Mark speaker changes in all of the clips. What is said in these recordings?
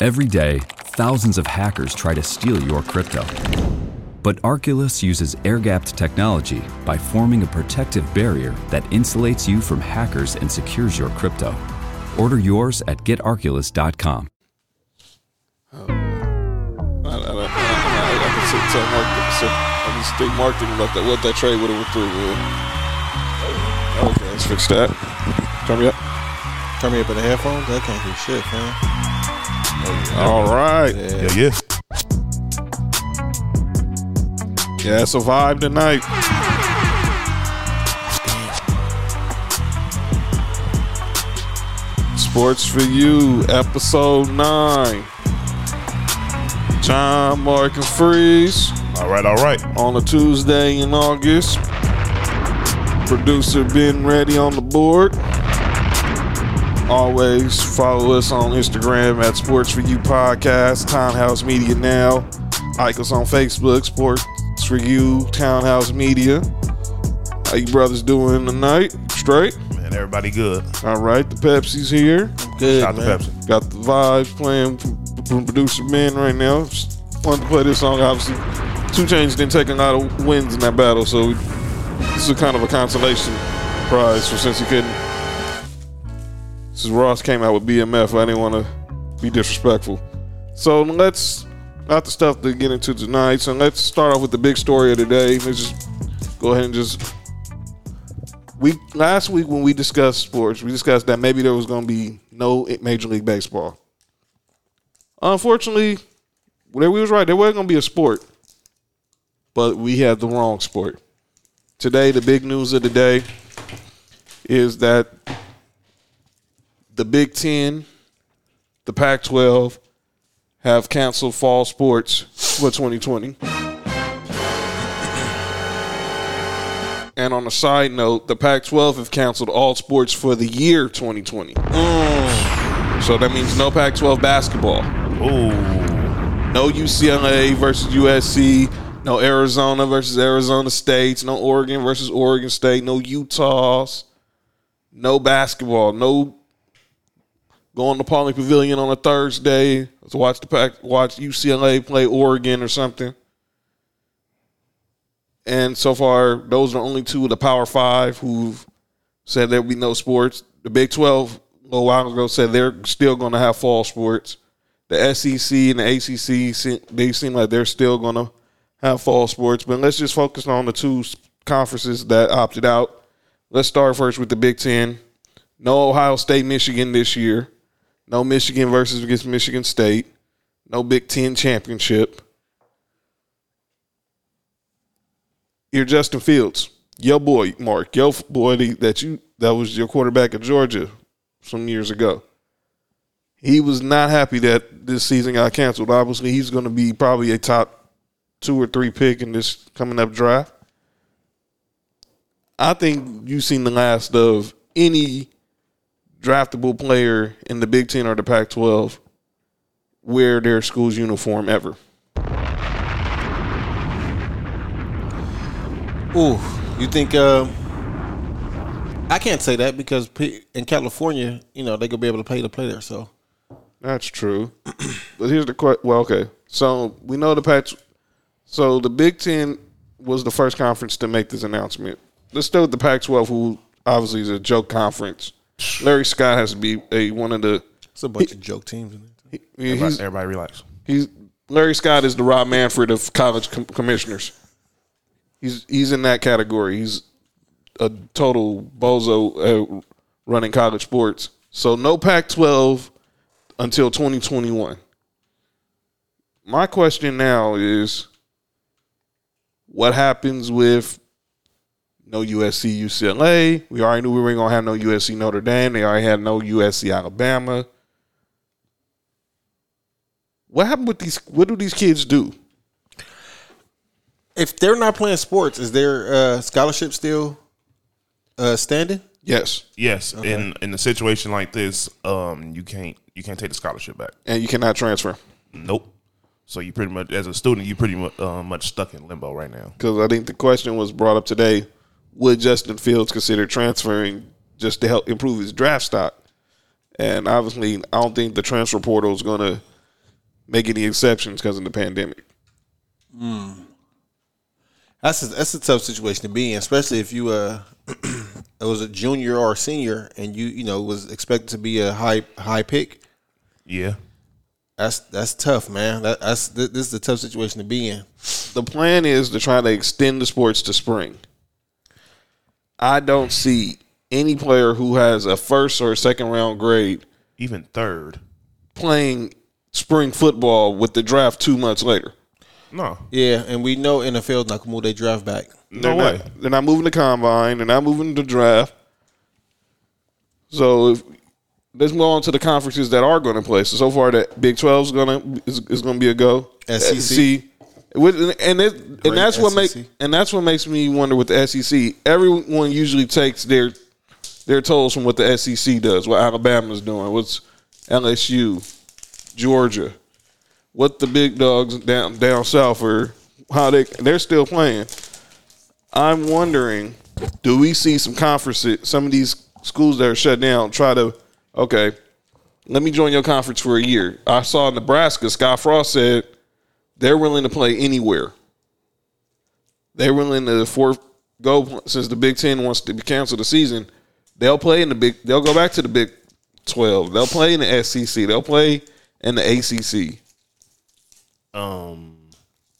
Speaker 1: Every day, thousands of hackers try to steal your crypto. But Arculus uses air gapped technology by forming a protective barrier that insulates you from hackers and secures your crypto. Order yours at getarculus.com.
Speaker 2: I, I, I, I, I can sit and tell Mark. So I can just think Mark thinking about that. What that trade would have went through. Will. Okay, let's fix that. Turn me up.
Speaker 3: Turn me up in the headphones. That can't do shit, man.
Speaker 2: All right.
Speaker 4: Yeah, yeah.
Speaker 2: Yeah, it's a vibe tonight. Sports for You, episode nine. John, Mark, and Freeze
Speaker 4: All right, all right.
Speaker 2: on a Tuesday in August. Producer Ben Ready on the board. Always follow us on Instagram at Sports for You Podcast, Townhouse Media Now. Like us on Facebook, Sports for You, Townhouse Media. How you brothers doing tonight? Straight.
Speaker 4: Man, everybody good.
Speaker 2: All right, the Pepsi's here.
Speaker 3: Good,
Speaker 4: Shout out to
Speaker 3: man.
Speaker 4: Pepsi.
Speaker 2: Got the vibes playing from, from producer Ben right now. Just wanted to play this song. Obviously, Two Chains didn't take a lot of wins in that battle, so this is kind of a consolation prize for since he couldn't. Since Ross came out with BMF, I didn't want to be disrespectful. So let's not the stuff to get into tonight. So let's start off with the big story of the day. Let's just go ahead and just we last week when we discussed sports, we discussed that maybe there was going to be no Major League Baseball. Unfortunately, there we was right. There wasn't going to be a sport, but we had the wrong sport. Today, the big news of the day is that the Big Ten, the Pac-12, have canceled fall sports for 2020. And on a side note, the Pac 12 have canceled all sports for the year 2020. So that means no Pac 12 basketball,
Speaker 4: Ooh.
Speaker 2: no UCLA versus USC, no Arizona versus Arizona States, no Oregon versus Oregon State, no Utahs, no basketball, no going to Pauley Pavilion on a Thursday to watch the Pac, watch UCLA play Oregon or something. And so far, those are only two of the Power Five who've said there will be no sports. The Big 12 a little while ago said they're still going to have fall sports. The SEC and the ACC, se- they seem like they're still going to have fall sports. But let's just focus on the two s- conferences that opted out. Let's start first with the Big 10. No Ohio State, Michigan this year. No Michigan versus against Michigan State. No Big Ten championship. You're Justin Fields, your boy Mark, your f- boy that- that you that was your quarterback at Georgia some years ago. He was not happy that this season got canceled. Obviously, he's going to be probably a top two or three pick in this coming up draft. I think you've seen the last of any draftable player in the Big Ten or the Pac 12 wear their school's uniform ever.
Speaker 3: Ooh, you think? Um, I can't say that because pe- in California, you know, they gonna be able to pay to play there. So
Speaker 2: That's true. but here's the question. Well, okay. So we know the Pac. So the Big Ten was the first conference to make this announcement. Let's start with the Pac-12, who obviously is a joke conference. Larry Scott has to be a one of the.
Speaker 3: it's a bunch of joke teams. In there.
Speaker 2: He's,
Speaker 4: everybody relax.
Speaker 2: he's Larry Scott is the Rob Manfred of college com- commissioners. He's he's in that category. He's a total bozo uh, running college sports. So no Pac-12 until 2021. My question now is, what happens with no USC UCLA? We already knew we weren't gonna have no USC Notre Dame. They already had no USC Alabama what happened with these what do these kids do
Speaker 3: If they're not playing sports, is their uh, scholarship still uh, standing?
Speaker 2: yes
Speaker 4: Yes, in in a situation like this, um, you can't you can't take the scholarship back.
Speaker 2: and you cannot transfer
Speaker 4: Nope. So you pretty much as a student, you pretty much, uh, much stuck in limbo right now.
Speaker 2: because i think the question was brought up today would justin fields consider transferring just to help improve his draft stock and obviously i don't think the transfer portal is going to make any exceptions because of the pandemic.
Speaker 3: That's a, that's a tough situation to be in, especially if you uh was a junior or a senior and you you know was expected to be a high high pick.
Speaker 4: Yeah.
Speaker 3: That's that's tough, man. That, that's th- this is a tough situation to be in.
Speaker 2: The plan is to try to extend the sports to spring. I don't see any player who has a first or a second round grade
Speaker 4: Even third.
Speaker 2: playing spring football with the draft two months later.
Speaker 4: No.
Speaker 3: Yeah, and we know NFL's not gonna move their draft back.
Speaker 4: No
Speaker 2: they're
Speaker 4: way.
Speaker 2: Not, they're not moving the combine. They're not moving the draft. So if, let's move on to the conferences that are going to play. So so far, that Big 12 is going to is, is going to be a go. E
Speaker 3: SEC.
Speaker 2: With, and it, and
Speaker 3: Great
Speaker 2: that's what makes
Speaker 3: SEC.
Speaker 2: and that's what makes me wonder with the SEC. Everyone usually takes their their tolls from what the SEC does, what Alabama's doing, what's LSU, Georgia, what the big dogs down down south are, how they they're still playing. I'm wondering, do we see some conferences? Some of these schools that are shut down try to okay, let me join your conference for a year. I saw in Nebraska, Scott Frost said they're willing to play anywhere. They're willing to forego since the Big Ten wants to cancel the season. They'll play in the big. They'll go back to the Big Twelve. They'll play in the SEC. They'll play in the ACC.
Speaker 4: um,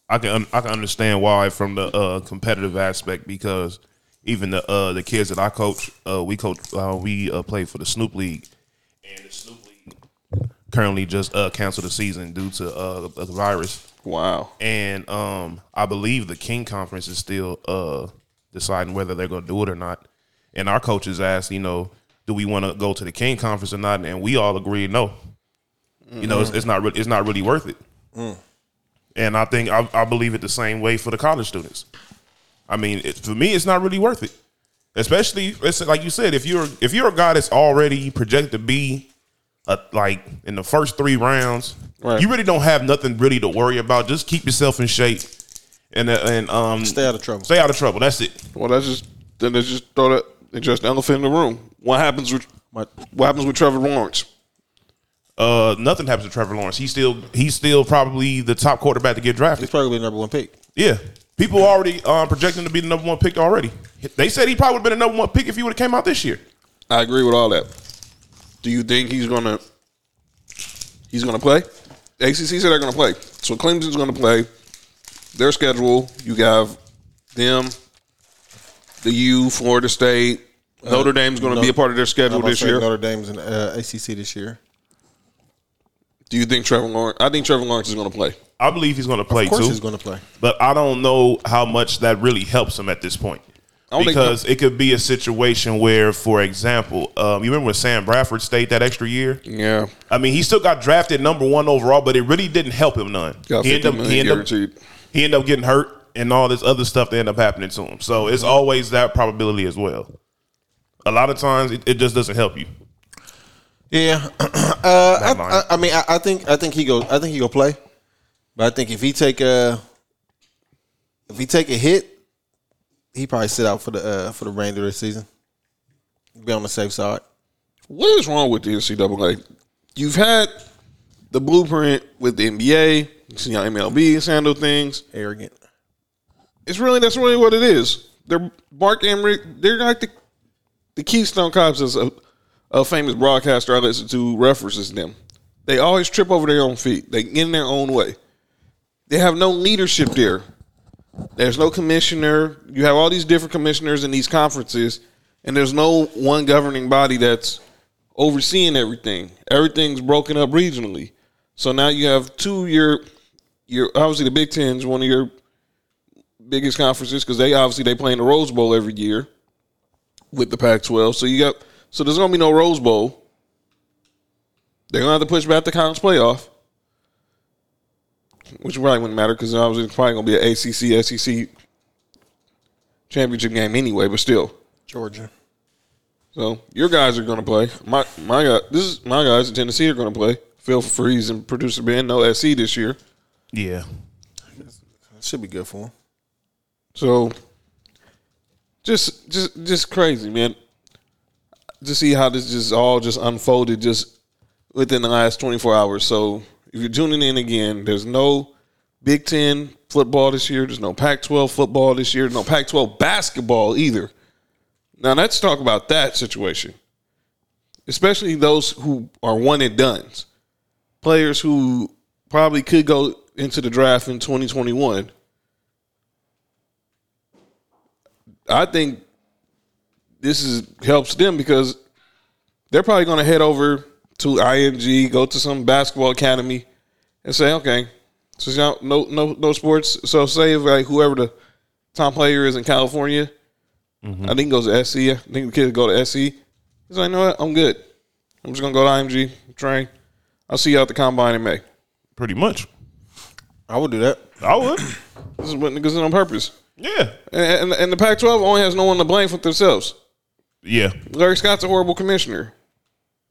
Speaker 4: I can un- I can understand why from the uh, competitive aspect because even the uh, the kids that I coach, uh, we coach, uh, we uh, play for the Snoop League, and the Snoop League currently just uh, canceled the season due to uh, the- the virus,
Speaker 2: Wow.
Speaker 4: and um, I believe the King Conference is still uh, deciding whether they're going to do it or not. And our coaches asked, you know, do we want to go to the King Conference or not? And we all agreed, no. You know, it's, it's not really, it's not really worth it. And I think I, I believe it the same way for the college students. I mean, it, for me, it's not really worth it. Especially, it's like you said, if you're if you're a guy that's already projected to be, a, like in the first three rounds,
Speaker 2: Right.
Speaker 4: you really don't have nothing really to worry about. Just keep yourself in shape, and uh, and um,
Speaker 3: Stay out of trouble.
Speaker 4: stay out of trouble. That's it.
Speaker 2: Well, that's just then they just throw that they just the elephant in the room. What happens with
Speaker 3: My-
Speaker 2: what happens with Trevor Lawrence?
Speaker 4: Uh, nothing happens to Trevor Lawrence. He's still he's still probably the top quarterback to get
Speaker 3: He's
Speaker 4: drafted.
Speaker 3: probably gonna be the number one pick.
Speaker 4: Yeah, people already uh, projecting to be the number one pick already. They said he probably would have been the number one pick if he would have came out this year.
Speaker 2: I agree with all that. Do you think he's gonna he's gonna play? ACC said they're gonna play. So Clemson's gonna play. Their schedule, you have them, the U, Florida State, Notre Dame's gonna be a part of their
Speaker 3: I'm
Speaker 2: schedule
Speaker 3: about to
Speaker 2: this
Speaker 3: say
Speaker 2: year.
Speaker 3: Notre Dame's in uh, ACC this year.
Speaker 2: Do you think Trevor Lawrence I think Trevor Lawrence is gonna play.
Speaker 4: I believe he's going to play
Speaker 3: Of course,
Speaker 4: too.
Speaker 3: he's going to play.
Speaker 4: but I don't know how much that really helps him at this point.
Speaker 2: I don't think-
Speaker 4: Because it could be a situation where, for example, um, you remember when Sam Bradford stayed that extra year?
Speaker 2: Yeah.
Speaker 4: I mean, he still got drafted number one overall, but it really didn't help him none.
Speaker 2: Got
Speaker 4: he
Speaker 2: fifty
Speaker 4: ended up,
Speaker 2: million
Speaker 4: he ended up,
Speaker 2: guaranteed.
Speaker 4: he ended up getting hurt and all this other stuff that ended up happening to him. So
Speaker 2: Mm-hmm.
Speaker 4: it's always that probability as well. A lot of times, it, it just doesn't help you.
Speaker 3: Yeah, uh, I,
Speaker 4: line.
Speaker 3: I, I mean, I, I think I think he go. I think he go play, but I think if he take a if he take a hit, he probably sit out for the uh, for the remainder of the season. Be on the safe side.
Speaker 2: what is wrong with the NCAA? You've had the blueprint with the NBA, you see how MLB has handled things.
Speaker 3: Arrogant.
Speaker 2: It's really that's really what it is. They're Mark Emery. They're like the the Keystone Cops is a, a famous broadcaster I listen to references them. They always trip over their own feet. They get in their own way. They have no leadership there. There's no commissioner. You have all these different commissioners in these conferences, and there's no one governing body that's overseeing everything. Everything's broken up regionally. So now you have two of your your obviously the Big Ten is one of your biggest conferences because they obviously they play in the Rose Bowl every year with the Pac-12. So you got so there's gonna be no Rose Bowl. They're gonna have to push back the college playoff, which probably wouldn't matter because obviously it's probably gonna be an ACC SEC E championship game anyway. But still,
Speaker 3: Georgia.
Speaker 2: so your guys are gonna play. My my guy, this is my guys in Tennessee are gonna play. Phil Freeze and producer Ben, no SC this year.
Speaker 4: Yeah.
Speaker 3: That should be good for him.
Speaker 2: So just just just crazy, man. To see how this just all just unfolded just within the last 24 hours. So If you're tuning in again, there's no Big Ten football this year. There's no Pac-12 football this year. No Pac-12 basketball either. Now let's talk about that situation, especially those who are one and duns, players who probably could go into the draft in 2021. I think this is helps them because they're probably going to head over to IMG, go to some basketball academy, and say, okay, so y'all- no no no sports. So say if like whoever the top player is in California,
Speaker 3: Mm-hmm.
Speaker 2: I think he goes to SC. I think the kids go to SC. He's like, you know what? I'm good. I'm just gonna go to IMG train. I'll see you out the combine in May.
Speaker 4: Pretty much.
Speaker 3: I would do that.
Speaker 4: I would.
Speaker 2: This is what niggas did on purpose.
Speaker 4: yeah.
Speaker 2: And, and, and the Pac-12 only has no one to blame for themselves.
Speaker 4: Yeah.
Speaker 2: Larry Scott's a horrible commissioner.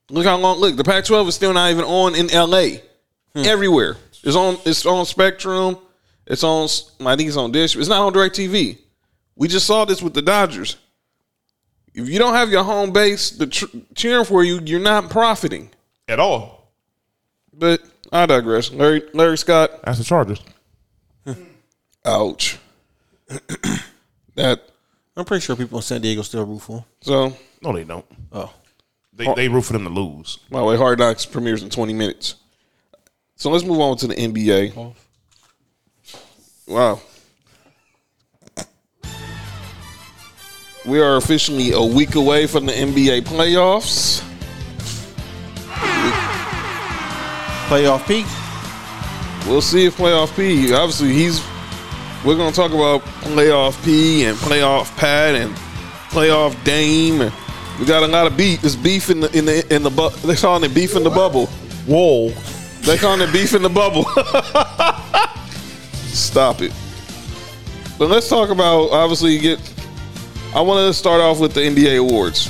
Speaker 2: Look how long. Look, the Pac-12 is still not even on in LA. Everywhere it's on. It's on Spectrum. It's on. s- I think it's on Dish. It's not on Directv. We just saw this with the Dodgers. If you don't have your home base the tr- cheering for you, you're not profiting.
Speaker 4: At all.
Speaker 2: But I digress. Larry, Larry Scott.
Speaker 4: That's the Chargers.
Speaker 2: Ouch. that.
Speaker 3: I'm pretty sure people in San Diego still root for him.
Speaker 2: So
Speaker 4: No, they don't.
Speaker 3: Oh,
Speaker 4: They they root for them to lose.
Speaker 2: By the way, Hard Knocks premieres in 20 minutes. So let's move on to the NBA. Wow. We are officially a week away from the NBA playoffs.
Speaker 3: playoff peak.
Speaker 2: We'll see if playoff P. Obviously, he's. We're gonna talk about playoff P and playoff Pat and playoff Dame. And we got a lot of beef. It's beef in the in the in the bu- they calling it beef in the bubble.
Speaker 4: Whoa.
Speaker 2: They calling it beef in the bubble. Stop it. But let's talk about obviously you get I want to start off with the NBA awards.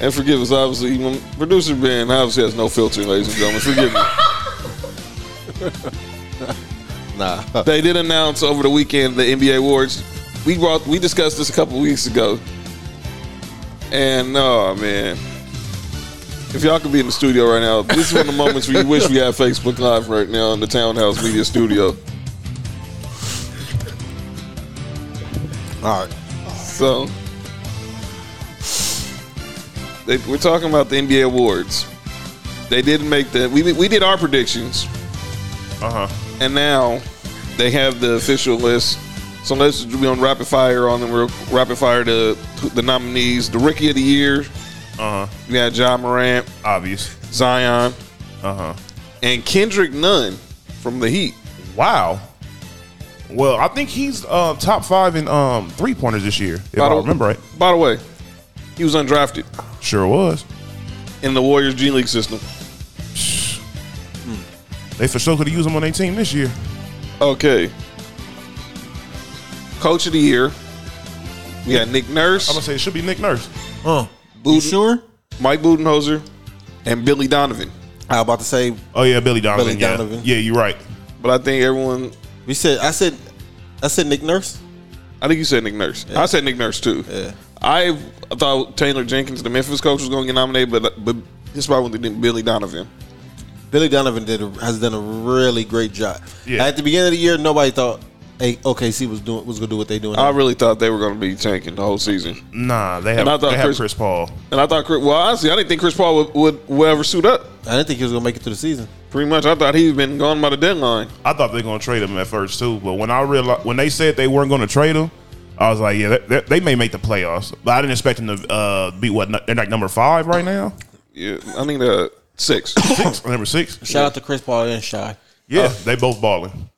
Speaker 2: And forgive us, obviously, even producer Ben obviously has no filter, ladies and gentlemen. Forgive me.
Speaker 3: Nah,
Speaker 2: They did announce over the weekend the NBA awards. We brought we discussed this a couple weeks ago. And oh man. If y'all could be in the studio right now, this is one of the moments where you wish we had Facebook Live right now in the Townhouse Media Studio.
Speaker 3: all right.
Speaker 2: So they, we're talking about the NBA awards. They didn't make the we we did our predictions,
Speaker 4: Uh huh.
Speaker 2: and now they have the official list. So let's be on rapid fire on them. Real rapid fire to the nominees: the Rookie of the Year.
Speaker 4: Uh huh.
Speaker 2: We had John Morant,
Speaker 4: Obvious.
Speaker 2: Zion,
Speaker 4: Uh huh.
Speaker 2: and Kendrick Nunn from the Heat.
Speaker 4: Wow. Well, I think he's uh, top five in um, three pointers this year, if I,
Speaker 2: the-
Speaker 4: remember right.
Speaker 2: By the way, he was undrafted
Speaker 4: Sure was.
Speaker 2: in the Warriors G League system.
Speaker 4: They for sure could have used him on their team this year.
Speaker 2: Okay. Coach of the year. We got Nick
Speaker 4: I'm gonna
Speaker 2: Nurse,
Speaker 4: say it should be Nick Nurse.
Speaker 3: Huh?
Speaker 2: Buden-
Speaker 3: You sure?
Speaker 2: Mike Budenhoser, and Billy Donovan.
Speaker 3: I was about to say
Speaker 4: Oh yeah, Billy Donovan.
Speaker 3: Billy
Speaker 4: yeah.
Speaker 3: Donovan.
Speaker 4: yeah, you're right.
Speaker 2: But I think everyone,
Speaker 3: we said. I said. I said Nick Nurse.
Speaker 2: I think you said Nick Nurse. I said Nick Nurse too.
Speaker 3: Yeah.
Speaker 2: I thought Taylor Jenkins, the Memphis coach, was going to get nominated, but but this probably went to Billy Donovan.
Speaker 3: Billy Donovan did a, has done a really great job.
Speaker 4: Yeah.
Speaker 3: At the beginning of the year, nobody thought hey, OKC was doing was gonna do what they doing.
Speaker 2: I really thought they were going to be tanking the whole season,
Speaker 4: Nah, they have
Speaker 2: And I thought
Speaker 4: they have
Speaker 2: Chris-
Speaker 4: Chris, Paul.
Speaker 2: and I thought, Chris- well, honestly, I didn't think Chris Paul would, would, would ever suit up.
Speaker 3: I didn't think he was gonna make it through the season.
Speaker 2: Pretty much, I thought he'd been gone by the deadline.
Speaker 4: I thought they were gonna trade him at first too, but when I realized when they said they weren't gonna trade him, I was like, yeah, they, they, they may make the playoffs, but I didn't expect them to uh, be what nu- they're like number five right now,
Speaker 2: Yeah, I think uh, six.
Speaker 4: six, number six.
Speaker 3: Shout out to Chris Paul and Shy.
Speaker 4: Yeah, they both balling.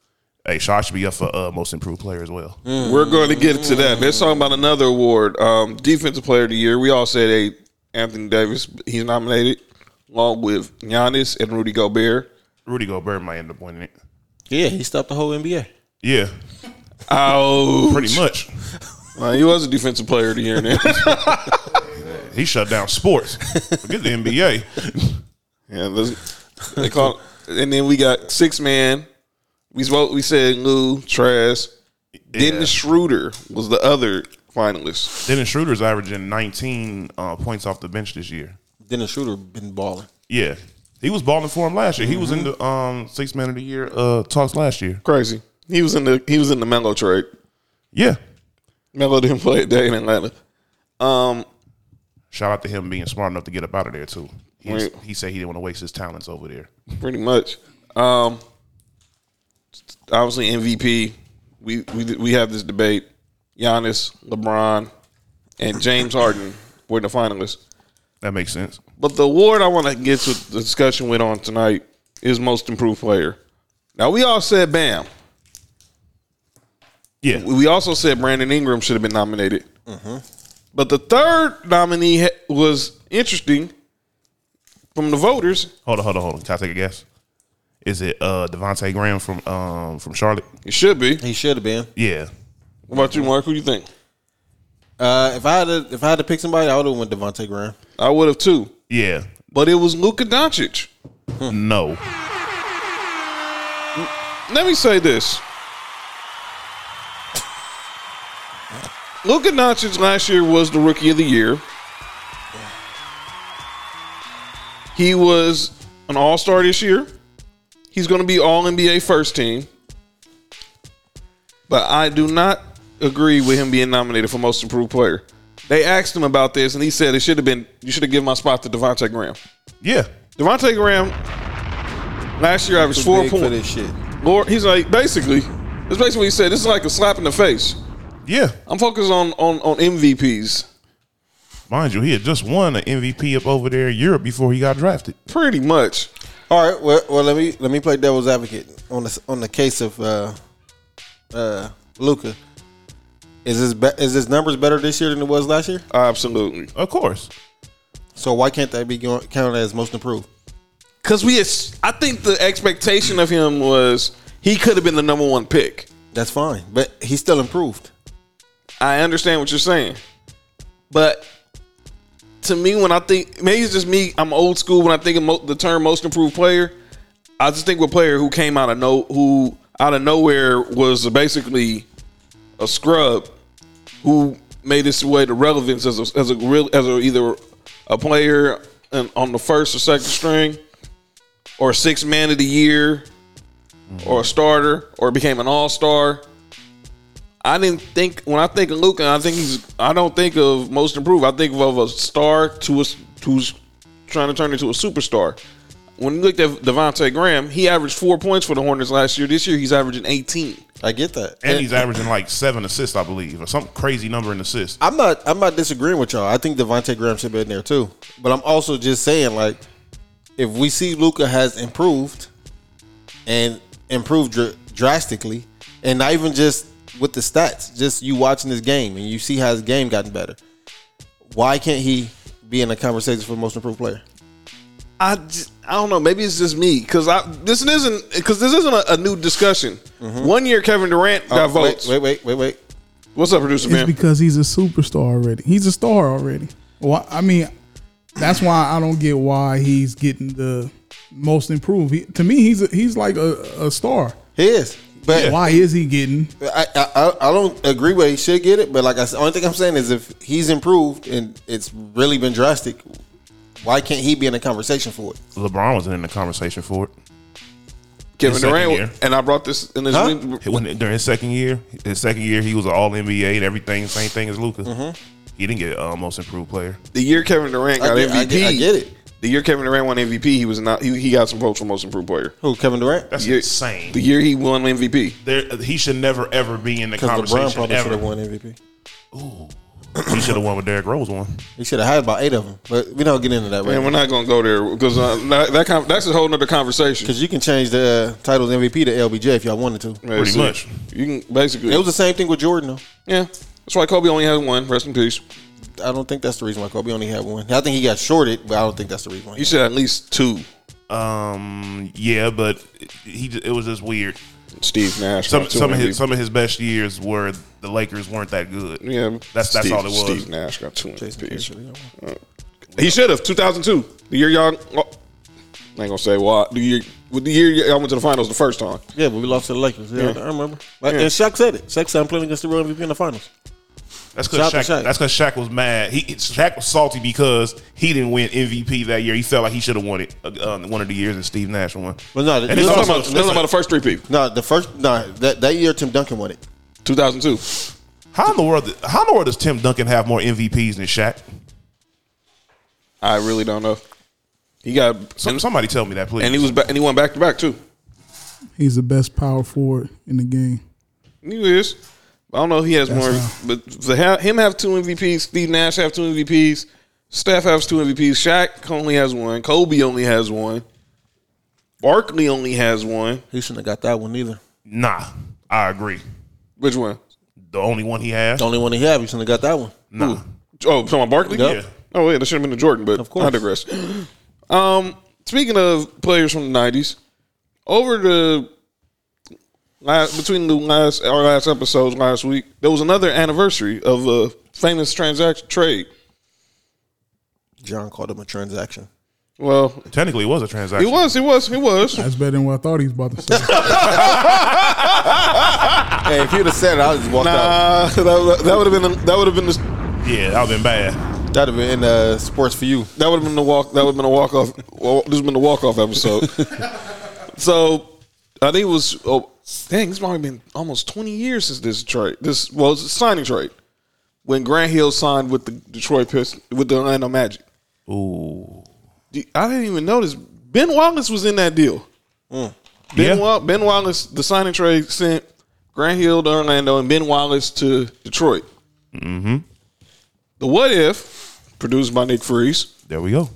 Speaker 4: Hey, Shaw should be up for uh, most improved player as well.
Speaker 2: We're going to get to that. Let's talk about another award, um, defensive player of the year. We all said hey, Anthony Davis. He's nominated along with Giannis and Rudy Gobert.
Speaker 4: Rudy Gobert might end up winning it.
Speaker 3: Yeah, he stopped the whole NBA.
Speaker 4: Yeah,
Speaker 2: Oh,
Speaker 4: pretty much.
Speaker 2: he was a defensive player of the year. Now.
Speaker 4: He shut down sports. Forget the NBA.
Speaker 2: yeah, let's- they call. And then we got six man. We spoke, We said Lou Trash. Dennis Schroeder was the other finalist.
Speaker 4: Dennis Schroeder's averaging 19 uh, points off the bench this year.
Speaker 3: Dennis Schroeder been balling.
Speaker 4: Yeah, He was balling for him last year. He was in the um six man of the year uh talks last year.
Speaker 2: Crazy. He was in the he was in the Melo trade.
Speaker 4: Yeah.
Speaker 2: Melo didn't play a day in Atlanta. Um,
Speaker 4: Shout out to him being smart enough to get up out of there too. He's,
Speaker 2: Right.
Speaker 4: he said he didn't want to waste his talents over there.
Speaker 2: pretty much. Um, obviously MVP. We we we have this debate. Giannis, LeBron, and James Harden were the finalists.
Speaker 4: That makes sense.
Speaker 2: But the award I want to get to the discussion with on tonight is most improved player. Now we all said Bam.
Speaker 4: Yeah.
Speaker 2: We also said Brandon Ingram should have been nominated. But the third nominee ha- was interesting from the voters.
Speaker 4: Hold on, hold on, hold on. Can I take a guess? Is it uh Devontae Graham from um from Charlotte?
Speaker 2: It should be.
Speaker 3: He should have been.
Speaker 4: Yeah.
Speaker 2: What about you, Mark? Who do you think?
Speaker 3: Uh, if I had to, if I had to pick somebody, I would have went Devontae Graham.
Speaker 2: I would have too.
Speaker 4: Yeah.
Speaker 2: But it was Luka Doncic.
Speaker 4: No.
Speaker 2: Let me say this. Luka Doncic last year was the rookie of the year. He was an all star this year. He's going to be all NBA first team. But I do not agree with him being nominated for most improved player. They asked him about this, and he said it should have been, you should have given my spot to Devontae Graham.
Speaker 4: Yeah.
Speaker 2: Devontae Graham last year averaged
Speaker 3: Too
Speaker 2: four
Speaker 3: big for
Speaker 2: points.
Speaker 3: this shit.
Speaker 2: Lord, he's like basically. That's basically what he said. This is like a slap in the face.
Speaker 4: Yeah.
Speaker 2: I'm focused on on on MVPs,
Speaker 4: Mind you, he had just won an MVP up over there in Europe before he got drafted.
Speaker 2: pretty much.
Speaker 3: All right, well, well, let me let me play devil's advocate on the on the case of uh, uh, Luca. Is his be- is his numbers better this year than it was last year?
Speaker 2: Absolutely,
Speaker 4: Of course.
Speaker 3: So why can't that be go- counted as most improved?
Speaker 2: because we. ex- I think the expectation of him was he could have been the number one pick.
Speaker 3: That's fine, but he's still improved.
Speaker 2: I understand what you're saying, but to me, when I think maybe it's just me, I'm old school. When I think of mo- the term "most improved player," I just think of a player who came out of no who out of nowhere was basically a scrub who made his way to relevance as a as a real as a, either a player and on the first or second string, or sixth man of the year, or a starter, or became an all star. I didn't think when I think of Luca, I think he's. I don't think of most improved. I think of a star to a, who's trying to turn into a superstar. When you looked at Devontae Graham, he averaged four points for the Hornets last year. This year, he's averaging eighteen.
Speaker 3: I get that.
Speaker 4: And he's averaging like seven assists, I believe, or some crazy number in assists.
Speaker 3: I'm not I'm not disagreeing with y'all. I think Devontae Graham should be in there too. But I'm also just saying like if we see Luca has improved and improved dr- drastically and not even just with the stats, just you watching this game and you see how his game gotten better. Why can't he be in a conversation for most improved player?
Speaker 2: I, j- I don't know. Maybe it's just me because I this isn't because this isn't a, a new discussion. One year, Kevin Durant got
Speaker 3: Mm-hmm. Oh, wait,
Speaker 2: votes.
Speaker 3: wait, wait, wait, wait.
Speaker 2: What's up, producer
Speaker 5: It's
Speaker 2: man?
Speaker 5: because he's a superstar already. He's a star already. Well, I mean, that's why I don't get why he's getting the most improved. He, to me, he's a, he's like a, a star.
Speaker 3: He is. But
Speaker 5: Why is he getting?
Speaker 3: I, I I- I don't agree where he should get it, but like I said, only thing I'm saying is if he's improved and it's really been drastic, why can't he be in a conversation for it?
Speaker 4: LeBron wasn't in the conversation for it.
Speaker 2: Kevin
Speaker 4: his second
Speaker 2: Durant,
Speaker 4: year.
Speaker 2: and I brought this in this.
Speaker 3: Huh?
Speaker 2: week-
Speaker 4: When, during his second year, his second year, he was an All NBA and everything, same thing as Luca.
Speaker 3: Mm-hmm.
Speaker 4: He didn't get uh, most improved player.
Speaker 2: The year Kevin Durant
Speaker 3: I
Speaker 2: got
Speaker 3: get-
Speaker 2: MVP,
Speaker 3: I get- I get it.
Speaker 2: The year Kevin Durant won MVP, he was not. He, he got some votes for most improved player.
Speaker 3: Who Kevin Durant?
Speaker 4: That's
Speaker 2: year-
Speaker 4: insane.
Speaker 2: The year he won MVP.
Speaker 4: there, he should never ever be in the
Speaker 3: Because LeBron
Speaker 4: conversation
Speaker 3: probably should
Speaker 4: ever.
Speaker 3: have won MVP.
Speaker 4: He should have won with Derrick Rose one.
Speaker 3: He should have had about eight of them, but we don't get into that
Speaker 2: And
Speaker 3: right
Speaker 2: we're not gonna go there because uh, that, that con- that's a whole nother conversation.
Speaker 3: Because you can change the uh, titles MVP to LBJ if y'all wanted to.
Speaker 4: pretty
Speaker 2: That's it.
Speaker 4: much.
Speaker 2: You can basically.
Speaker 3: It was the same thing with Jordan though.
Speaker 2: yeah, that's why Kobe only had one. Rest in peace.
Speaker 3: I don't think that's the reason why Kobe only had one. I think he got shorted, but I don't think that's the reason why.
Speaker 2: He should have at least two.
Speaker 4: Um, yeah, but he it was just weird.
Speaker 2: Steve Nash.
Speaker 4: Some
Speaker 2: got two
Speaker 4: some of
Speaker 2: MVP.
Speaker 4: his some of his best years were the Lakers weren't that good.
Speaker 2: Yeah,
Speaker 4: that's that's
Speaker 2: Steve-
Speaker 4: all it was.
Speaker 2: Steve Nash got two MVPs.
Speaker 3: Jason Kidd
Speaker 2: He should have. 2002, the year y'all. oh, I ain't gonna say why. The year, with the year y'all went to the finals the first time.
Speaker 3: Yeah, but we lost to the Lakers. Yeah, I remember. Like,
Speaker 2: Yeah.
Speaker 3: And Shaq said it. Shaq said, "I'm playing against the real MVP in the finals."
Speaker 4: That's
Speaker 3: Shout out
Speaker 4: because
Speaker 3: to
Speaker 4: Shaq,
Speaker 3: Shaq.
Speaker 4: That's because Shaq was mad. He Shaq was salty because he didn't win MVP that year. He felt like he should have won it uh, um, one of the years that Steve Nash won.
Speaker 3: Well, no,
Speaker 4: and
Speaker 3: you're
Speaker 4: it's
Speaker 3: talking
Speaker 4: also,
Speaker 2: Talking about,
Speaker 4: it's
Speaker 2: talking about
Speaker 4: like,
Speaker 2: the first three people,
Speaker 3: No, the first no that that year Tim Duncan won it.
Speaker 2: 2002.
Speaker 4: how in the world? How in the world does Tim Duncan have more MVPs than Shaq?
Speaker 2: I really don't know. He got
Speaker 4: Some, somebody tell me that, please.
Speaker 2: and he was back, and he went back to back too.
Speaker 5: He's the best power forward in the game.
Speaker 2: He is. I don't know. if He has more,
Speaker 5: how-
Speaker 2: but to have him have two MVPs. Steve Nash have two MVPs. Steph has two MVPs. Shaq only has one. Kobe only has one. Barkley only has one.
Speaker 3: He shouldn't have got that one either.
Speaker 4: nah, I agree.
Speaker 2: Which one?
Speaker 4: The only one he has.
Speaker 3: The only one he had, he shouldn't have got that one.
Speaker 4: Nah.
Speaker 2: Oh, talking about Barkley.
Speaker 3: Yep.
Speaker 4: Yeah.
Speaker 2: Oh yeah, that should have been the Jordan, but
Speaker 3: Of course.
Speaker 2: I digress. Um, speaking of players from the nineties, over the last between the last our last episodes last week, there was another anniversary of a famous transaction trade.
Speaker 3: John called him a transaction.
Speaker 2: Well,
Speaker 4: Technically, it was a transaction.
Speaker 2: it was, it was, it was.
Speaker 5: That's better than what I thought he was about to say.
Speaker 3: Hey, if you'd have said it, I would just walked out.
Speaker 2: Nah, that, that would have been that would have been the,
Speaker 4: Yeah, that would have been bad.
Speaker 3: That'd have been uh, sports for you.
Speaker 2: that would have been the walk that would have been a walk off. Well, this has been the walk off episode. so I think it was oh dang, it's probably been almost twenty years since this trade. This well, it's a signing trade when Grant Hill signed with the Detroit Pistons with the Orlando Magic.
Speaker 4: Ooh.
Speaker 2: The- I didn't even notice Ben Wallace was in that deal. Ben,
Speaker 3: Mm.
Speaker 4: Yeah.
Speaker 2: Wa- ben Wallace, the signing trade sent Grant Hill to Orlando and Ben Wallace to Detroit. Mm-hmm. The What If, produced by Nick Freeze.
Speaker 4: There we go.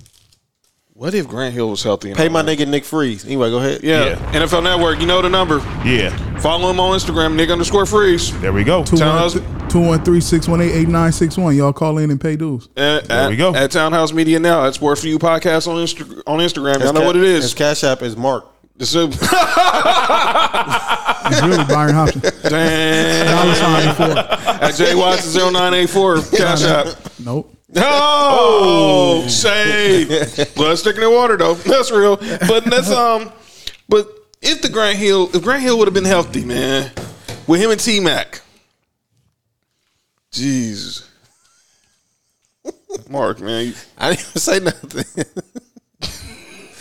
Speaker 2: What if Grant Hill was healthy? and
Speaker 3: Pay
Speaker 2: all
Speaker 3: my
Speaker 2: that?
Speaker 3: nigga Nick Freeze. Anyway, go ahead.
Speaker 2: Yeah.
Speaker 4: Yeah.
Speaker 2: NFL Network, you know the number.
Speaker 4: Yeah.
Speaker 2: Follow him on Instagram, Nick underscore Freeze.
Speaker 4: There we go.
Speaker 2: Townhouse,
Speaker 5: 213-618-8961. Y'all call in and pay dues.
Speaker 2: at,
Speaker 4: There we go.
Speaker 2: At Townhouse Media now. That's Word for You podcast on, Insta- on Instagram.
Speaker 3: His
Speaker 2: Y'all know
Speaker 3: ca-
Speaker 2: what it
Speaker 3: His
Speaker 2: is.
Speaker 3: cash app is Mark.
Speaker 2: It's a-
Speaker 5: It's really Byron Hopkins.
Speaker 2: Damn.
Speaker 5: Dollar sign before.
Speaker 2: at Jay Watson 0984 Cash App.
Speaker 5: Nope.
Speaker 2: Oh, shade. Blood sticking in water though. That's real. But that's um. But if the Grant Hill, if Grant Hill would have been healthy, man, with him and T Mac. Jeez. Mark, man, you-
Speaker 3: I didn't even say nothing.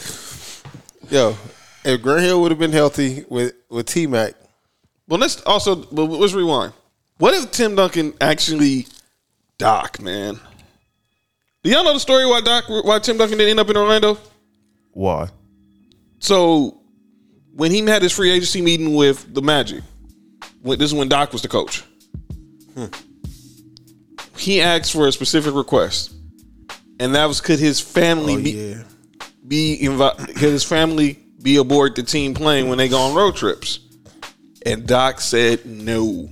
Speaker 3: Yo, if Grant Hill would have been healthy with with T Mac,
Speaker 2: Well, let's also but let's rewind. What if Tim Duncan actually Doc, man? Do y'all know the story why Doc why Tim Duncan didn't end up in Orlando?
Speaker 4: Why?
Speaker 2: So when he had his free agency meeting with the Magic, when, this is when Doc was the coach. Hmm. He asked for a specific request, and that was could his family
Speaker 3: Oh,
Speaker 2: be, be invi- could his family be aboard the team plane when they go on road trips? And Doc said no.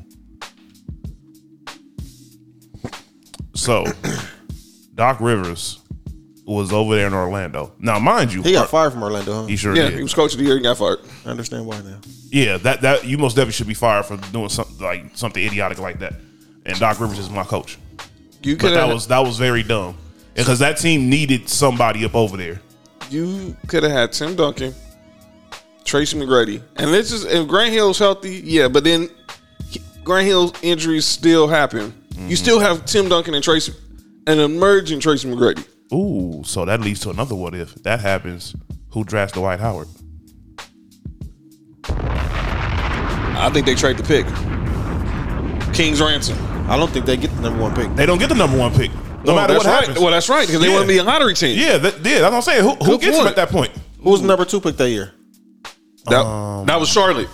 Speaker 4: So, Doc Rivers was over there in Orlando. Now, mind you,
Speaker 3: he got fired from Orlando. Huh?
Speaker 4: he sure
Speaker 2: Yeah,
Speaker 4: did.
Speaker 2: he was coach of the year and got fired.
Speaker 3: I understand why now.
Speaker 4: yeah, that that you most definitely should be fired for doing something like something idiotic like that. And Doc Rivers is my coach,
Speaker 2: You
Speaker 4: but
Speaker 2: could
Speaker 4: that
Speaker 2: have
Speaker 4: was that was very dumb because that team needed somebody up over there.
Speaker 2: you could have had Tim Duncan, Tracy McGrady, and this is if Grant Hill's healthy, yeah. But then he- Grant Hill's injuries still happen.
Speaker 4: Mm-hmm.
Speaker 2: You still have Tim Duncan and Tracy, an emerging Tracy McGrady.
Speaker 4: Ooh, so that leads to another what if that happens? Who drafts Dwight Howard?
Speaker 2: I think they trade the pick. King's ransom.
Speaker 3: I don't think they get the number one pick.
Speaker 4: They don't get the number one pick, no
Speaker 2: Oh,
Speaker 4: matter
Speaker 2: that's
Speaker 4: what
Speaker 2: right.
Speaker 4: happens.
Speaker 2: Well, that's right because they
Speaker 4: Yeah.
Speaker 2: want to be a lottery team.
Speaker 4: yeah, that, yeah, that's what I'm saying. Who, who
Speaker 2: Good
Speaker 4: gets him
Speaker 2: point.
Speaker 4: at that point?
Speaker 3: Who was the number two pick that year?
Speaker 2: that,
Speaker 4: Um,
Speaker 2: that was Charlotte.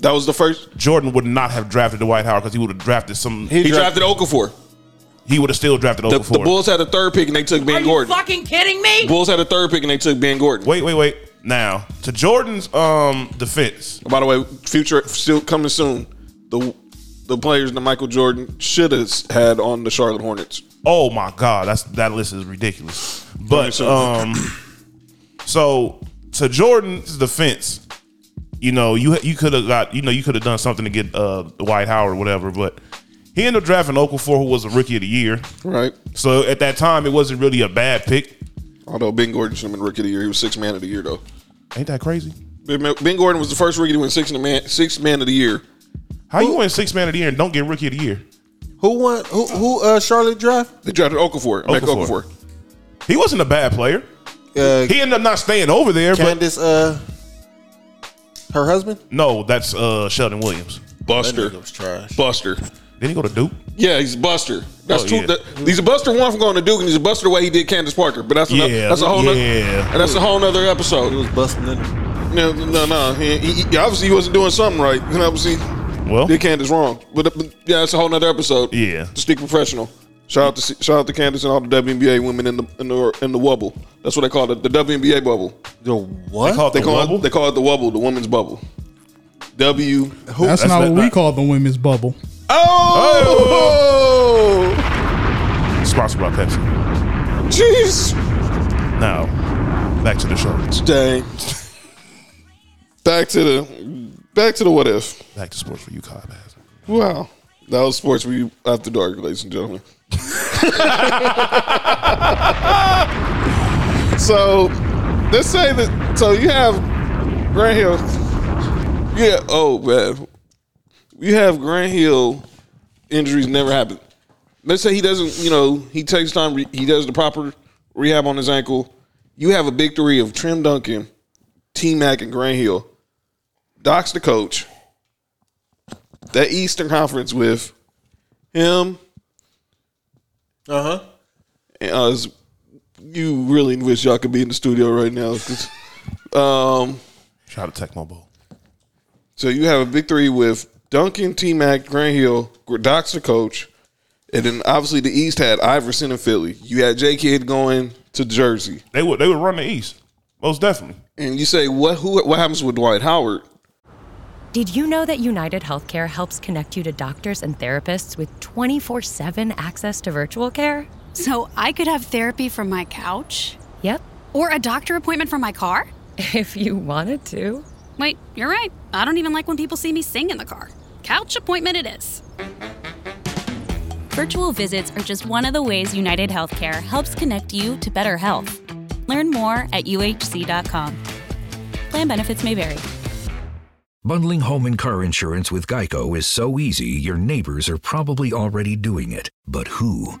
Speaker 2: That was the first.
Speaker 4: Jordan would not have drafted Dwight Howard because he would have drafted some.
Speaker 2: He
Speaker 4: He,
Speaker 2: drafted Okafor.
Speaker 4: would have still drafted
Speaker 2: The,
Speaker 4: Okafor.
Speaker 2: the Bulls had the third pick and they took Ben
Speaker 6: Are
Speaker 2: Gordon.
Speaker 6: you fucking kidding me?
Speaker 2: Bulls had a third pick and they took Ben Gordon.
Speaker 4: Wait, wait, wait. Now to Jordan's um defense.
Speaker 2: Oh, By the way, future still coming soon. The the players that Michael Jordan should have had on the Charlotte Hornets.
Speaker 4: Oh my God, that's that list is ridiculous. But um, so to Jordan's defense, you know you you could have got you know you could have done something to get uh White Howard or whatever, but he ended up drafting Okafor, who was a rookie of the year.
Speaker 2: Right.
Speaker 4: So at that time, it wasn't really a bad pick.
Speaker 2: Although Ben Gordon should have been rookie of the year. He was six man of the year though.
Speaker 4: Ain't that crazy?
Speaker 2: Ben Ben Gordon was the first rookie to win six man six man of the year.
Speaker 4: How you win six man of the year and don't get rookie of the year?
Speaker 3: Who won? Who who? Uh, Charlotte draft.
Speaker 2: They drafted Okafor. Mac Okafor.
Speaker 4: Okafor. He wasn't a bad player.
Speaker 3: Uh,
Speaker 4: He ended up not staying over there, but
Speaker 3: Candace. Uh, her husband.
Speaker 4: no, that's uh, Sheldon Williams.
Speaker 2: Buster.
Speaker 3: That nigga was trash.
Speaker 2: Buster.
Speaker 4: Didn't he go to Duke?
Speaker 2: Yeah, he's a buster. That's
Speaker 4: Oh,
Speaker 2: two.
Speaker 4: yeah.
Speaker 2: that- he's a buster one from going to Duke, and he's a buster the way he did Candace Parker. But that's another,
Speaker 4: Yeah,
Speaker 2: that's a whole nother-
Speaker 4: yeah.
Speaker 2: and that's a whole other episode.
Speaker 3: He was busting in.
Speaker 2: No, no, no. He, he, he- obviously, he wasn't doing something right. And obviously,
Speaker 4: Well,
Speaker 2: did Candace wrong. But, but yeah, that's a whole nother episode.
Speaker 4: Yeah.
Speaker 2: to stick professional. Shout out to shout out to Candace and all the WNBA women in the in the in the wobble. That's what they call it, the WNBA bubble.
Speaker 3: The what?
Speaker 4: called
Speaker 2: They
Speaker 4: the
Speaker 2: call
Speaker 4: wobble?
Speaker 2: it they call it the wobble, the women's bubble. W.
Speaker 5: That's,
Speaker 4: That's
Speaker 5: not
Speaker 4: not-
Speaker 5: what we call the women's bubble.
Speaker 2: Oh,
Speaker 4: sponsored by Pepsi.
Speaker 2: jeez,
Speaker 4: Now, back to the show.
Speaker 2: dang. Back to the back to the what if.
Speaker 4: Back to sports for you, Cobb.
Speaker 2: Wow, that was sports for you after dark, ladies and gentlemen. so let's say that. So you have Grant Hill. Yeah. Oh man, you have Grant Hill. Injuries never happen. Let's say he doesn't. You know, he takes time. re- He does the proper rehab on his ankle. You have a big three of Trim Duncan, T Mac, and Grant Hill. Doc's the coach that Eastern Conference with him.
Speaker 3: Uh huh.
Speaker 2: And us. you really wish y'all could be in the studio right now. 'cause, um,
Speaker 4: Shout out to Tecmo Bowl.
Speaker 2: so you have a big three with Duncan, T Mac, Grant Hill, Doc's the coach, and then obviously the East had Iverson and Philly. You had J Kidd going to Jersey,
Speaker 4: They would they would run the East most definitely.
Speaker 2: and you say what? Who? What happens with Dwight Howard?
Speaker 6: Did you know that United Healthcare helps connect you to doctors and therapists with 24 7 access to virtual care?
Speaker 7: So I could have therapy from my couch
Speaker 6: Yep,
Speaker 7: or a doctor appointment from my car?
Speaker 6: if you wanted to.
Speaker 7: Wait, you're right. I don't even like when people see me sing in the car. Couch appointment it is.
Speaker 8: Virtual visits are just one of the ways United Healthcare helps connect you to better health. Learn more at uhc.com. Plan benefits may vary.
Speaker 9: Bundling home and car insurance with Geico is so easy, your neighbors are probably already doing it. But who?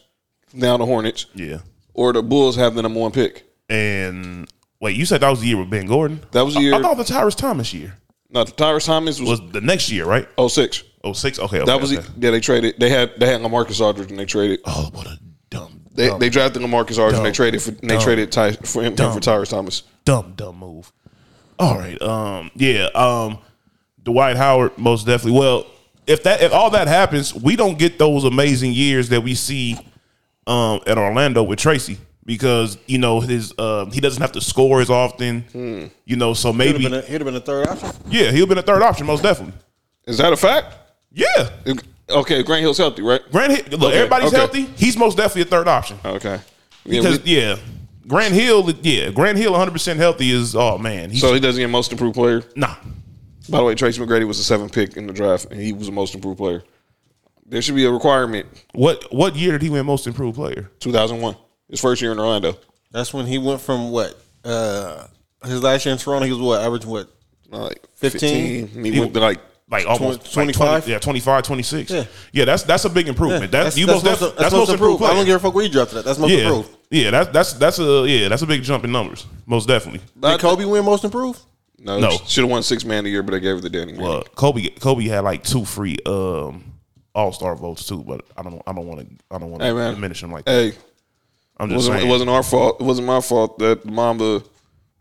Speaker 2: now the Hornets,
Speaker 4: Yeah.
Speaker 2: or the Bulls have the number one pick.
Speaker 4: And wait, you said that was the year with Ben Gordon.
Speaker 2: That was the
Speaker 4: I-
Speaker 2: year-
Speaker 4: I, thought the Tyrus Thomas year
Speaker 2: Now, Tyrese Thomas was,
Speaker 4: was the next year, right?
Speaker 2: oh six.
Speaker 4: Oh six. Okay, okay
Speaker 2: That was
Speaker 4: okay.
Speaker 2: yeah. They traded. They had they had Lamarcus Aldridge and they traded.
Speaker 4: Oh, what a dumb,
Speaker 2: They
Speaker 4: dumb,
Speaker 2: they drafted Lamarcus Aldridge and they
Speaker 4: Dumb.
Speaker 2: traded for and they
Speaker 4: Dumb.
Speaker 2: traded Ty, for him, him
Speaker 4: Dumb.
Speaker 2: for Tyrese Thomas.
Speaker 4: dumb, dumb move. All right. Um. Yeah. Um. Dwight Howard, most definitely. Well, if that if all that happens, we don't get those amazing years that we see um at Orlando with Tracy because you know his um he doesn't have to score as often.
Speaker 2: Hmm.
Speaker 4: You know, so
Speaker 3: He'd have
Speaker 4: maybe
Speaker 3: been a, he'd have been a third option.
Speaker 4: yeah, he'll be a third option most definitely.
Speaker 2: Is that a fact?
Speaker 4: Yeah.
Speaker 2: Okay, Grant Hill's healthy, right?
Speaker 4: Grant Hill, look,
Speaker 2: Okay,
Speaker 4: everybody's
Speaker 2: okay.
Speaker 4: healthy. He's most definitely a third option.
Speaker 2: Okay. Yeah,
Speaker 4: Because
Speaker 2: we-
Speaker 4: yeah, Grant Hill, yeah, Grant Hill, 100 percent healthy is oh man, he's
Speaker 2: so he doesn't get most improved player.
Speaker 4: nah.
Speaker 2: By the way, Tracy McGrady was the seventh pick in the draft, and he was the most improved player. There should be a requirement.
Speaker 4: What what year did he win Most Improved Player?
Speaker 2: Two thousand one, his first year in Orlando.
Speaker 3: That's when he went from what? Uh, his last year in Toronto, he was what? Averaging what?
Speaker 2: Like
Speaker 3: 15?
Speaker 2: and he went to like
Speaker 4: Like almost
Speaker 3: Twen-
Speaker 4: like
Speaker 3: 25?
Speaker 4: 20 yeah, 25, 26. Yeah.
Speaker 3: Yeah.
Speaker 4: that's that's a big improvement. that's, you most def- that's, most improved.
Speaker 3: I don't
Speaker 4: player.
Speaker 3: give a fuck where you dropped it. at. That's most
Speaker 4: yeah,
Speaker 3: improved.
Speaker 4: yeah, that's that's that's a yeah, that's a big jump in numbers, most definitely.
Speaker 3: Did Kobe win most improved?
Speaker 2: no,
Speaker 4: No.
Speaker 2: should have won six man a year, but they gave it to Danny. Manning.
Speaker 4: Uh, Kobe Kobe had like two free um all star votes too, but I don't I don't want to I don't want to
Speaker 2: Hey man,
Speaker 4: diminish them like that.
Speaker 2: hey,
Speaker 4: I'm just
Speaker 2: wasn't,
Speaker 4: saying.
Speaker 2: it wasn't our fault. It wasn't my fault that Mamba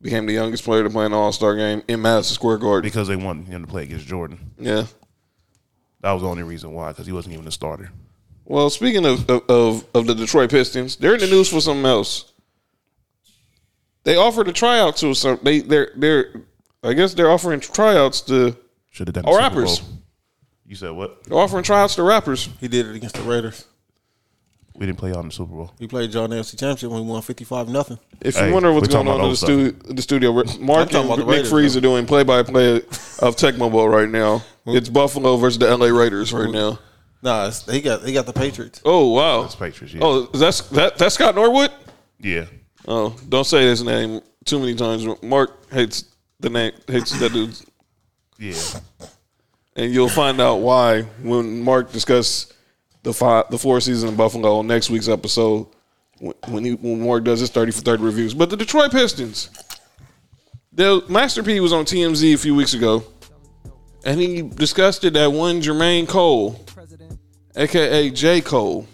Speaker 2: became the youngest player to play an All Star game in Madison Square Garden
Speaker 4: because they wanted him to play against Jordan.
Speaker 2: Yeah,
Speaker 4: that was the only reason why because he wasn't even a starter.
Speaker 2: Well, speaking of, of, of, of the Detroit Pistons, they're in the news for something else. They offered a tryout to some. They they're they're I guess they're offering tryouts to
Speaker 4: should have done
Speaker 2: or
Speaker 4: the Super
Speaker 2: rappers.
Speaker 4: Bowl. You said what?
Speaker 2: They're offering tryouts to rappers.
Speaker 3: He did it against the Raiders.
Speaker 4: We didn't play out in the Super Bowl.
Speaker 3: We played John AFC Championship when we won fifty five nothing.
Speaker 2: If you wonder what's going on in the, stu- the studio,
Speaker 3: I'm
Speaker 2: Mark
Speaker 3: talking
Speaker 2: and
Speaker 3: about the
Speaker 2: Nick
Speaker 3: Raiders,
Speaker 2: Freeze are doing play by play of Tecmo Bowl right now. It's Buffalo versus the LA Raiders right now.
Speaker 3: Nah, it's, he got he got the Patriots.
Speaker 2: Oh wow, that's
Speaker 4: Patriots.
Speaker 3: yeah.
Speaker 2: Oh, that's that that's Scott Norwood.
Speaker 4: Yeah.
Speaker 2: Oh, don't say his name too many times. Mark hates the name hates that dude.
Speaker 4: Yeah.
Speaker 2: And you'll find out why when Mark discusses the five, the four seasons in Buffalo on next week's episode when when, he, when Mark does his thirty for thirty reviews. But the Detroit Pistons, the Master P was on TMZ a few weeks ago, and he discussed it that one Jermaine Cole, aka J Cole,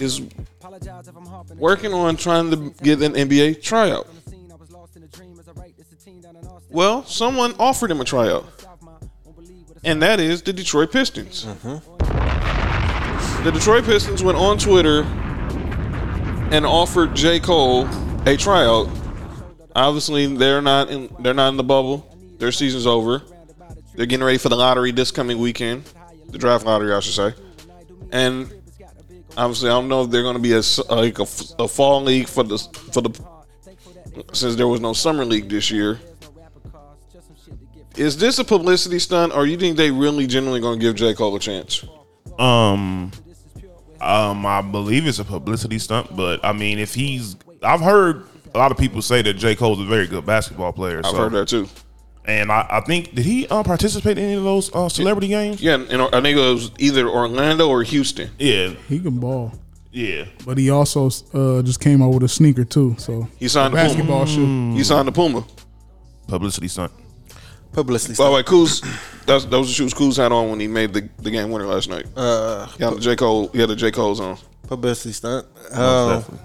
Speaker 2: is working on trying to get an NBA tryout. Well, someone offered him a tryout, and that is the Detroit Pistons. The Detroit Pistons went on Twitter and offered J. Cole a tryout. Obviously, they're not in they're not in the bubble. Their season's over. They're getting ready for the lottery this coming weekend, the draft lottery, I should say. And obviously, I don't know if they're going to be a s- like a, f- a fall league for the for the since there was no summer league this year. Is this a publicity stunt, or you think they really genuinely going to give J. Cole a chance?
Speaker 4: Um, um, I believe it's a publicity stunt, but I mean, if he's, I've heard a lot of people say that J. Cole's a very good basketball player.
Speaker 2: I've heard that too.
Speaker 4: And I, I think did he uh, participate in any of those uh, celebrity games?
Speaker 2: Yeah, and I think it was either Orlando or Houston.
Speaker 4: Yeah,
Speaker 5: He can ball,
Speaker 4: yeah.
Speaker 5: but he also uh, just came out with a sneaker too. So
Speaker 2: He signed
Speaker 5: A
Speaker 2: the
Speaker 5: basketball
Speaker 2: Puma.
Speaker 5: shoe.
Speaker 2: He signed the Puma.
Speaker 4: Publicity stunt.
Speaker 3: Publicity.
Speaker 2: By the way, Kuz, that's, those are the shoes Kuz had on when he made the, the game winner last night.
Speaker 3: Uh,
Speaker 2: he had the J Cole. He had the J Cole's on.
Speaker 3: Publicity stunt.
Speaker 2: Most
Speaker 3: Um,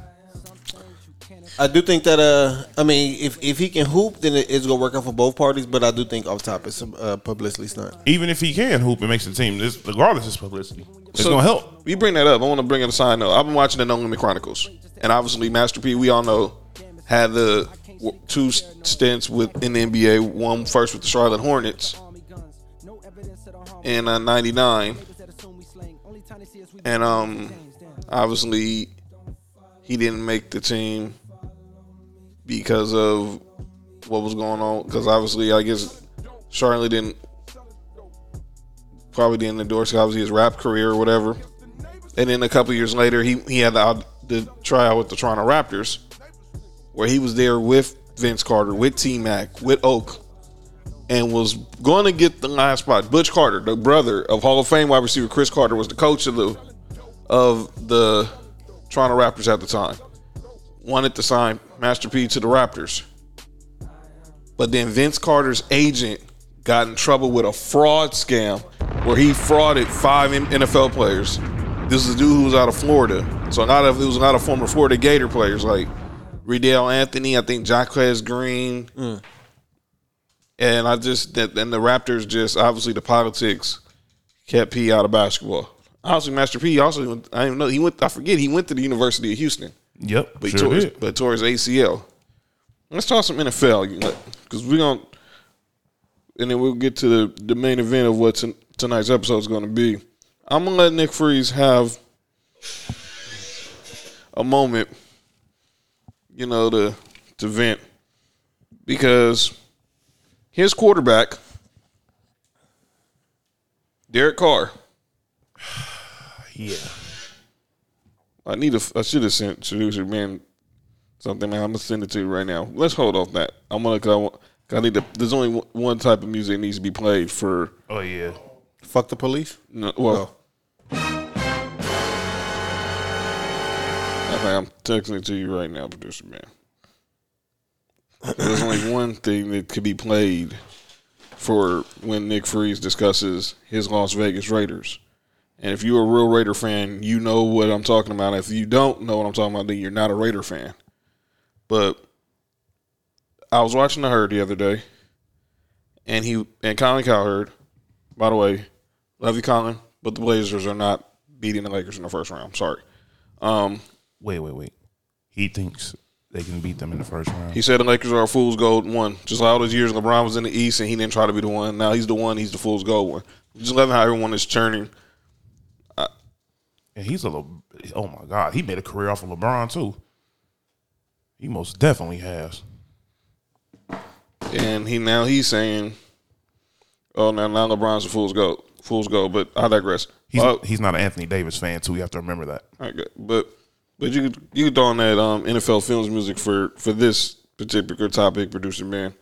Speaker 3: I do think that uh, I mean, if if he can hoop, then it- it's gonna work out for both parties. But I do think off top it's a uh, publicity stunt.
Speaker 4: Even if he can hoop, it makes the team. This regardless, it's publicity. It's gonna help.
Speaker 2: You bring that up. I want to bring it aside. note. I've been watching the No Limit Chronicles, and obviously Master P. We all know had the w- two stints with in the NBA. One first with the Charlotte Hornets, in uh, '99, and um, obviously he didn't make the team because of what was going on. Because obviously, I guess Charlotte didn't probably didn't endorse obviously his rap career or whatever. And then a couple years later, he he had the, uh, the tryout with the Toronto Raptors, where he was there with Vince Carter, with T Mac, with Oak, and was going to get the last spot. Butch Carter, the brother of Hall of Fame wide receiver Chris Carter, was the coach of the of the Toronto Raptors at the time. Wanted to sign Master P to the Raptors, but then Vince Carter's agent got in trouble with a fraud scam where he frauded five N- NFL players. This is a dude who was out of Florida. So a lot of it was a lot of former Florida Gator players like Riddell Anthony, I think Jacquez Green. And I just that and the Raptors just obviously the politics kept P out of basketball. Honestly, Master P also went, I don't know he went I forget he went to the University of Houston.
Speaker 4: Yep,
Speaker 2: but
Speaker 4: sure
Speaker 2: he tore, his,
Speaker 4: did.
Speaker 2: but tore his ACL. Let's talk some NFL because we're gonna, and then we'll get to the, the main event of what ton- tonight's episode is going to be. I'm gonna let Nick Freeze have a moment, you know, to to vent because his quarterback, Derek Carr.
Speaker 4: Yeah.
Speaker 2: I need a. I should have sent producer man something. Man, I'm gonna send it to you right now. Let's hold off that. I'm gonna. Cause I, want- 'cause I need to. There's only one- one type of music that needs to be played for.
Speaker 4: Oh yeah.
Speaker 3: Fuck the police.
Speaker 2: No, well, I think I'm texting it to you right now, producer man. There's only one thing that could be played for when Nick Freeze discusses his Las Vegas Raiders. And if you're a real Raider fan, you know what I'm talking about. If you don't know what I'm talking about, then you're not a Raider fan. But I was watching the herd the other day, and he and Colin Cowherd, by the way, love you, Colin, but the Blazers are not beating the Lakers in the first round. Sorry. Um,
Speaker 4: wait, wait, wait. He thinks they can beat them in the first round.
Speaker 2: He said the Lakers are a fool's gold one. Just like all those years LeBron was in the East and he didn't try to be the one. Now he's the one. He's the fool's gold one. Just loving how everyone is churning.
Speaker 4: and he's a little. Oh my God, he made a career off of LeBron too. He most definitely has.
Speaker 2: And he now he's saying, "Oh, now now LeBron's a fool's gold. Fool's gold." But I digress.
Speaker 4: He's
Speaker 2: Uh,
Speaker 4: he's not an Anthony Davis fan too. You have to remember that.
Speaker 2: I got- but but you could you could throw on that um, NFL films music for for this particular topic, producer man.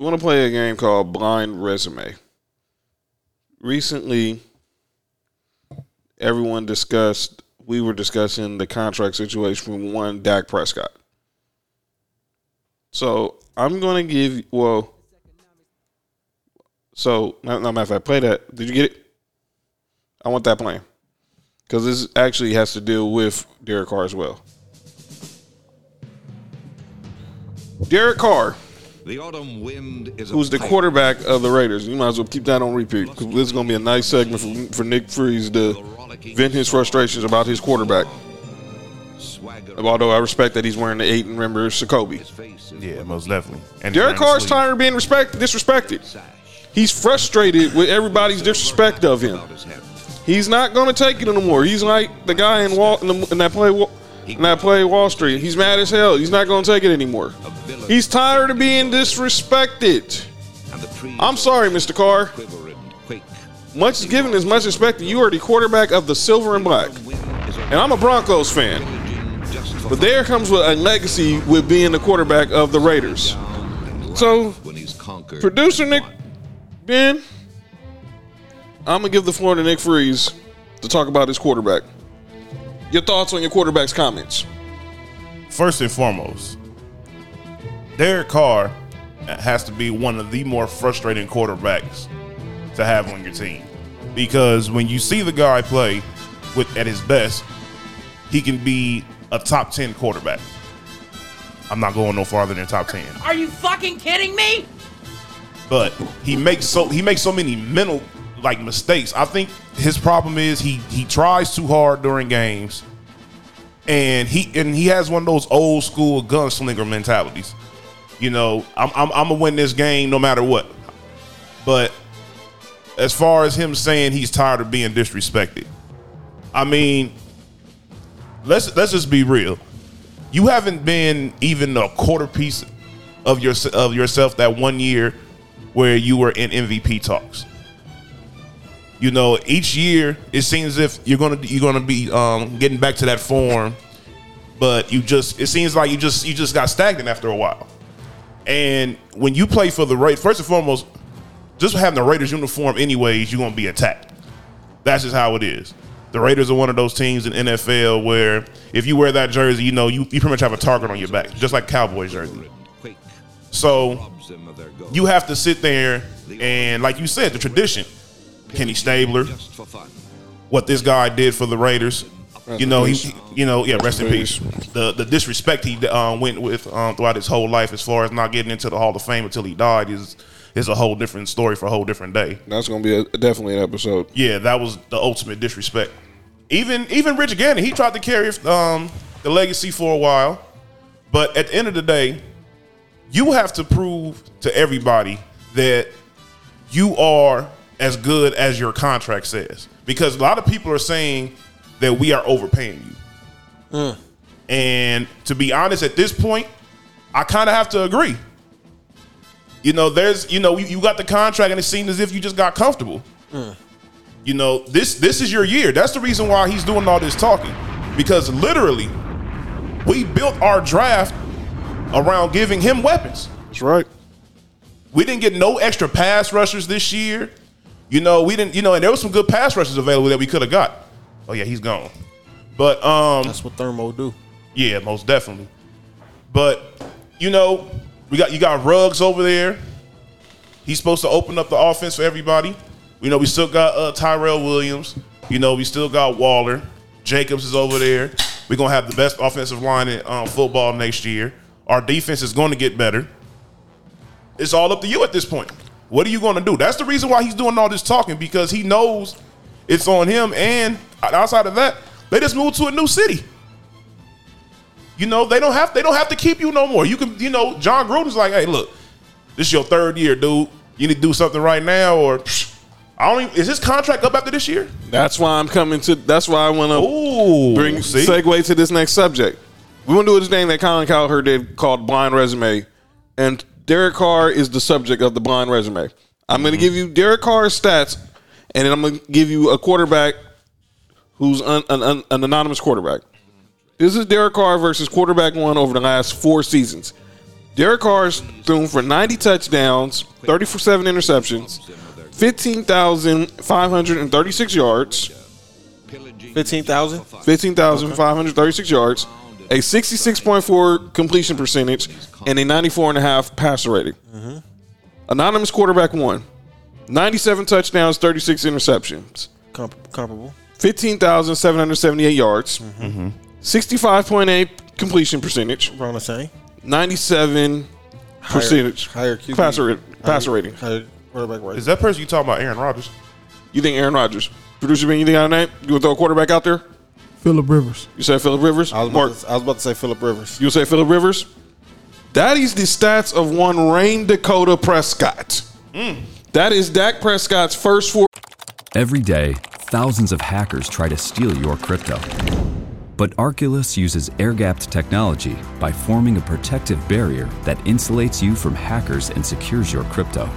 Speaker 2: I want to play a game called Blind Resume. Recently, everyone discussed. We were discussing the contract situation with one Dak Prescott. So I'm going to give well. So no, no matter of fact, play that. Did you get it? I want that playing because this actually has to deal with Derek Carr as well. Derek Carr,
Speaker 10: The autumn wind is
Speaker 2: who's the quarterback of the Raiders, you might as well keep that on repeat 'cause this is going to be a nice segment for, for Nick Freeze to vent his frustrations about his quarterback. Although I respect that he's wearing the eight and remember Jacoby.
Speaker 4: Yeah, most definitely.
Speaker 2: Derek
Speaker 4: And he's wearing
Speaker 2: Carr's tired of being respected, disrespected. He's frustrated with everybody's disrespect of him. He's not going to take it anymore. He's like the guy in Wall in, the, in that play Wa- in that play Wall Street. He's mad as hell. He's not going to take it anymore. He's tired of being disrespected. I'm sorry, Mr. Carr. Much is given is much expected. You are the quarterback of the silver and black, and I'm a Broncos fan. But there comes with a legacy with being the quarterback of the Raiders. So, producer Nick Ben, I'm gonna give the floor to Nick Freeze to talk about his quarterback. Your thoughts on your quarterback's comments?
Speaker 4: first and foremost, Derek Carr has to be one of the more frustrating quarterbacks to have on your team because when you see the guy play with at his best, he can be a top ten quarterback. I'm not going no farther than top ten,
Speaker 11: Are you fucking kidding me?
Speaker 4: but he makes so he makes so many mental like mistakes. I think his problem is he he tries too hard during games and he and he has one of those old school gunslinger mentalities. You know, I'm I'm, I'm gonna win this game no matter what. But as far as him saying he's tired of being disrespected, I mean, let's let's just be real. You haven't been even a quarter piece of your of yourself that one year where you were in MVP talks. You know, each year it seems if you're gonna you're gonna be um, getting back to that form, but you just it seems like you just you just got stagnant after a while. And when you play for the Raiders, first and foremost, just having the Raiders uniform, anyways, you're gonna be attacked. That's just how it is. The Raiders are one of those teams in NFL where if you wear that jersey, you know you, you pretty much have a target on your back, just like Cowboys jersey. So you have to sit there and, like you said, the tradition. Kenny Stabler, what this guy did for the Raiders. You know, he, you know, yeah, rest in peace. The the disrespect he um, went with um, throughout his whole life, as far as not getting into the Hall of Fame until he died, is is a whole different story for a whole different day.
Speaker 2: That's gonna be a, definitely an episode.
Speaker 4: Yeah, that was the ultimate disrespect. Even even Rich Gannon, he tried to carry um, the legacy for a while, but at the end of the day, you have to prove to everybody that you are as good as your contract says. Because a lot of people are saying that we are overpaying you. And to be honest, at this point, I kind of have to agree. You know, there's, you know, you, you got the contract and it seemed as if you just got comfortable. You know, this this is your year. That's the reason why he's doing all this talking. Because literally, we built our draft around giving him weapons.
Speaker 2: That's right.
Speaker 4: We didn't get no extra pass rushers this year. You know, we didn't, you know, and there was some good pass rushers available that we could have got. Oh yeah, he's gone. But um That's
Speaker 3: what Thermo do.
Speaker 4: Yeah, most definitely. But you know, we got you got rugs over there. He's supposed to open up the offense for everybody. You know, we still got uh, Tyrell Williams. You know, we still got Waller. Jacobs is over there. We're gonna have the best offensive line in um, football next year. Our defense is going to get better. It's all up to you at this point. What are you going to do? That's the reason why he's doing all this talking because he knows it's on him. And outside of that, they just moved to a new city. You know, they don't have they don't have to keep you no more. You can, you know, John Gruden's like, hey, look, this is your third year, dude. You need to do something right now, or psh, I don't. Even, is his contract up after this year?
Speaker 2: That's why I'm coming to. That's why I want to bring
Speaker 4: see?
Speaker 2: segue to this next subject. We want to do this thing that Colin Cowherd did called blind resume, and Derek Carr is the subject of the blind resume. I'm going to give you Derek Carr's stats, and then I'm going to give you a quarterback who's un, an, an, an anonymous quarterback. This is Derek Carr versus quarterback one over the last four seasons. Derek Carr's thrown for 90 touchdowns, 37 interceptions, 15,536 yards.
Speaker 3: 15,000?
Speaker 2: 15,536 yards, a 66.4 completion percentage, and a 94.5 passer rating.
Speaker 3: Mm-hmm.
Speaker 2: Anonymous quarterback one, 97 touchdowns, 36 interceptions,
Speaker 3: Comp- comparable.
Speaker 2: 15,778 yards,
Speaker 3: Mm-hmm.
Speaker 2: 65.8 completion percentage,
Speaker 3: Around the same.
Speaker 2: 97
Speaker 3: Higher-
Speaker 2: percentage
Speaker 3: higher QB.
Speaker 2: passer, rate- passer
Speaker 3: Higher-
Speaker 2: rating.
Speaker 3: Quarterback right.
Speaker 4: Is that person you talking about, Aaron Rodgers?
Speaker 2: You think Aaron Rodgers? Producer being you think out name? You want to throw a quarterback out there?
Speaker 5: Philip Rivers.
Speaker 2: You said Philip Rivers. I was, Mark,
Speaker 3: I was about to say Philip Rivers.
Speaker 2: You say Philip Rivers. That is the stats of one Rain Dakota Prescott. That is Dak Prescott's first four.
Speaker 1: Every day, thousands of hackers try to steal your crypto. But Arculus uses air gapped technology by forming a protective barrier that insulates you from hackers and secures your crypto.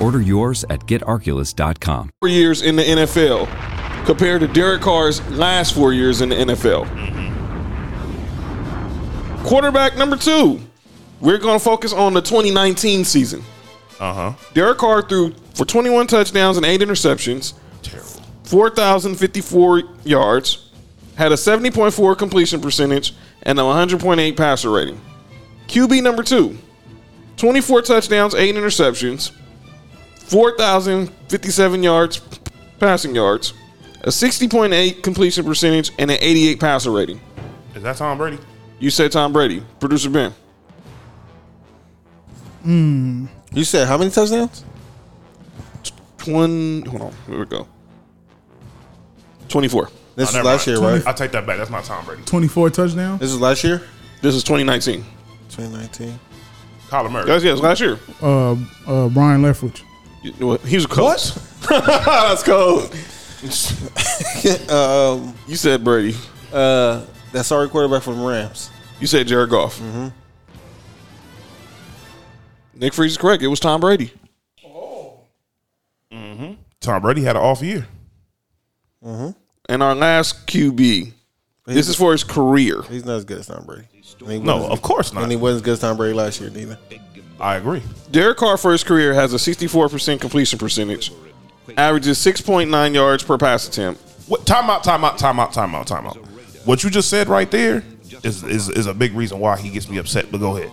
Speaker 1: Order yours at getarculus.com.
Speaker 2: four years in the NFL compared to Derek Carr's last four years in the NFL. Quarterback number two, we're going to focus on the 2019 season.
Speaker 4: Uh huh.
Speaker 2: Derek Carr threw for 21 touchdowns and eight interceptions, 4,054 yards, had a 70.4 completion percentage, and a 100.8 passer rating. QB number two, 24 touchdowns, eight interceptions, 4,057 yards passing yards, a 60.8 completion percentage, and an 88 passer rating.
Speaker 4: Is that Tom Brady?
Speaker 2: You said Tom Brady, producer Ben.
Speaker 5: Mm.
Speaker 3: You said how many touchdowns?
Speaker 2: One. Hold on. Here we go. 24.
Speaker 3: This
Speaker 4: Oh,
Speaker 3: is
Speaker 4: never
Speaker 3: last
Speaker 4: mind.
Speaker 3: year, right?
Speaker 4: I take that back. That's not Tom Brady.
Speaker 5: 24 touchdowns.
Speaker 3: This is last year.
Speaker 2: This is 2019.
Speaker 3: 2019.
Speaker 4: Kyler Murray.
Speaker 2: That's yes, last year.
Speaker 5: Uh, uh, Brian Leftwich.
Speaker 2: You know what? He's a coach. That's cold.
Speaker 3: um,
Speaker 2: you said Brady.
Speaker 3: Uh, that sorry quarterback from the Rams.
Speaker 2: You said Jared Goff.
Speaker 3: Mm-hmm.
Speaker 2: Nick Freeze is correct. It was Tom Brady.
Speaker 4: Mm-hmm. Tom Brady had an off year.
Speaker 3: Mm-hmm.
Speaker 2: And our last QB. This is for his career.
Speaker 3: He's not as good as Tom Brady. And he
Speaker 2: No,
Speaker 3: wasn't-
Speaker 2: of course not.
Speaker 3: And he wasn't as good as Tom Brady last year, neither.
Speaker 4: I agree.
Speaker 2: Derek Carr for his career has a 64% completion percentage, averages 6.9 yards per pass attempt.
Speaker 4: What, time out, time out, time out, time out, time out. What you just said right there is, is, is a big reason why he gets me upset, but go ahead.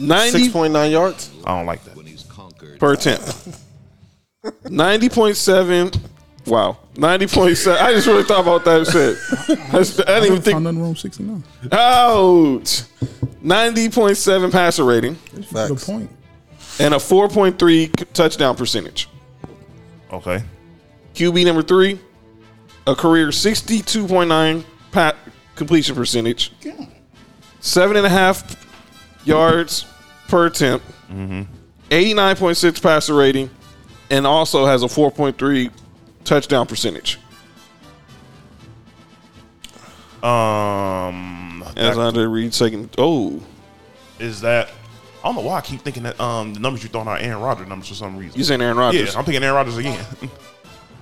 Speaker 2: 90
Speaker 3: 6.9 yards
Speaker 4: I don't like that.
Speaker 2: per attempt. 90.7. Wow. 90.7. I just really thought about that shit. I, just- I didn't even think.
Speaker 5: Found nothing wrong with 69.
Speaker 2: Ouch. 90.7 passer rating
Speaker 5: Good point.
Speaker 2: and a 4.3 c- touchdown percentage.
Speaker 4: Okay.
Speaker 2: QB number three, a career 62.9 pat completion percentage, seven and a half yards per attempt,
Speaker 4: Mm-hmm.
Speaker 2: 89.6 passer rating, and also has a 4.3 touchdown percentage.
Speaker 4: Um,
Speaker 2: As
Speaker 4: that-
Speaker 2: Andre Reed second. Oh,
Speaker 4: is that I don't know why I keep thinking that um the numbers you throwing out Aaron Rodgers numbers for some reason.
Speaker 2: You saying Aaron Rodgers.
Speaker 4: Yeah, I'm picking Aaron Rodgers again.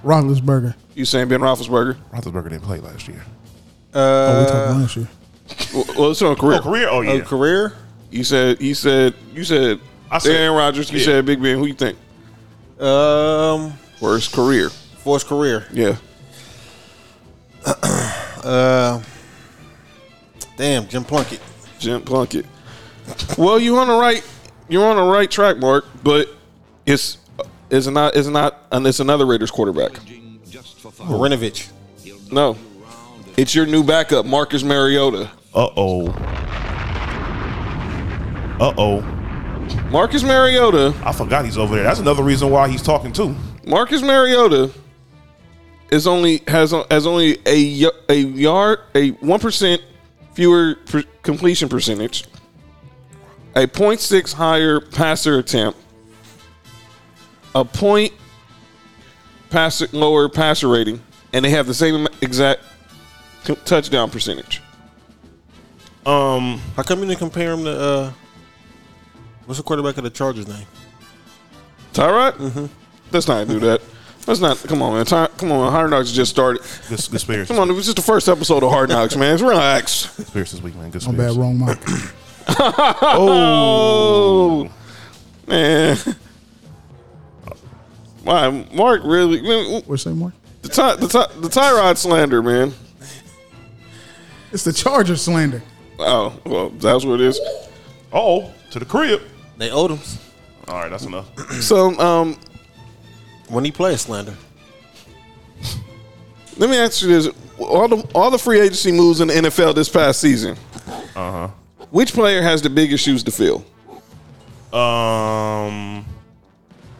Speaker 5: Roethlisberger.
Speaker 2: you saying Ben Roethlisberger?
Speaker 4: Roethlisberger didn't play last year.
Speaker 5: oh, we talked last year.
Speaker 2: Well, well, it's on career.
Speaker 4: Oh, career? Oh, yeah.
Speaker 2: career. You said. You said. You said.
Speaker 4: I said-
Speaker 2: Aaron Rodgers. You
Speaker 4: Yeah.
Speaker 2: said Big Ben. Who you think?
Speaker 3: Um,
Speaker 2: for his career.
Speaker 3: For his career.
Speaker 2: Yeah.
Speaker 3: Uh, damn, Jim Plunkett.
Speaker 2: Jim Plunkett. Well, you're on the right. You're on the right track, Mark. But it's It's not. It's not. And it's another Raiders quarterback.
Speaker 3: Marinovich.
Speaker 2: No, it's your new backup, Marcus Mariota.
Speaker 4: Uh oh. Uh oh.
Speaker 2: Marcus Mariota.
Speaker 4: I forgot he's over there. That's another reason why he's talking too.
Speaker 2: Marcus Mariota is only has has only a y- a yard a one percent fewer per completion percentage, a 0.6 higher passer attempt, a point passer lower passer rating, and they have the same exact co- touchdown percentage.
Speaker 4: Um,
Speaker 3: how come you didn't compare him to uh, what's the quarterback of the Chargers name?
Speaker 2: Tyrod? Mm-hmm. Let's not do that. Let's not. Come on, man. Ty, come on. Hard Knocks just started.
Speaker 4: Good, good spirits.
Speaker 2: Come on, it was just the first episode of Hard Knocks, man. Relax. Good
Speaker 4: spirits this week, man. Good
Speaker 5: My bad, wrong mic.
Speaker 2: oh, man. Why, Mark really? Man,
Speaker 5: What's that, Mark?
Speaker 2: The, ty, the, ty, the Tyrod slander, man.
Speaker 5: It's the Charger slander.
Speaker 2: Oh, well, that's what it is.
Speaker 4: Oh, to the crib.
Speaker 3: They owed him.
Speaker 4: All right, that's enough.
Speaker 2: So, um,
Speaker 3: when he plays slander,
Speaker 2: let me ask you this: all the all the free agency moves in the NFL this past season,
Speaker 4: Uh
Speaker 2: which player has the biggest shoes to fill?
Speaker 4: huh. Um,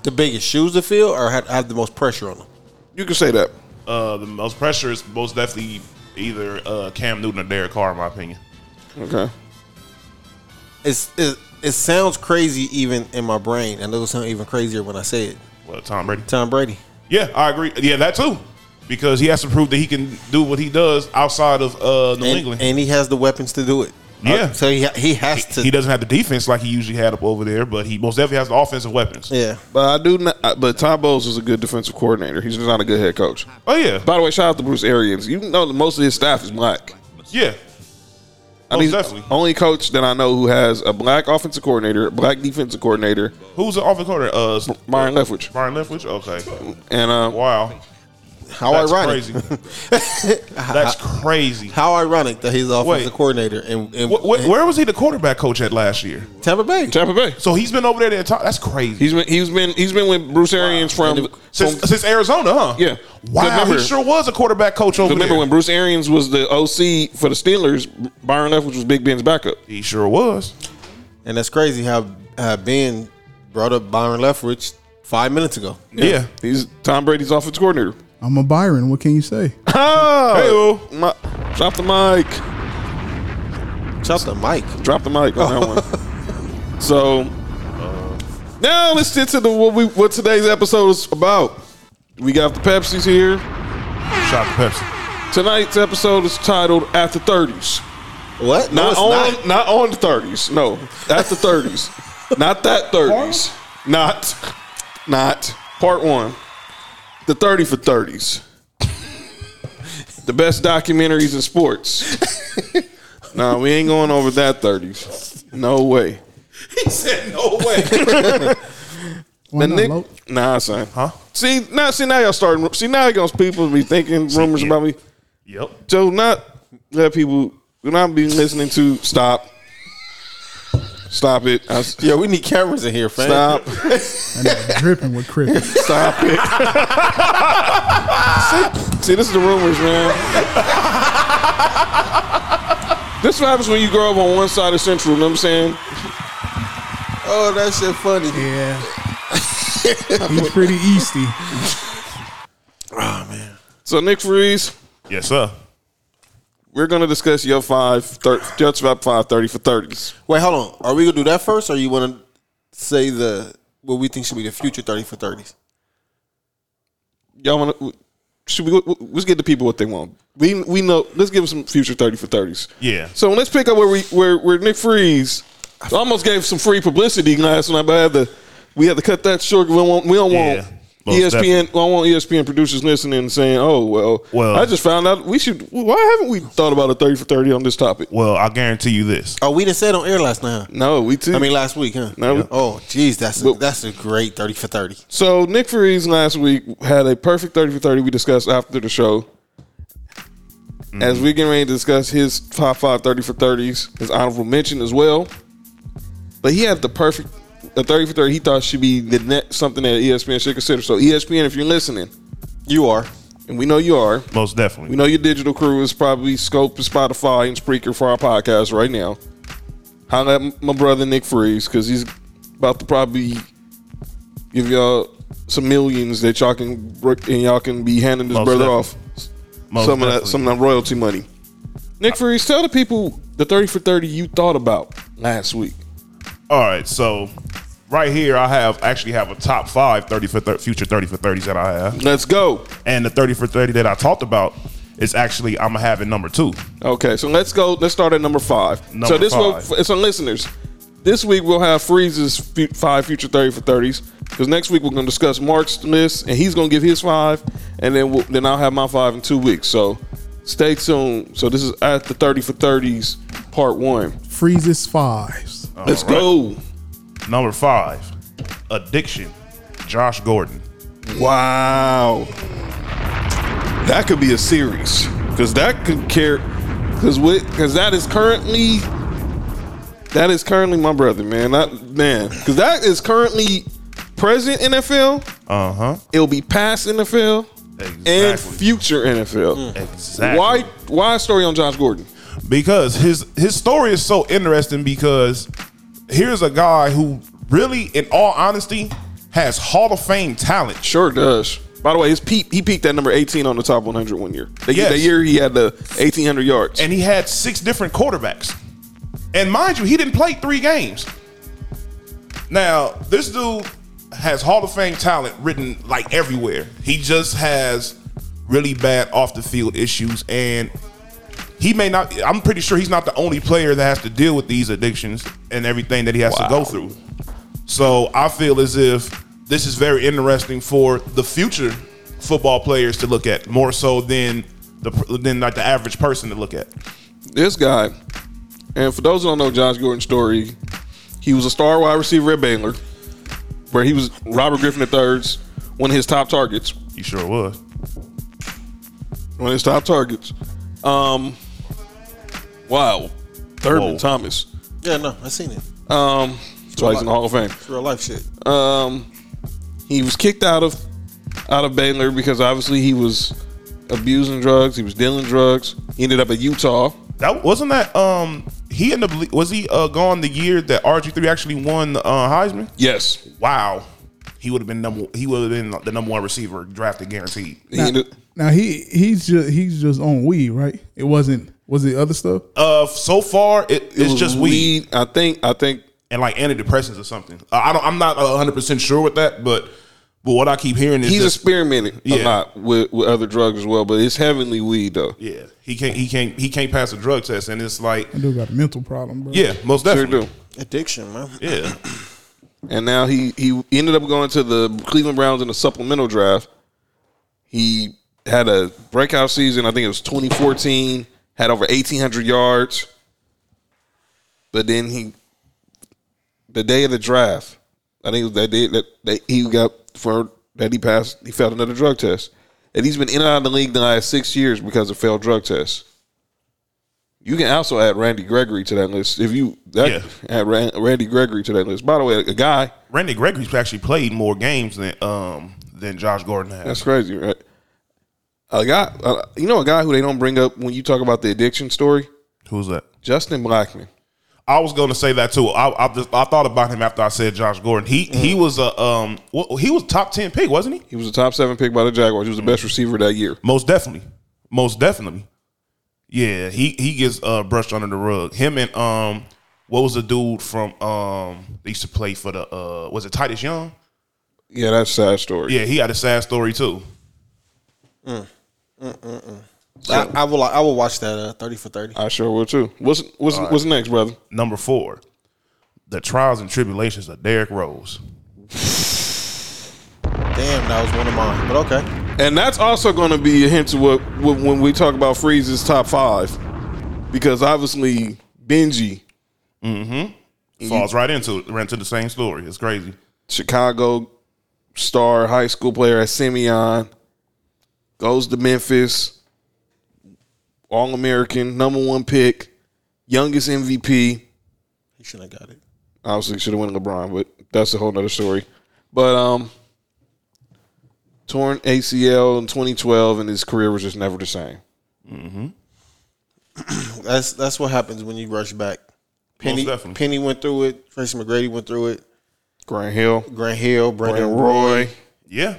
Speaker 3: the biggest shoes to fill or have, have the most pressure on them?
Speaker 2: You can say that.
Speaker 4: uh, the most pressure is most definitely either uh, Cam Newton or Derek Carr, in my opinion.
Speaker 2: Okay.
Speaker 3: It's it, it sounds crazy even in my brain, and it'll sound even crazier when I say it.
Speaker 4: Well, Tom Brady.
Speaker 3: Tom Brady.
Speaker 4: Yeah, I agree. Yeah, that too, because he has to prove that he can do what he does outside of uh, New
Speaker 3: and,
Speaker 4: England.
Speaker 3: and he has the weapons to do it. Uh,
Speaker 4: Yeah.
Speaker 3: so he he has to.
Speaker 4: he doesn't have the defense like he usually had up over there, but he most definitely has the offensive weapons.
Speaker 3: yeah,
Speaker 2: But I do not. But Tom Bowles is a good defensive coordinator. He's just not a good head coach.
Speaker 4: Oh yeah,
Speaker 2: By the way, shout out to Bruce Arians. You know that most of his staff is black. I
Speaker 4: yeah,
Speaker 2: Oh.
Speaker 4: Most
Speaker 2: mean,
Speaker 4: definitely.
Speaker 2: only coach that I know who has a black offensive coordinator, a black defensive coordinator,
Speaker 4: Who's the offensive coordinator? Uh,
Speaker 2: Byron Leftwich,
Speaker 4: Brian Leftwich. Okay,
Speaker 2: and uh,
Speaker 4: wow,
Speaker 2: Oh,
Speaker 3: how
Speaker 4: that's
Speaker 3: ironic!
Speaker 4: crazy. that's crazy.
Speaker 3: How ironic that he's the offensive
Speaker 4: Wait.
Speaker 3: coordinator and, and,
Speaker 4: Wh- wh- where was he the quarterback coach at last year?
Speaker 3: Tampa Bay.
Speaker 2: Tampa Bay.
Speaker 4: So he's been over there. The entire, that's crazy.
Speaker 2: He's been he's been he's been with Bruce Arians from,
Speaker 4: Since,
Speaker 2: from-
Speaker 4: since Arizona, huh?
Speaker 2: yeah.
Speaker 4: Wow,
Speaker 2: Remember-
Speaker 4: he sure was a quarterback coach over
Speaker 2: Remember
Speaker 4: there.
Speaker 2: when Bruce Arians was the OC for the Steelers? Byron Leftwich was Big Ben's backup.
Speaker 4: he sure was.
Speaker 3: and that's crazy how uh, Ben brought up Byron Leftwich five minutes ago.
Speaker 4: Yeah.
Speaker 2: He's Tom Brady's offensive coordinator.
Speaker 5: I'm a Byron. What can you say?
Speaker 2: Oh, my, drop the mic.
Speaker 3: Shout out to Mike.
Speaker 2: Drop the mic on that one. So now let's get to the what we what today's episode is about. We got the Pepsis here.
Speaker 4: Shout out to Pepsi.
Speaker 2: Tonight's episode is titled After Thirties.
Speaker 3: What? No,
Speaker 2: Not
Speaker 3: it's
Speaker 2: on
Speaker 3: not.
Speaker 2: not. on the thirties. No. After thirties. not that thirties. Not not part one. The thirty for thirties. the best documentaries in sports. no, we ain't going over that thirties. No way.
Speaker 4: He said, "No way."
Speaker 5: Why
Speaker 2: The
Speaker 5: not,
Speaker 2: Nick-
Speaker 5: Loke?
Speaker 2: nah, son.
Speaker 4: Huh?
Speaker 2: See now, see now, y'all starting. See now, y'all people be thinking rumors
Speaker 4: yeah.
Speaker 2: about me.
Speaker 4: yep.
Speaker 2: So not let people not be listening to. Stop. Stop it. I, s-
Speaker 3: Yeah, we need cameras in here, fam.
Speaker 2: stop.
Speaker 5: And I'm dripping with crickets.
Speaker 2: Stop it. see, see, this is the rumors, man. This is what happens when you grow up on one side of Central. You know what I'm saying?
Speaker 3: Oh, that shit funny.
Speaker 5: Yeah. He's pretty easty.
Speaker 2: So Nick Freeze,
Speaker 4: Yes, sir.
Speaker 2: we're gonna discuss your five, thir- your top five thirty for thirties.
Speaker 3: Wait, hold on. Are we gonna do that first, or you want to say the what we think should be the future thirty for thirties?
Speaker 2: y'all want to should we let's get the people what they want we we know let's give them some future 30 for 30s
Speaker 4: Yeah.
Speaker 2: so let's pick up where we where, where nick freeze I almost gave some free publicity last night but i had to we had to cut that short we don't want, we don't
Speaker 4: Yeah,
Speaker 2: want E
Speaker 4: most
Speaker 2: espn i don't want espn producers listening and saying oh well,
Speaker 4: Well-
Speaker 2: i just found out we should why haven't we thought about a 30 for 30 on this topic
Speaker 4: Well, I guarantee you this.
Speaker 3: Oh, we didn't say it on air last night. Huh?
Speaker 2: no we too
Speaker 3: I mean, last week, huh?
Speaker 2: No, we-
Speaker 3: Oh, geez, that's a,
Speaker 2: Well-
Speaker 3: that's a great thirty for thirty.
Speaker 2: So Nick Freeze last week had a perfect thirty for thirty. We discussed after the show. As we getting ready to discuss his top five 30 for thirties, his honorable mention as well. But he had the perfect a 30 for 30 he thought should be the net something that E ESPN should consider. So E ESPN, if you're listening, you are. And we know you are.
Speaker 4: Most definitely.
Speaker 2: We know your digital crew is probably Scope, Spotify, and Spreaker for our podcast right now. Holla at m- my brother Nick Freeze, because he's about to probably give y'all some millions that y'all can work and y'all can be handing this
Speaker 4: Most
Speaker 2: brother
Speaker 4: definitely.
Speaker 2: off
Speaker 4: Most
Speaker 2: some of that
Speaker 4: definitely.
Speaker 2: some of that royalty money. Nick Freeze, tell the people the 30 for 30 you thought about last week.
Speaker 4: All right, so right here I have actually have a top five 30 for 30, future 30 for 30s that I have.
Speaker 2: Let's go.
Speaker 4: And the 30 for 30 that I talked about is actually I'm gonna have it number two.
Speaker 2: Okay, so let's go. Let's start at number five.
Speaker 4: Number
Speaker 2: so this
Speaker 4: five.
Speaker 2: will it's on listeners. This week we'll have Freeze's fu- five future thirty for thirties because next week we're going to discuss Mark's list and he's going to give his five, and then we'll, then I'll have my five in two weeks. So stay tuned. So this is at the thirty for thirties part one.
Speaker 5: Freezes fives.
Speaker 2: Let's go.
Speaker 4: Number five, addiction. Josh Gordon.
Speaker 2: Wow, that could be a series because that could care because with because that is currently That is currently my brother, man. Not man, because that is currently present NFL.
Speaker 4: Uh huh.
Speaker 2: It'll be past NFL and future NFL.
Speaker 4: Mm. Exactly.
Speaker 2: Why? Why a story on Josh Gordon?
Speaker 4: Because his his story is so interesting. Because here's a guy who really, in all honesty, has Hall of Fame talent.
Speaker 2: Sure does. By the way, his peak, he peaked at number 18 on the top 100 one year. The,
Speaker 4: Yes.
Speaker 2: the year he had the 1800 yards.
Speaker 4: And he had six different quarterbacks. And mind you, he didn't play three games. Now, this dude has Hall of Fame talent written like everywhere. He just has really bad off the field issues. And he may not, I'm pretty sure he's not the only player that has to deal with these addictions and everything that he has to go through. So I feel as if this is very interesting for the future football players to look at more so than the than like the average person to look at.
Speaker 2: this guy, and for those who don't know Josh Gordon's story, he was a star wide receiver at Baylor, where he was Robert Griffin III's one of his top targets.
Speaker 4: He sure was
Speaker 2: one of his top targets. Um, wow, Thurman
Speaker 3: Whoa.
Speaker 2: Thomas.
Speaker 3: Yeah, no, I seen it.
Speaker 2: Um, so he's in the Hall of Fame.
Speaker 3: It's real life shit.
Speaker 2: Um, he was kicked out of out of Baylor because obviously he was abusing drugs. He was dealing drugs. He ended up at Utah.
Speaker 4: That wasn't that. Um, he ended up was he uh, gone the year that RG three actually won uh, Heisman?
Speaker 2: Yes.
Speaker 4: Wow, he would have been number. He would have been the number one receiver drafted guaranteed.
Speaker 5: Now, now he he's just he's just on weed, right? It wasn't was it other stuff?
Speaker 4: Uh, so far it, it's
Speaker 5: was
Speaker 4: just weed.
Speaker 2: I think. I think.
Speaker 4: And like antidepressants or something. Uh, I don't. I'm not 100 percent sure with that, but but what I keep hearing is
Speaker 2: He's
Speaker 4: just,
Speaker 2: experimented a
Speaker 4: Yeah.
Speaker 2: lot with, with other drugs as well, but it's heavily weed though.
Speaker 4: Yeah, he can't. He can't. He can't pass a drug test, and it's like
Speaker 5: I do got a mental problem, bro.
Speaker 4: yeah, most definitely.
Speaker 2: Sure do.
Speaker 3: Addiction, man.
Speaker 4: Yeah.
Speaker 2: And now he he ended up going to the Cleveland Browns in a supplemental draft. He had a breakout season. I think it was 2014. Had over 1,800 yards. But then he, the day of the draft, I think it was that day that, that he got for that he passed. He failed another drug test, and he's been in and out of the league the last six years because of failed drug tests. You can also add Randy Gregory to that list if you that
Speaker 4: Yeah.
Speaker 2: add Ran, Randy Gregory to that list. By the way, a guy
Speaker 4: Randy Gregory's actually played more games than um than Josh Gordon has.
Speaker 2: That's crazy, right? A guy, uh, you know, a guy who they don't bring up when you talk about the addiction story.
Speaker 4: Who's that?
Speaker 2: Justin Blackman.
Speaker 4: I was going to say that too. I I, just, I thought about him after I said Josh Gordon. He he was a um well, he was top ten pick, wasn't he?
Speaker 2: He was a top seven pick by the Jaguars. He was the best receiver that year.
Speaker 4: Most definitely, most definitely. Yeah, he he gets uh brushed under the rug. Him and um what was the dude from um they used to play for the uh was it Titus Young?
Speaker 2: Yeah, that's a sad story.
Speaker 4: Yeah, he had a sad story too.
Speaker 3: Mm-mm-mm. I, I will. I will watch that uh, thirty for thirty.
Speaker 2: I sure will too. What's what's
Speaker 4: All right.
Speaker 2: what's next, brother?
Speaker 4: Number four, the trials and tribulations of Derrick Rose.
Speaker 3: Damn, that was one of mine. But okay.
Speaker 2: And that's also going to be a hint to what, what when we talk about Freeze's top five, because obviously Benji
Speaker 4: Mm-hmm. Falls right into it. Ran into the same story. It's crazy.
Speaker 2: Chicago star high school player at Simeon, goes to Memphis, All American, number one pick, youngest MVP.
Speaker 3: He shouldn't have got it.
Speaker 2: Obviously, should have won LeBron, but that's a whole nother story. But um, torn ACL in 2012, and his career was just never the same.
Speaker 3: Mm-hmm. that's that's what happens when you rush back. Penny
Speaker 2: definitely.
Speaker 3: Penny went through it. Tracy McGrady went through it.
Speaker 2: Grant Hill,
Speaker 3: Grant Hill, Brandon
Speaker 2: Brandon
Speaker 3: Roy.
Speaker 2: Roy. Yeah.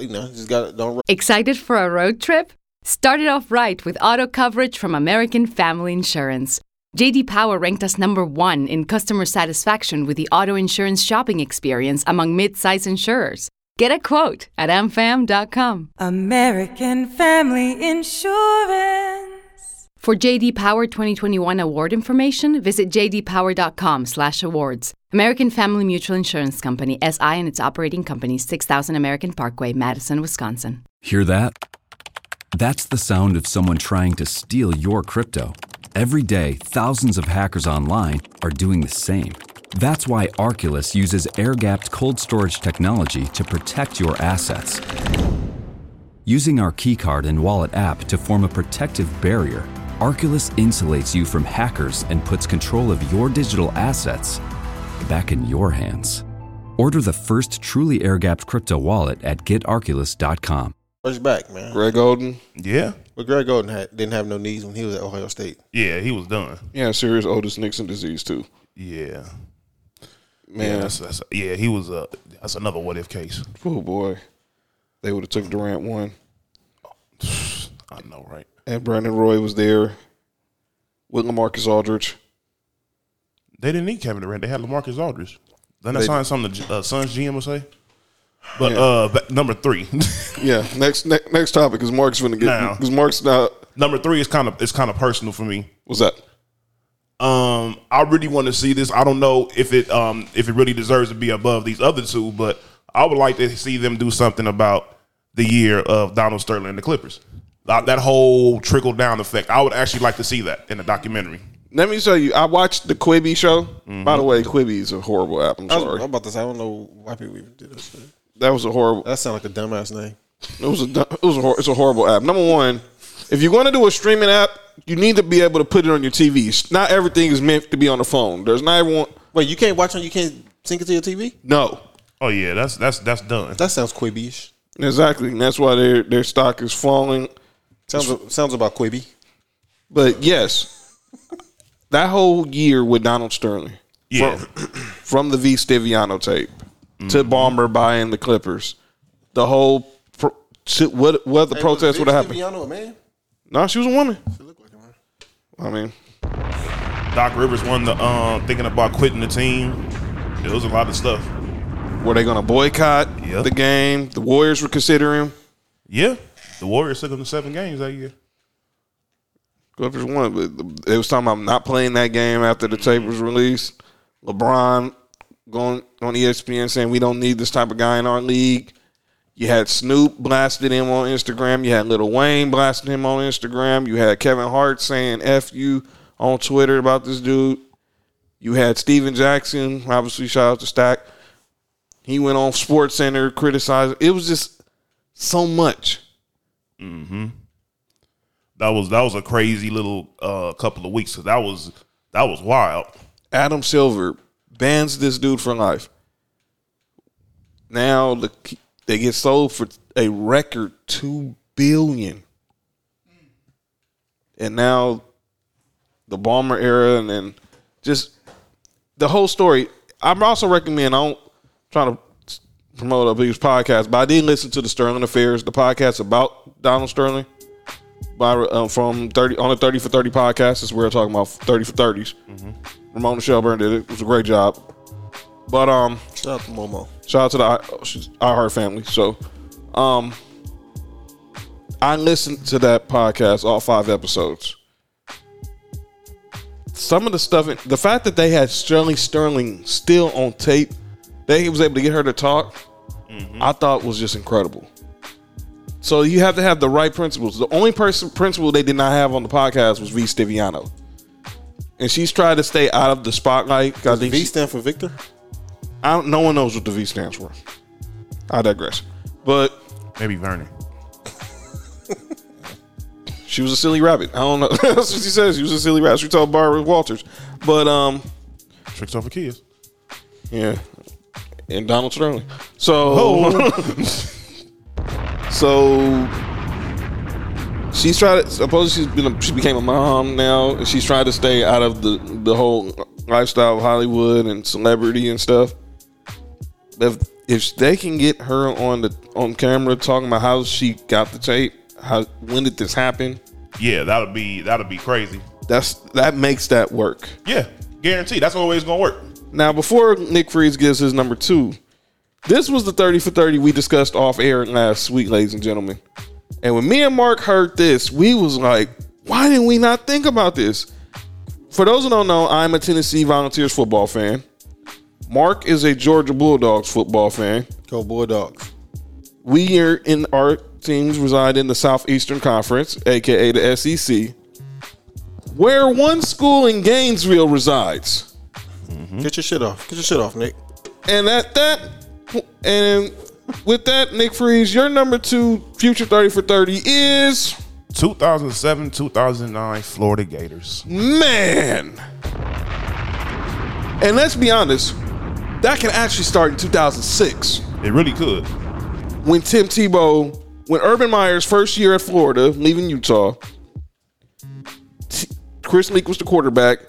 Speaker 3: You know, just got don't.
Speaker 12: Excited for a road trip? Start it off right with auto coverage from American Family Insurance. JD Power ranked us number one in customer satisfaction with the auto insurance shopping experience among mid-size insurers. Get a quote at amfam.com.
Speaker 13: American Family Insurance.
Speaker 12: For JD Power 2021 award information, visit jdpower.com/awards. American Family Mutual Insurance Company SI and its operating company 6000 American Parkway, Madison, Wisconsin.
Speaker 1: Hear that? That's the sound of someone trying to steal your crypto. Every day, thousands of hackers online are doing the same. That's why Arculus uses air gapped cold storage technology to protect your assets. Using our keycard and wallet app to form a protective barrier, Arculus insulates you from hackers and puts control of your digital assets back in your hands. Order the first truly air gapped crypto wallet at getarculus.com.
Speaker 3: Rush back, man.
Speaker 2: Greg Golden.
Speaker 4: Yeah.
Speaker 3: But Greg Golden had, didn't have no knees when he was at Ohio State.
Speaker 4: Yeah, he was done.
Speaker 2: Yeah, serious Otis Nixon disease too.
Speaker 4: Yeah.
Speaker 2: Man.
Speaker 4: yeah, that's, that's, yeah, he was a. That's another what if case.
Speaker 2: Oh boy, they would have took Durant one.
Speaker 4: I know, right?
Speaker 2: And Brandon Roy was there with Lamarcus Aldridge.
Speaker 4: They didn't need Kevin Durant. They had LaMarcus Aldridge. Then I
Speaker 2: They-
Speaker 4: signed something the uh, Suns GM would say. But
Speaker 2: Yeah.
Speaker 4: uh, ba- number three.
Speaker 2: yeah. Next ne- next topic is Mark's going to
Speaker 4: Now.
Speaker 2: get because Mark's not.
Speaker 4: number three is kind of it's kind of personal for me.
Speaker 2: What's that?
Speaker 4: Um, I really want to see this. I don't know if it um if it really deserves to be above these other two, but I would like to see them do something about the year of Donald Sterling and the Clippers. That, that whole trickle down effect. I would actually like to see that in a documentary.
Speaker 2: Let me tell you, I watched the Quibi show.
Speaker 4: Mm-hmm.
Speaker 2: By the way, Quibi is a horrible app. I'm
Speaker 3: I was,
Speaker 2: sorry.
Speaker 3: I'm about to say I don't know why people even did this. man.
Speaker 2: That was a horrible.
Speaker 3: That sounds like a dumbass name.
Speaker 2: It was a du- it was a hor- it's a horrible app. Number one, if you're going to do a streaming app, you need to be able to put it on your TV. Not everything is meant to be on the phone. There's not everyone.
Speaker 3: Wait, you can't watch on. You can't sync it to your TV.
Speaker 2: No,
Speaker 4: Oh yeah, that's that's that's done.
Speaker 3: That sounds Quibi-ish.
Speaker 2: exactly. And that's why their their stock is falling.
Speaker 3: Sounds sounds about Quibi.
Speaker 2: But yes, that whole year with Donald Sterling,
Speaker 4: Yeah.
Speaker 2: from, from the V Stiviano tape to Bomber buying the Clippers, the whole pro- to, what what the protest would have happened.
Speaker 3: Viviano a man?
Speaker 2: No, she was a woman. I mean,
Speaker 4: Doc Rivers won the um thinking about quitting the team. It was a lot of stuff.
Speaker 2: were they going to boycott the game? The Warriors were considering.
Speaker 4: Yeah, the Warriors took them to seven games that year.
Speaker 2: Clippers won, but they was talking about not playing that game after the tape was released. LeBron going on E ESPN saying we don't need this type of guy in our league. You had Snoop blasted him on Instagram. You had Little Wayne blasting him on Instagram. You had Kevin Hart saying "f you" on Twitter about this dude. You had Steven Jackson, obviously shout out to Stack. He went on Sports Center criticizing. It was just so much.
Speaker 4: Mm-hmm. That was that was a crazy little uh, couple of weeks. 'cause that was that was wild.
Speaker 2: Adam Silver bans this dude for life. Now the, they get sold for a record two billion, and now the Balmer era, and then just the whole story. I'm also recommend. I don't trying to promote a biggest podcast, but I did listen to the Sterling Affairs, the podcast about Donald Sterling. By um, from thirty on the thirty for thirty podcast is where we're talking about thirty for 30s Ramona Shelburne did it. It was a great job. But um,
Speaker 3: shout out to Momo.
Speaker 2: Shout out to the I, oh, she's- I Heart family. So, um, I listened to that podcast, all five episodes. Some of the stuff, the fact that they had Sterling Sterling still on tape, that he was able to get her to talk, I thought was just incredible. So you have to have the right principles. The only person principle they did not have on the podcast was V Stiviano. And she's tried to stay out of the spotlight. 'cause I think
Speaker 3: V
Speaker 2: she-
Speaker 3: stand for Victor.
Speaker 2: I don't, no one knows what the V stands for. I digress. But
Speaker 4: maybe Vernon.
Speaker 2: she was a silly rabbit. I don't know. That's what she says. She was a silly rabbit. She told Barbara Walters. But um
Speaker 4: Tricks off for kids.
Speaker 2: Yeah. And Donald Sterling. So So she's tried to supposedly she's been a, she became a mom now and she's trying to stay out of the the whole lifestyle of Hollywood and celebrity and stuff. If if they can get her on the on camera talking about how she got the tape, how when did this happen?
Speaker 4: Yeah, that would be that would be crazy.
Speaker 2: That's that makes that work.
Speaker 4: Yeah, guarantee. That's always gonna work.
Speaker 2: Now, before Nick Freeze gives his number two, this was the 30 for 30 we discussed off air last week, ladies and gentlemen. And when me and Mark heard this, we was like, why didn't we not think about this? For those who don't know, I'm a Tennessee Volunteers football fan. Mark is a Georgia Bulldogs football fan.
Speaker 3: Go Bulldogs.
Speaker 2: We are in our teams reside in the Southeastern Conference, aka the SEC, where one school in Gainesville resides.
Speaker 3: Hmm? Get your shit off. Get your shit off, Nick.
Speaker 2: And at that, and with that, Nick Freeze, your number two future 30 for 30 is
Speaker 4: 2007 2009 Florida Gators.
Speaker 2: Man. And let's be honest, that can actually start in 2006.
Speaker 4: It really could.
Speaker 2: When Tim Tebow, when Urban Meyer's first year at Florida, leaving Utah, T- Chris Leak was the quarterback.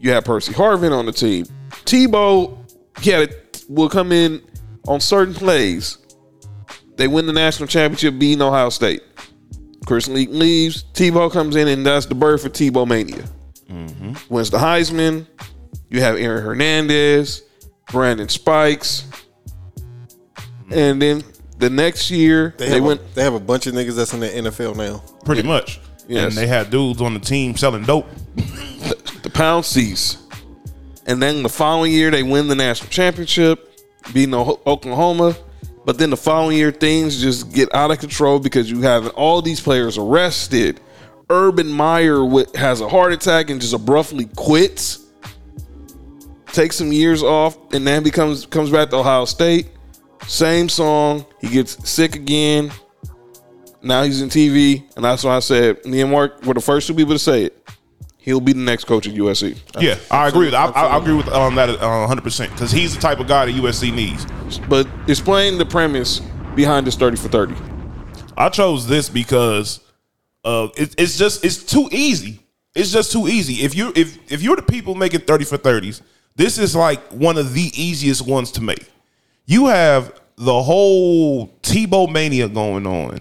Speaker 2: You had Percy Harvin on the team. Tebow, he had a, will come in on certain plays. They win the national championship, beating Ohio State. Chris Leak leaves. Tebow comes in, and that's the birth for Tebow mania.
Speaker 3: Mm-hmm.
Speaker 2: Wins the Heisman. You have Aaron Hernandez, Brandon Spikes, and then the next year
Speaker 3: Mm-hmm. They,
Speaker 2: they,
Speaker 3: have a,
Speaker 2: went.
Speaker 3: They have a bunch of niggas that's in the NFL now.
Speaker 4: Pretty much.
Speaker 2: Yes.
Speaker 4: And they had dudes on the team selling dope.
Speaker 2: the pound cease. And then the following year, they win the national championship, beating O- Oklahoma. But then the following year, things just get out of control because you have all these players arrested. Urban Meyer wi- has a heart attack and just abruptly quits. Takes some years off and then becomes comes back to Ohio State. Same song. He gets sick again. Now he's in TV, and that's why I said me and Mark were the first two people to say it. He'll be the next coach at USC.
Speaker 4: Yeah, I agree with I, I I agree with um, that uh, 100% because he's the type of guy that USC needs.
Speaker 2: But explain the premise behind this 30 for 30.
Speaker 4: I chose this because uh, it, it's just it's too easy. It's just too easy. If you if if you're the people making 30 for 30s, this is like one of the easiest ones to make. You have the whole Tebow mania going on.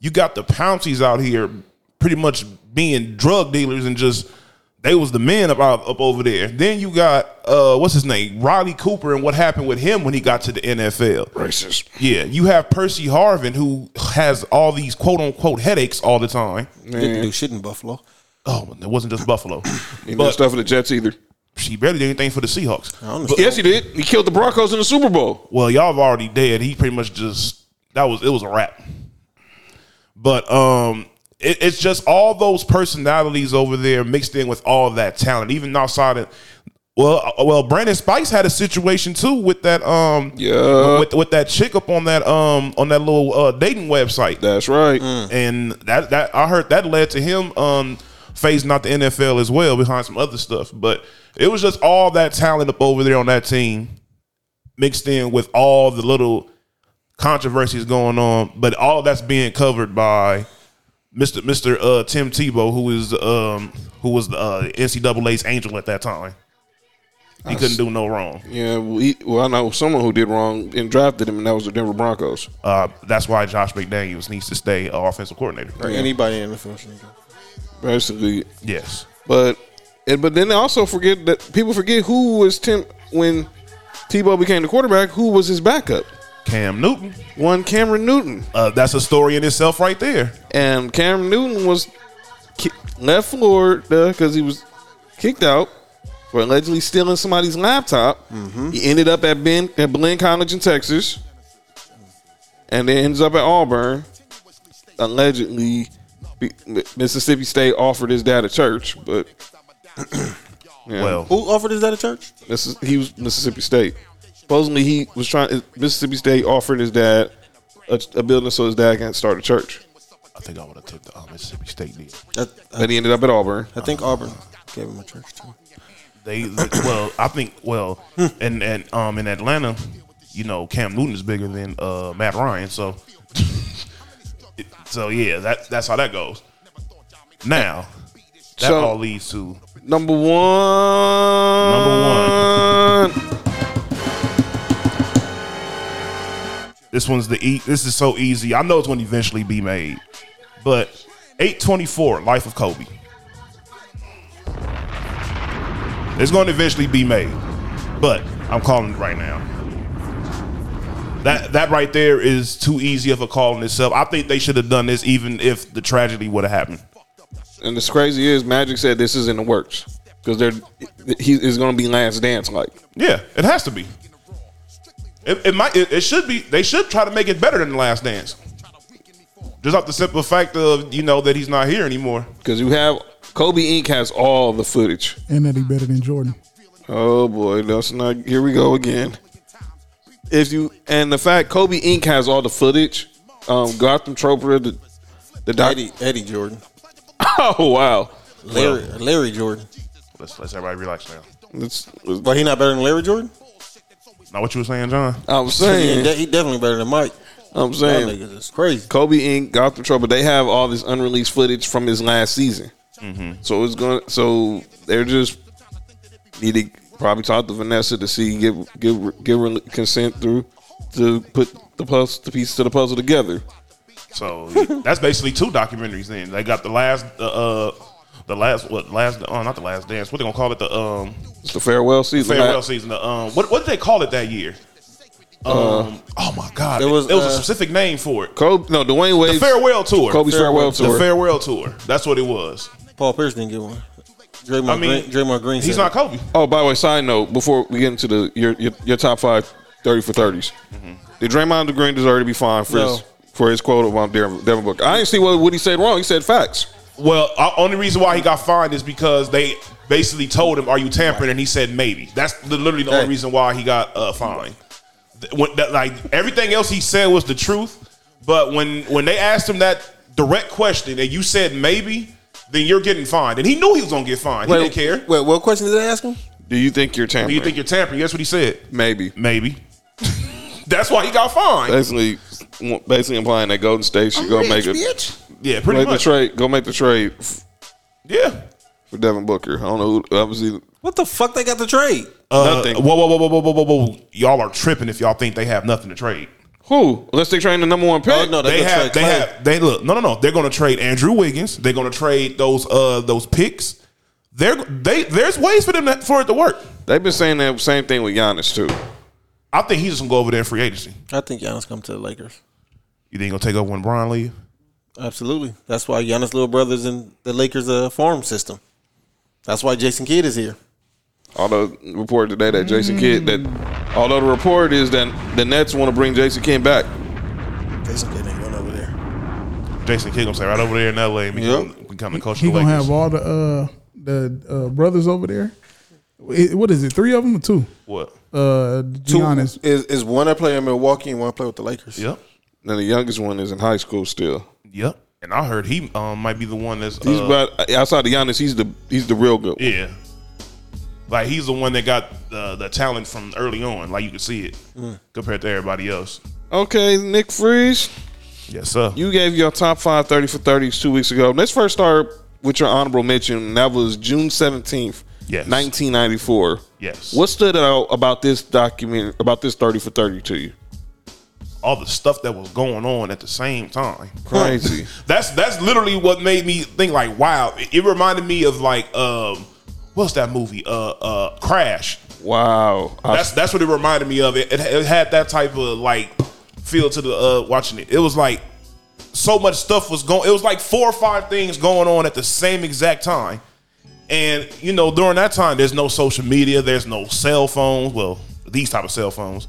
Speaker 4: You got the Pouncies out here pretty much being drug dealers and just they was the men up out- up over there. Then you got uh what's his name? Riley Cooper and what happened with him when he got to the NFL.
Speaker 2: Racist.
Speaker 4: Yeah, you have Percy Harvin who has all these quote unquote headaches all the time.
Speaker 3: Didn't do shit in Buffalo.
Speaker 4: Oh, it wasn't just Buffalo.
Speaker 2: He didn't do stuff for the Jets either.
Speaker 4: She barely did anything for the Seahawks. But-
Speaker 2: yes, he did. He killed the Broncos in the Super Bowl.
Speaker 4: Well, y'all have already dead. He pretty much just that was it was a wrap. But um it, it's just all those personalities over there mixed in with all that talent, even outside of well, uh, well, Brandon Spikes had a situation too with that um
Speaker 2: Yeah.
Speaker 4: with with that chick up on that um on that little uh, dating website.
Speaker 2: That's right.
Speaker 4: And that that I heard that led to him um phasing out the NFL as well behind some other stuff. But it was just all that talent up over there on that team mixed in with all the little controversies going on, but all that's being covered by Mr. Mr. Uh, Tim Tebow, who is um, who was the uh, NCAA's angel at that time. He couldn't do no wrong.
Speaker 2: Yeah, well, he, well, I know someone who did wrong and drafted him, and that was the Denver Broncos.
Speaker 4: Uh, that's why Josh McDaniels needs to stay uh, offensive coordinator.
Speaker 3: Anybody in the NFL should go.
Speaker 2: Basically,
Speaker 4: yes.
Speaker 2: But and but then they also forget that people forget who was Tim when Tebow became the quarterback. Who was his backup?
Speaker 4: Cam Newton.
Speaker 2: One Cameron Newton.
Speaker 4: Uh, that's a story in itself, right there.
Speaker 2: And Cameron Newton was ki- left Florida because he was kicked out for allegedly stealing somebody's laptop. He ended up at Ben at Blinn College in Texas, and then ends up at Auburn. Allegedly, be- Mississippi State offered his dad a church, but yeah.
Speaker 4: Well-
Speaker 3: Who offered his at a church?
Speaker 2: Missis- he was Mississippi State. Supposedly, he was trying. eh, Mississippi State offered his dad a, a building so his dad can start a church,
Speaker 4: I think I would have took the uh, Mississippi State deal.
Speaker 2: but he ended up at Auburn.
Speaker 3: I think Auburn gave him a church too.
Speaker 4: They well, I think well, and and um in Atlanta, you know, Cam Newton is bigger than uh Matt Ryan, so it- so yeah, that that's how that goes. Now, that
Speaker 2: So-
Speaker 4: all leads to
Speaker 2: Number one. Number one.
Speaker 4: This one's the e- this is so easy. I know it's going to eventually be made, but 824 Life of Kobe. It's going to eventually be made, but I'm calling it right now. That that right there is too easy of a call in itself. I think they should have done this even if the tragedy would have happened.
Speaker 2: And it's crazy is Magic said this is in the works because they're he is going to be Last Dance like.
Speaker 4: Yeah, it has to be. It, it might. It, it should be. They should try to make it better than the Last Dance. Just off the simple fact of you know that he's not here anymore.
Speaker 2: Because you have Kobe Inc has all the footage.
Speaker 5: and that he better than Jordan.
Speaker 2: Oh boy, that's not. Here we go again. If you and the fact Kobe Inc has all the footage, um, Gotham Troper, the the doc- Eddie
Speaker 3: Eddie Jordan.
Speaker 2: Oh wow,
Speaker 3: Larry, Larry Jordan.
Speaker 4: Let's let's everybody relax now.
Speaker 2: Let's,
Speaker 3: but he not better than Larry Jordan.
Speaker 4: Not what you were saying, John.
Speaker 2: I'm saying-
Speaker 3: he, he definitely better than Mike.
Speaker 2: I'm saying
Speaker 3: Y'all niggas is crazy.
Speaker 2: Kobe Inc. Gotham Trouble. They have all this unreleased footage from his last season.
Speaker 4: Mm-hmm.
Speaker 2: So it's going. So they're just need to probably talk to Vanessa to see give give give her consent through to put the puzzle the piece to the puzzle together.
Speaker 4: So that's basically two documentaries. Then they got the last, uh, uh the last what last? Oh, not the last dance. What they gonna call it? The um,
Speaker 2: It's the farewell season.
Speaker 4: farewell season. The um, what what did they call it that year? Um, oh my God,
Speaker 2: there
Speaker 4: there
Speaker 2: Uh, was,
Speaker 4: was there was
Speaker 2: uh,
Speaker 4: a specific name for it.
Speaker 2: Kobe, no, Dwayne Wade.
Speaker 4: the farewell tour.
Speaker 2: Kobe's farewell, tour.
Speaker 4: The farewell tour. That's what it was.
Speaker 3: Paul Pierce didn't get one. Draymond
Speaker 4: I mean,
Speaker 3: Green, Draymond Green.
Speaker 4: He's
Speaker 3: said
Speaker 4: not
Speaker 3: it.
Speaker 4: Kobe.
Speaker 2: Oh, by the way, side note: before we get into the your your, your top five 30 for 30s did Draymond Green deserve to be fined for
Speaker 4: Mm-hmm. No.
Speaker 2: his for his quote about Devin, Devin Booker? I didn't see what what he said wrong. He said facts.
Speaker 4: Well, uh, only reason why he got fined is because they basically told him, "Are you tampering?" And he said, "Maybe." That's the, literally the only reason why he got uh, fined. Th- When, that, like everything else he said was the truth, but when when they asked him that direct question and you said maybe, then you're getting fined, and he knew he was gonna get fined. he
Speaker 3: Wait,
Speaker 4: didn't care.
Speaker 3: Wait, what question did they ask him?
Speaker 2: Do you think you're tampering?
Speaker 4: Do you think you're tampering? That's what he said.
Speaker 2: Maybe.
Speaker 4: Maybe. That's why he got fined.
Speaker 2: Basically, basically implying that Golden State should go
Speaker 4: rich,
Speaker 2: make it.
Speaker 4: bitch. Yeah, pretty
Speaker 2: make
Speaker 4: much.
Speaker 2: The trade, go make the trade. f-
Speaker 4: Yeah.
Speaker 2: For Devin Booker, I don't know. Who, obviously,
Speaker 3: What the fuck they got to trade?
Speaker 4: Uh,
Speaker 2: Nothing.
Speaker 4: Whoa, whoa, whoa, whoa, whoa, whoa, whoa, whoa! Y'all are tripping if y'all think they have nothing to trade.
Speaker 2: who? Unless Oh, they train the number one pick.
Speaker 4: Uh, they, have they have they look no no no they're going to trade Andrew Wiggins they're going to trade those uh those picks they're they there's ways for them to, for it to work
Speaker 2: They've been saying that same thing with Giannis too.
Speaker 4: I think he's just gonna go over there in free agency
Speaker 3: I think Giannis come to the Lakers.
Speaker 4: you think he's gonna take over when Brian leave
Speaker 3: Absolutely. That's why Giannis' little brother's in the Lakers' uh, farm system. That's why Jason Kidd is here.
Speaker 2: Although report today that Jason Kidd that although the report is that the Nets want to bring Jason Kidd back.
Speaker 3: Jason Kidd ain't going over there.
Speaker 4: Jason Kidd gonna stay right over there in L A and become, become the coach
Speaker 5: He
Speaker 4: of the
Speaker 5: gonna
Speaker 4: Lakers
Speaker 5: have all the uh the uh, brothers over there. It- what is it? Three of them or two?
Speaker 4: What?
Speaker 5: Uh,
Speaker 3: Two
Speaker 5: Giannis.
Speaker 3: is is one that play in Milwaukee and one play with the Lakers.
Speaker 4: Yep.
Speaker 2: Now the youngest one is in high school still.
Speaker 4: yep and I heard he um might be the one that's
Speaker 2: He's
Speaker 4: uh,
Speaker 2: about outside of Giannis. He's the he's the real good.
Speaker 4: yeah like he's the one that got the the talent from early on like you can see it
Speaker 2: Mm.
Speaker 4: compared to everybody else
Speaker 2: Okay, Nick Freeze.
Speaker 4: Yes, sir.
Speaker 2: You gave your top five 30 for 30s two weeks ago. Let's first start with your honorable mention. and That was June 17th,
Speaker 4: Yes.
Speaker 2: 1994.
Speaker 4: Yes.
Speaker 2: What stood out about this document, about this 30 for 30 to you?
Speaker 4: all the stuff that was going on at the same time.
Speaker 2: Crazy.
Speaker 4: that's that's literally what made me think like, wow. It, it reminded me of like um what's that movie? Uh uh Crash.
Speaker 2: Wow.
Speaker 4: That's that's what it reminded me of. It, it, it had that type of like feel to the uh watching it. It was like so much stuff was going it was like four or five things going on at the same exact time. And you know, during that time there's no social media, there's no cell phones, well, these type of cell phones.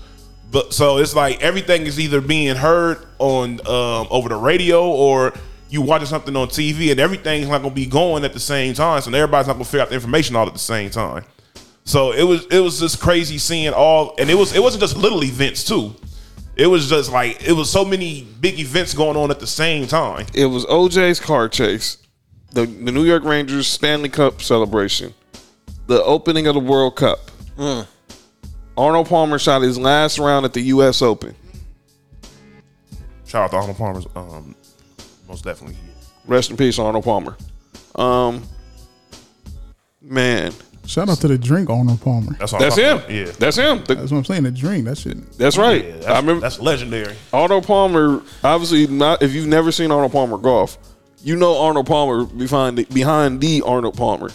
Speaker 4: But so it's like everything is either being heard on um, over the radio or you watching something on TV, and everything's not gonna be going at the same time. So everybody's not gonna figure out the information all at the same time. So it was it was just crazy seeing all, and it was it wasn't just little events too. It was just like it was so many big events going on at the same time.
Speaker 2: It was OJ's car chase, the, the New York Rangers Stanley Cup celebration, the opening of the World Cup.
Speaker 4: Mm.
Speaker 2: Arnold Palmer shot his last round at the U.S. Open.
Speaker 4: Shout out to Arnold Palmer's um, most definitely.
Speaker 2: Rest in peace, Arnold Palmer. Um, man,
Speaker 5: Shout out to the drink Arnold Palmer.
Speaker 4: That's,
Speaker 2: that's him. that's him. The-
Speaker 5: That's what I'm saying. The drink. That shit.
Speaker 2: That's right. I remember
Speaker 4: that's legendary.
Speaker 2: Arnold Palmer. Obviously, not if you've never seen Arnold Palmer golf, you know Arnold Palmer behind the, behind the Arnold Palmer.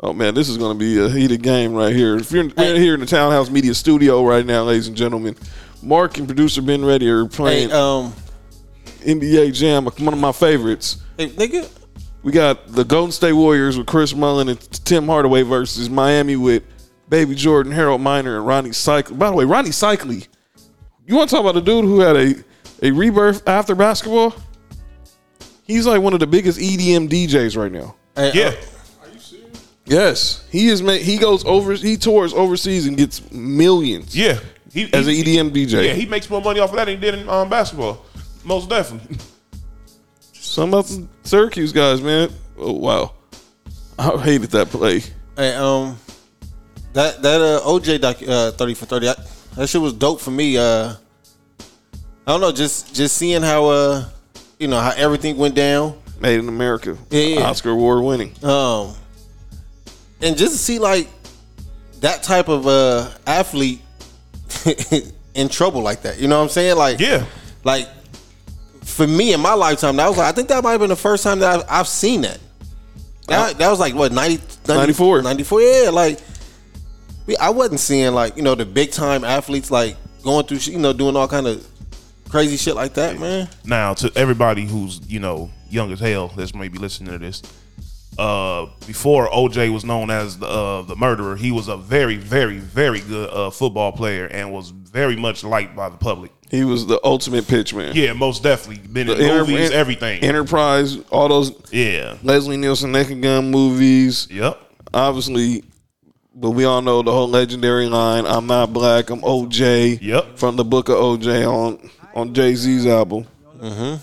Speaker 2: Oh man, this is going to be a heated game right here. If you're we're here in the Townhouse Media Studio right now, ladies and gentlemen, Mark and producer Ben Reddy are playing
Speaker 3: um,
Speaker 2: NBA Jam, one of my favorites.
Speaker 3: Hey, nigga.
Speaker 2: We got the Golden State Warriors with Chris Mullen and Tim Hardaway versus Miami with Baby Jordan, Harold Miner, and Ronnie Cycli. By the way, Ronnie Cycli, you want to talk about a dude who had a, a rebirth after basketball? He's like one of the biggest E EDM DJs right now.
Speaker 4: yeah.
Speaker 2: Yes, he is. ma- He goes over. He tours overseas and gets millions.
Speaker 4: Yeah, he,
Speaker 2: as
Speaker 4: he-
Speaker 2: an E EDM DJ.
Speaker 4: Yeah, he makes more money off of that than he did in um, basketball. Most definitely.
Speaker 2: Some about the Syracuse guys, man. Oh wow, I hated that play.
Speaker 3: Hey, um, that that uh, OJ doc, uh, thirty for thirty, I, that shit was dope for me. Uh, I don't know, just just seeing how uh, you know, how everything went down.
Speaker 2: Made in America,
Speaker 3: yeah, yeah.
Speaker 2: Oscar award winning.
Speaker 3: Um, and just to see like that type of uh athlete in trouble like that, you know what I'm saying? Like, yeah, like for me in my lifetime, that was like I think that might have been the first time that I've, I've seen that. That, that was like what 90, 94 94 yeah like we, I wasn't seeing like you know the big time athletes like going through shit, you know doing all kind of crazy shit like that man
Speaker 4: Now, to everybody who's you know young as hell that's maybe listening to this, uh, before OJ was known as the uh, the murderer, he was a very, very, very good uh, football player and was very much liked by the public.
Speaker 2: He was the ultimate pitchman.
Speaker 4: Yeah, most definitely been in movies, everything.
Speaker 2: Enterprise, all those.
Speaker 4: Yeah.
Speaker 2: Leslie Nielsen, Naked Gun movies.
Speaker 4: Yep.
Speaker 2: Obviously, but we all know the whole legendary line I'm not black, I'm OJ.
Speaker 4: Yep.
Speaker 2: From the book of OJ on, on Jay Z's album. Mm-hmm.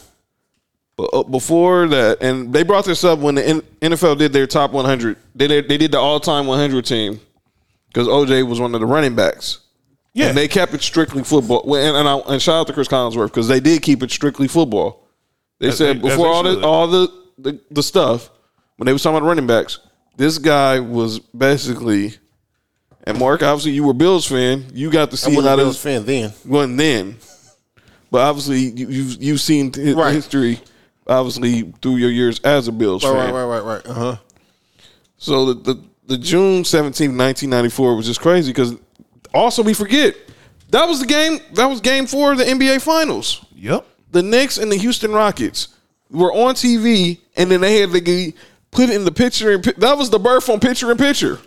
Speaker 2: But uh, before that, and they brought this up when the N- NFL did their top 100. They did, they did the all time 100 team because OJ was one of the running backs. Yeah, and they kept it strictly football. Well, And and, I, and shout out to Chris Collinsworth because they did keep it strictly football. They
Speaker 4: As
Speaker 2: said
Speaker 4: they- as
Speaker 2: before
Speaker 4: they
Speaker 2: all the
Speaker 4: should.
Speaker 2: all the, the the stuff when they was talking about running backs, this guy was basically. And Mark, obviously, you were Bills fan. You got to see a
Speaker 3: wasn't a
Speaker 2: lot
Speaker 3: Bills
Speaker 2: of
Speaker 3: fan then.
Speaker 2: Wasn't then, but obviously you, you've you've seen hi- history, obviously through your years as a Bills
Speaker 3: right
Speaker 2: fan.
Speaker 3: right right right right uh huh
Speaker 2: So the, the, the June seventeenth, nineteen 1994 was just crazy because also we forget that was the game that was game four of the NBA finals.
Speaker 4: Yep.
Speaker 2: The Knicks and the Houston Rockets were on TV and then they had to get put in the picture and that was the birth on picture in picture.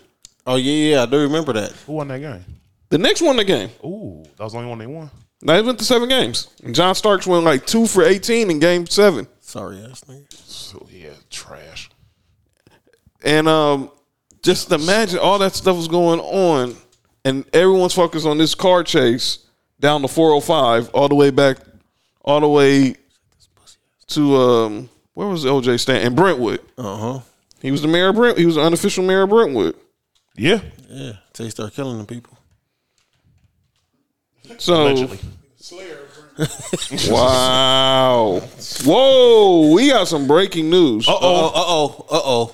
Speaker 3: oh yeah yeah I do remember that
Speaker 4: Who won that game?
Speaker 2: The Knicks won the game.
Speaker 4: Ooh, that was the only one they won.
Speaker 2: They went to seven games. And John Starks went like two for eighteen in game seven.
Speaker 3: sorry ass nigga
Speaker 4: So yeah, trash.
Speaker 2: And um, just imagine all that stuff was going on, and everyone's focused on this car chase down the 405 all the way back, all the way to um, where was OJ stand in Brentwood?
Speaker 3: uh
Speaker 2: Uh-huh.
Speaker 3: huh
Speaker 2: He was the mayor of Brent. He was the unofficial mayor of Brentwood.
Speaker 4: Yeah.
Speaker 3: yeah till you start killing the people
Speaker 2: So.
Speaker 3: Allegedly.
Speaker 2: wow. Whoa. We got some breaking news. Uh
Speaker 3: oh. Uh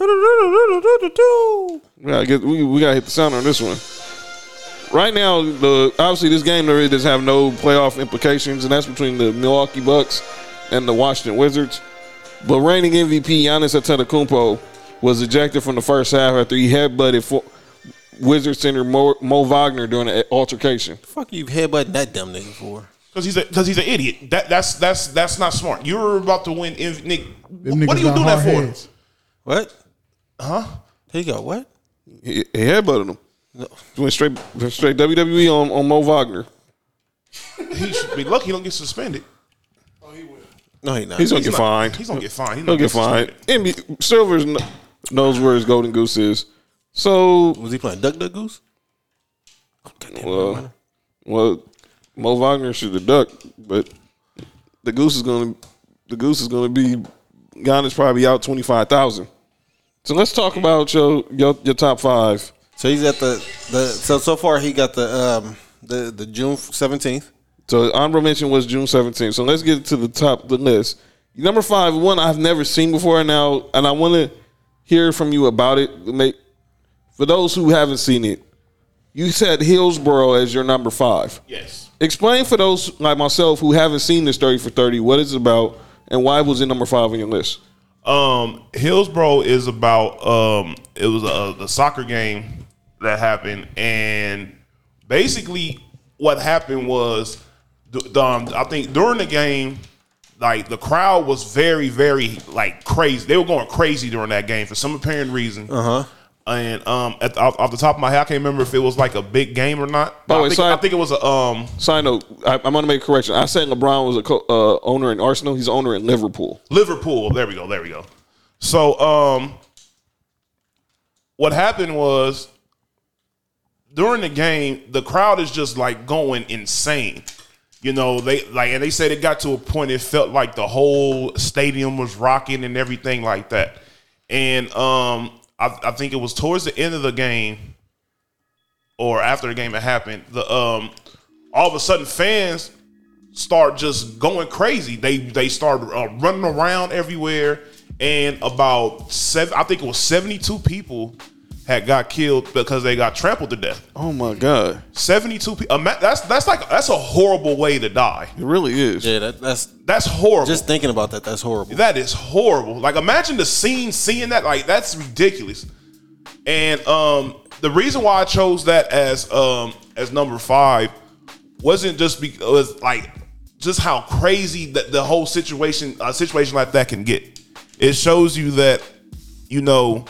Speaker 3: oh.
Speaker 2: We gotta, get, we, we gotta hit the sound on this one. Right now, the obviously this game there does have no playoff implications, and that's between the Milwaukee Bucks and the Washington Wizards. But reigning MVP Giannis Antetokounmpo was ejected from the first half after he headbutted for Wizard center Mo, Mo Wagner during an altercation.
Speaker 3: fuck you headbutting that dumb nigga for
Speaker 4: Because he's because he's an idiot. That that's that's that's not smart. You're about to win, if, Nick.
Speaker 5: Them
Speaker 4: What
Speaker 5: niggas
Speaker 4: do you
Speaker 5: got
Speaker 4: do that
Speaker 5: hard
Speaker 4: for?
Speaker 5: heads.
Speaker 3: what
Speaker 4: Huh?
Speaker 3: he got what
Speaker 2: He, he headbutted him. Went straight went straight WWE on, on Mo Wagner.
Speaker 4: He should be lucky. He don't get suspended.
Speaker 3: no he not
Speaker 2: He's gonna get fined.
Speaker 4: He's gonna get fined.
Speaker 2: He'll get fined. NBA, Silver's kn- knows where his golden goose is. So
Speaker 3: was he playing Duck Duck Goose?
Speaker 2: Well, well, Mo Wagner should have ducked, but the goose is gonna the goose is gonna be Giannis probably out twenty five thousand. So let's talk about your your, your top five.
Speaker 3: So he's at the the so so far he got the um the the June seventeenth.
Speaker 2: So honorable mention was June seventeenth. So let's get to the top of the list. Number five, one I've never seen before now, and I want to hear from you about it. Make for those who haven't seen it, you said Hillsboro as your number five.
Speaker 4: Yes.
Speaker 2: Explain for those like myself who haven't seen this thirty for thirty what it's about and why was it number five on your list.
Speaker 4: Um, Hillsboro is about um, it was a, a soccer game that happened, and basically what happened was, the, the, um, I think during the game, like the crowd was very, very like crazy. They were going crazy during that game for some apparent reason.
Speaker 3: Uh huh.
Speaker 4: And um, at the, off, off the top of my head, I can't remember if it was like a big game or not. But
Speaker 2: By the
Speaker 4: I,
Speaker 2: way,
Speaker 4: think,
Speaker 2: side-
Speaker 4: I think it was a um.
Speaker 2: Side note: I, I'm going to make a correction. I said LeBron was a co- uh, owner in Arsenal. He's owner in Liverpool.
Speaker 4: Liverpool. There we go. There we go. So, um, what happened was during the game, the crowd is just like going insane. You know, they like, and they said it got to a point it felt like the whole stadium was rocking and everything like that. And um, I, I think it was towards the end of the game, or after the game had happened, the um, all of a sudden fans start just going crazy. They they start uh, running around everywhere, and about seven, I think it was seventy two people had got killed because they got trampled to death.
Speaker 2: Oh my god!
Speaker 4: Seventy two people. That's that's like that's a horrible way to die.
Speaker 2: It really is.
Speaker 3: Yeah, that, that's
Speaker 4: that's horrible.
Speaker 3: Just thinking about that, that's horrible.
Speaker 4: That is horrible. Like imagine the scene seeing that. Like that's ridiculous. And um the reason why I chose that as um as number five wasn't just because like just how crazy that the whole situation a situation like that can get. It shows you that you know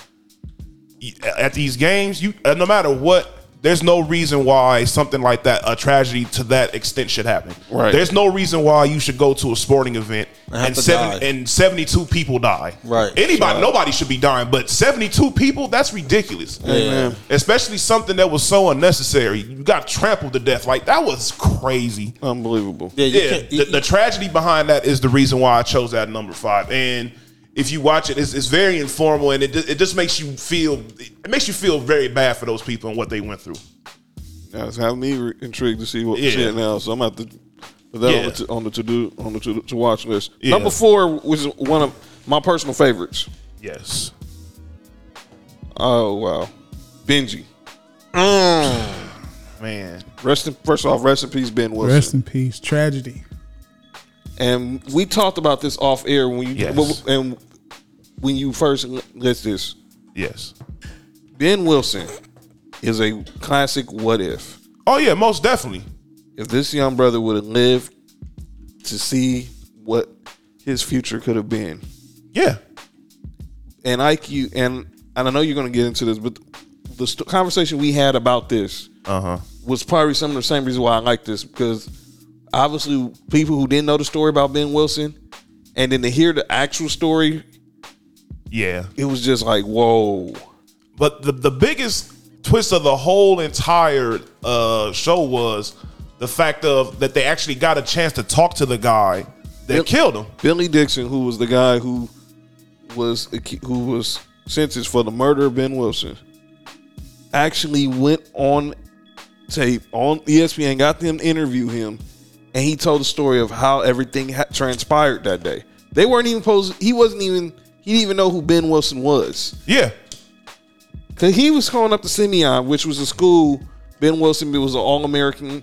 Speaker 4: y- at these games you uh, no matter what there's no reason why something like that a tragedy to that extent should happen.
Speaker 2: Right.
Speaker 4: There's no reason why you should go to a sporting event
Speaker 2: have
Speaker 4: and
Speaker 2: to
Speaker 4: seven
Speaker 2: die.
Speaker 4: and 72 people die.
Speaker 2: Right.
Speaker 4: Anybody,
Speaker 2: Right.
Speaker 4: nobody should be dying, but 72 people, that's ridiculous.
Speaker 2: Hey, man.
Speaker 4: Especially something that was so unnecessary. You got trampled to death. Like that was crazy.
Speaker 2: Unbelievable.
Speaker 4: Yeah, the, the tragedy behind that is the reason why I chose that number five. And if you watch it, it's, it's very informal, and it ju- it just makes you feel it makes you feel very bad for those people and what they went through.
Speaker 2: Now it's having me re- intrigued to see what
Speaker 4: Yeah.
Speaker 2: yeah. shit now. So I'm at the put that
Speaker 4: Yeah.
Speaker 2: on the to, on the to do on the to, to watch list.
Speaker 4: Yeah.
Speaker 2: Number four was one of my personal favorites.
Speaker 4: Yes.
Speaker 2: Oh wow, Benji.
Speaker 4: Man,
Speaker 2: rest in, first off, rest in peace, Ben Wilson.
Speaker 5: Rest in peace. Tragedy.
Speaker 2: And we talked about this off air when you
Speaker 5: Yes.
Speaker 2: and when you first let's this.
Speaker 4: Yes.
Speaker 2: Ben Wilson is a classic what if.
Speaker 4: Oh yeah, most definitely.
Speaker 2: If this young brother would have lived to see what his future could have been.
Speaker 4: Yeah.
Speaker 2: And IQ and and I know you're going to get into this, but the st- conversation we had about this
Speaker 4: Uh huh.
Speaker 2: was probably some of the same reason why I like this because obviously people who didn't know the story about Ben Wilson and then to hear the actual story,
Speaker 4: Yeah.
Speaker 2: it was just like whoa.
Speaker 4: But the the biggest twist of the whole entire uh, show was the fact of that they actually got a chance to talk to the guy that
Speaker 2: Bill-
Speaker 4: killed him.
Speaker 2: Billy Dixon, who was the guy who was who was sentenced for the murder of Ben Wilson, actually went on tape on E ESPN, got them to interview him, and he told the story of how everything ha- transpired that day. They weren't even posed. He wasn't even. He didn't even know who Ben Wilson was.
Speaker 4: Yeah.
Speaker 2: Cause he was calling up to Simeon, which was a school Ben Wilson was an All American,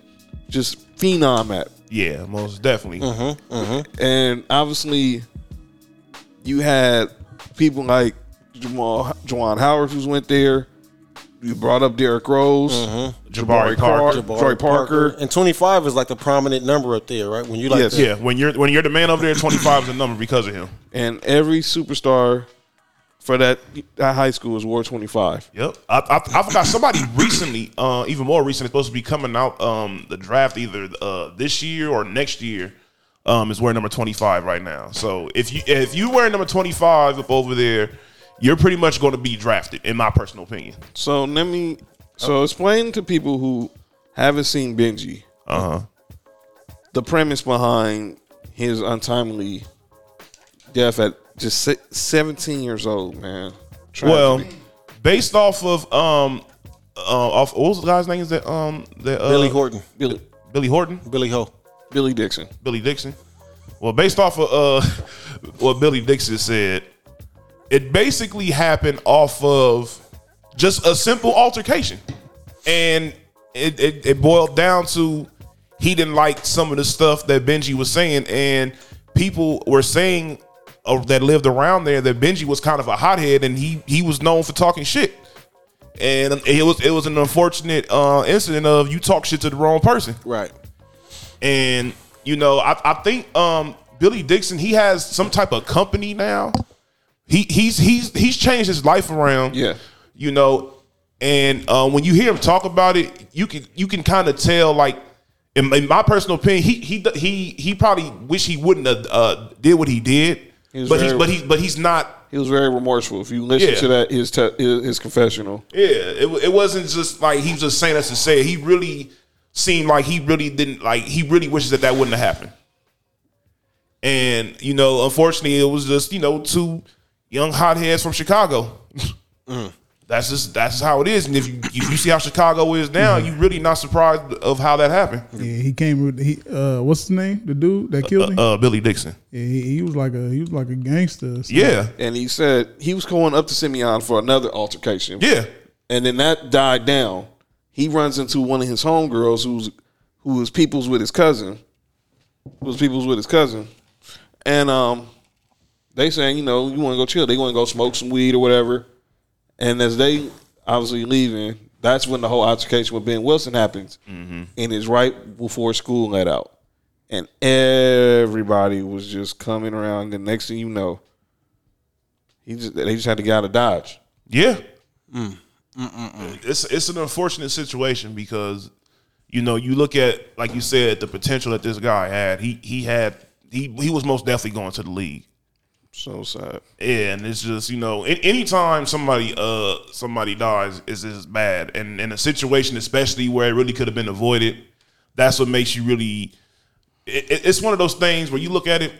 Speaker 2: just phenom at.
Speaker 4: Yeah, most definitely.
Speaker 2: Mm-hmm, And obviously, you had people like Jamal, Juwan Howard, who's went there. You brought up Derrick Rose,
Speaker 4: Mm-hmm. Jabari Parker.
Speaker 2: Jabari Parker.
Speaker 3: And twenty five is like the prominent number up there, right? When you like
Speaker 4: Yeah, when you're when you're the man over there, twenty five is the number because of him.
Speaker 2: and every superstar for that, that high school is War Twenty Five.
Speaker 4: Yep. I, I, I forgot somebody recently, uh, even more recently, is supposed to be coming out um, the draft either uh, this year or next year. Um, is wearing number twenty five right now. So if you if you wearing number twenty five up over there, you're pretty much going to be drafted, in my personal opinion.
Speaker 2: So let me. So explain to people who haven't seen Benji.
Speaker 4: Uh huh.
Speaker 2: The premise behind his untimely death at just se- 17 years old, man.
Speaker 4: Well, based off of um, uh, off what was the guy's name? Is that um, that uh,
Speaker 3: Billy Horton.
Speaker 4: Billy Billy Horton.
Speaker 3: Billy Ho.
Speaker 2: Billy Dixon.
Speaker 4: Billy Dixon. Well, based off of uh, what Billy Dixon said, it basically happened off of just a simple altercation, and it it, it boiled down to he didn't like some of the stuff that Benji was saying, and people were saying uh, that lived around there that Benji was kind of a hothead, and he he was known for talking shit. And it was it was an unfortunate uh, incident of you talk shit to the wrong person,
Speaker 3: right?
Speaker 4: And you know, I, I think um, Billy Dixon he has some type of company now. He he's he's he's changed his life around.
Speaker 2: Yeah,
Speaker 4: you know, and uh, when you hear him talk about it, you can you can kind of tell like. In, in my personal opinion, he he he he probably wish he wouldn't have uh, did what he did,
Speaker 2: was
Speaker 4: but he's
Speaker 2: very-
Speaker 4: but he's but he's not
Speaker 2: He was very remorseful. If you listen
Speaker 4: Yeah.
Speaker 2: to that, his, te- his his confessional.
Speaker 4: Yeah, it, it wasn't just like he was just saying us to say it. He really seemed like he really didn't like. He really wishes that that wouldn't have happened. And you know, unfortunately, it was just you know two young hotheads from Chicago. That's just that's just how it is. And if you if you see how Chicago is now, you really not surprised of how that happened.
Speaker 5: Yeah, he came. with- He uh, what's his name? The dude that killed him.
Speaker 4: Uh, Billy Dixon.
Speaker 5: Yeah, he, he was like a he was like a gangster. or something.
Speaker 2: And he said he was going up to Simeon for another altercation.
Speaker 4: Yeah.
Speaker 2: And then that died down. He runs into one of his homegirls who's who was peoples with his cousin. Who was peoples with his cousin. And um they saying, you know, you want to go chill. They want to go smoke some weed or whatever. And as they obviously leaving, that's when the whole altercation with Ben Wilson happens. And it's right before school let out. And everybody was just coming around. The next thing you know, he just they just had to get out of Dodge.
Speaker 4: Yeah.
Speaker 3: Mm.
Speaker 4: It's it's an unfortunate situation because you know you look at like you said the potential that this guy had. He he had he he was most definitely going to the league.
Speaker 2: So sad.
Speaker 4: Yeah, and it's just you know a- anytime somebody uh somebody dies is is bad, and in a situation especially where it really could have been avoided, that's what makes you really. It, it- it's one of those things where you look at it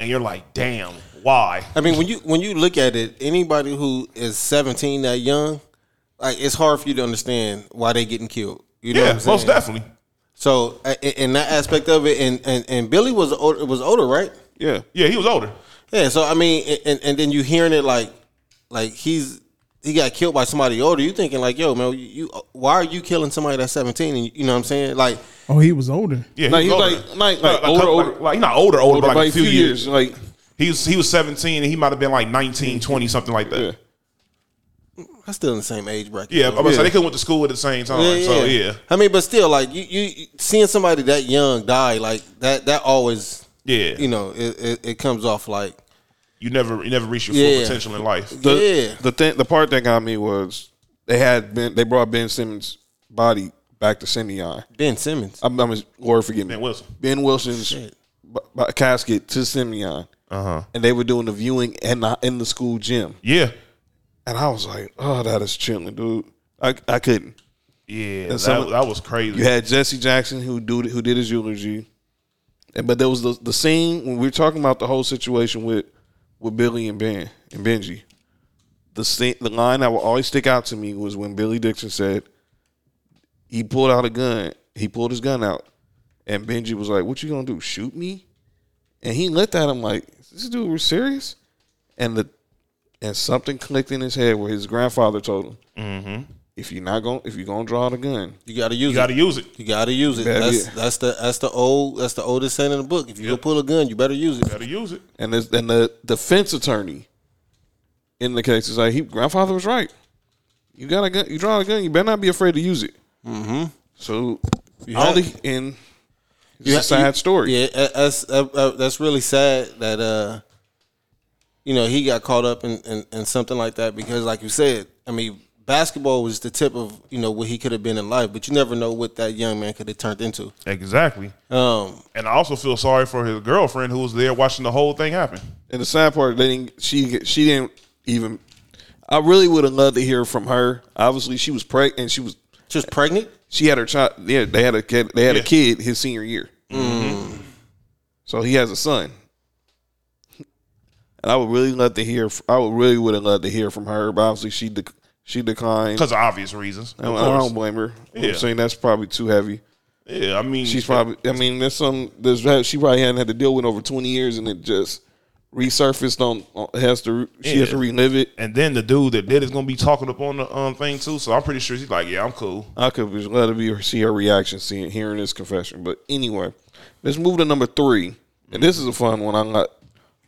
Speaker 4: and you're like, damn, why?
Speaker 3: I mean, when you when you look at it, anybody who is seventeen that young, like it's hard for you to understand why they getting killed. You know
Speaker 4: Yeah,
Speaker 3: what I'm saying?
Speaker 4: most definitely.
Speaker 3: So, uh, in- in that aspect of it, and and, and Billy was older, was older, right?
Speaker 2: Yeah,
Speaker 4: yeah, he was older.
Speaker 3: Yeah, so I mean, a- and and then you hearing it like, like he's he got killed by somebody older. You thinking like, yo, man, you, you why are you killing somebody that's seventeen? And you, you know what I'm saying? Like,
Speaker 5: Oh, he was older.
Speaker 4: Yeah,
Speaker 2: Like,
Speaker 4: he
Speaker 2: he
Speaker 4: was
Speaker 2: like- like- like
Speaker 4: a
Speaker 2: older,
Speaker 4: couple-
Speaker 2: older.
Speaker 4: like, like, not older, older, but like, a few years.
Speaker 2: Like
Speaker 4: he was he was seventeen, and he might have been like 19, 20, something like that. Yeah,
Speaker 3: that's still in the same age bracket.
Speaker 4: I'm about to say they could went to school at the same time. So yeah,
Speaker 3: I mean, but still, like you, you seeing somebody that young die, like that, that always,
Speaker 4: Yeah.
Speaker 3: you know, it, it, it comes off like
Speaker 4: you never you never reach your
Speaker 3: Yeah.
Speaker 4: full potential in life.
Speaker 2: The, The thing, the part that got me was they had Ben, they brought Ben Simmons' body back to Simeon.
Speaker 3: Ben Simmons.
Speaker 2: I'm, I'm Lord forgive me.
Speaker 4: Ben Wilson.
Speaker 2: Ben Wilson's b- b- casket to Simeon.
Speaker 4: Uh-huh.
Speaker 2: And they were doing the viewing in the, in the school gym.
Speaker 4: Yeah.
Speaker 2: And I was like, oh, that is chilling, dude. I, I couldn't.
Speaker 4: Yeah,
Speaker 2: And
Speaker 4: that,
Speaker 2: some-
Speaker 4: that was crazy.
Speaker 2: You had Jesse Jackson who do who did his eulogy, and but there was the, the scene when we were talking about the whole situation with with Billy and Ben and Benji. The scene, the line that will always stick out to me was when Billy Dixon said he pulled out a gun. He pulled his gun out, and Benji was like, "What you gonna do? Shoot me?" And he looked at him like, "Is "This dude was serious," and the and something clicked in his head where his grandfather told him,
Speaker 4: Mhm.
Speaker 2: "If you're not going, if you're gonna draw the gun,
Speaker 3: you got to use
Speaker 4: You gotta use it.
Speaker 3: You got to use it.
Speaker 2: Better
Speaker 3: That's
Speaker 2: yet.
Speaker 3: that's the that's the old that's the oldest saying in the book. If you go pull a gun, you better use it.
Speaker 4: Better use it.
Speaker 2: And this, and the defense attorney in the case is like, he grandfather was right. You got a gun. You draw a gun. You better not be afraid to use it.
Speaker 3: Mm-hmm.
Speaker 2: So
Speaker 3: You
Speaker 2: all
Speaker 3: have-
Speaker 2: the and it's
Speaker 3: You-
Speaker 2: a sad
Speaker 3: you-
Speaker 2: story.
Speaker 3: Yeah, uh, that's uh, uh, that's really sad that uh, you know, he got caught up in, in in something like that because, like you said, I mean, basketball was the tip of you know what he could have been in life, but you never know what that young man could have turned into.
Speaker 4: Exactly.
Speaker 3: Um,
Speaker 4: Uh, and I also feel sorry for his girlfriend who was there watching the whole thing happen.
Speaker 2: And the sad part, they didn't. She she didn't even. I really would have loved to hear from her. Obviously, she was pregnant. She was
Speaker 3: just pregnant.
Speaker 2: She had her child. Yeah, they had a kid. They had a
Speaker 4: Yeah. Mm-hmm.
Speaker 2: kid his senior year. So he has a son. and I would really love to hear. I would really would have loved to hear from her, but obviously she dec she declined
Speaker 4: because of obvious reasons.
Speaker 2: I
Speaker 4: of
Speaker 2: don't, I
Speaker 4: course.
Speaker 2: don't blame her.
Speaker 4: Yeah.
Speaker 2: I'm saying that's probably too heavy.
Speaker 4: Yeah, I mean,
Speaker 2: she's probably. I mean, there's some. There's she probably hadn't had to deal with in over 20 years, and it just resurfaced on. on has to. re- She has to
Speaker 4: Yeah.
Speaker 2: relive it.
Speaker 4: And then the dude that did is gonna be talking up on the um thing too. So I'm pretty sure she's like, yeah, I'm cool.
Speaker 2: I could just let her be see her reaction, seeing hearing this confession. But anyway, let's move to number three, and this is a fun one. I got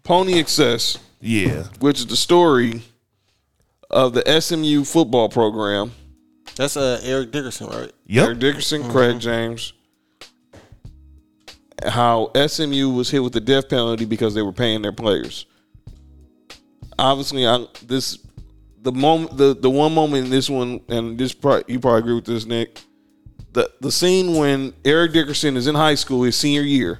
Speaker 2: Pony Excess.
Speaker 4: Yeah,
Speaker 2: which is the story of the SMU football program.
Speaker 3: That's uh, Eric Dickerson, right?
Speaker 2: Yep. Eric Dickerson, Craig James. How SMU was hit with the death penalty because they were paying their players. Obviously, I this the moment the the one moment in this one and this pro, you probably agree with this, Nick. The the scene when Eric Dickerson is in high school, his senior year,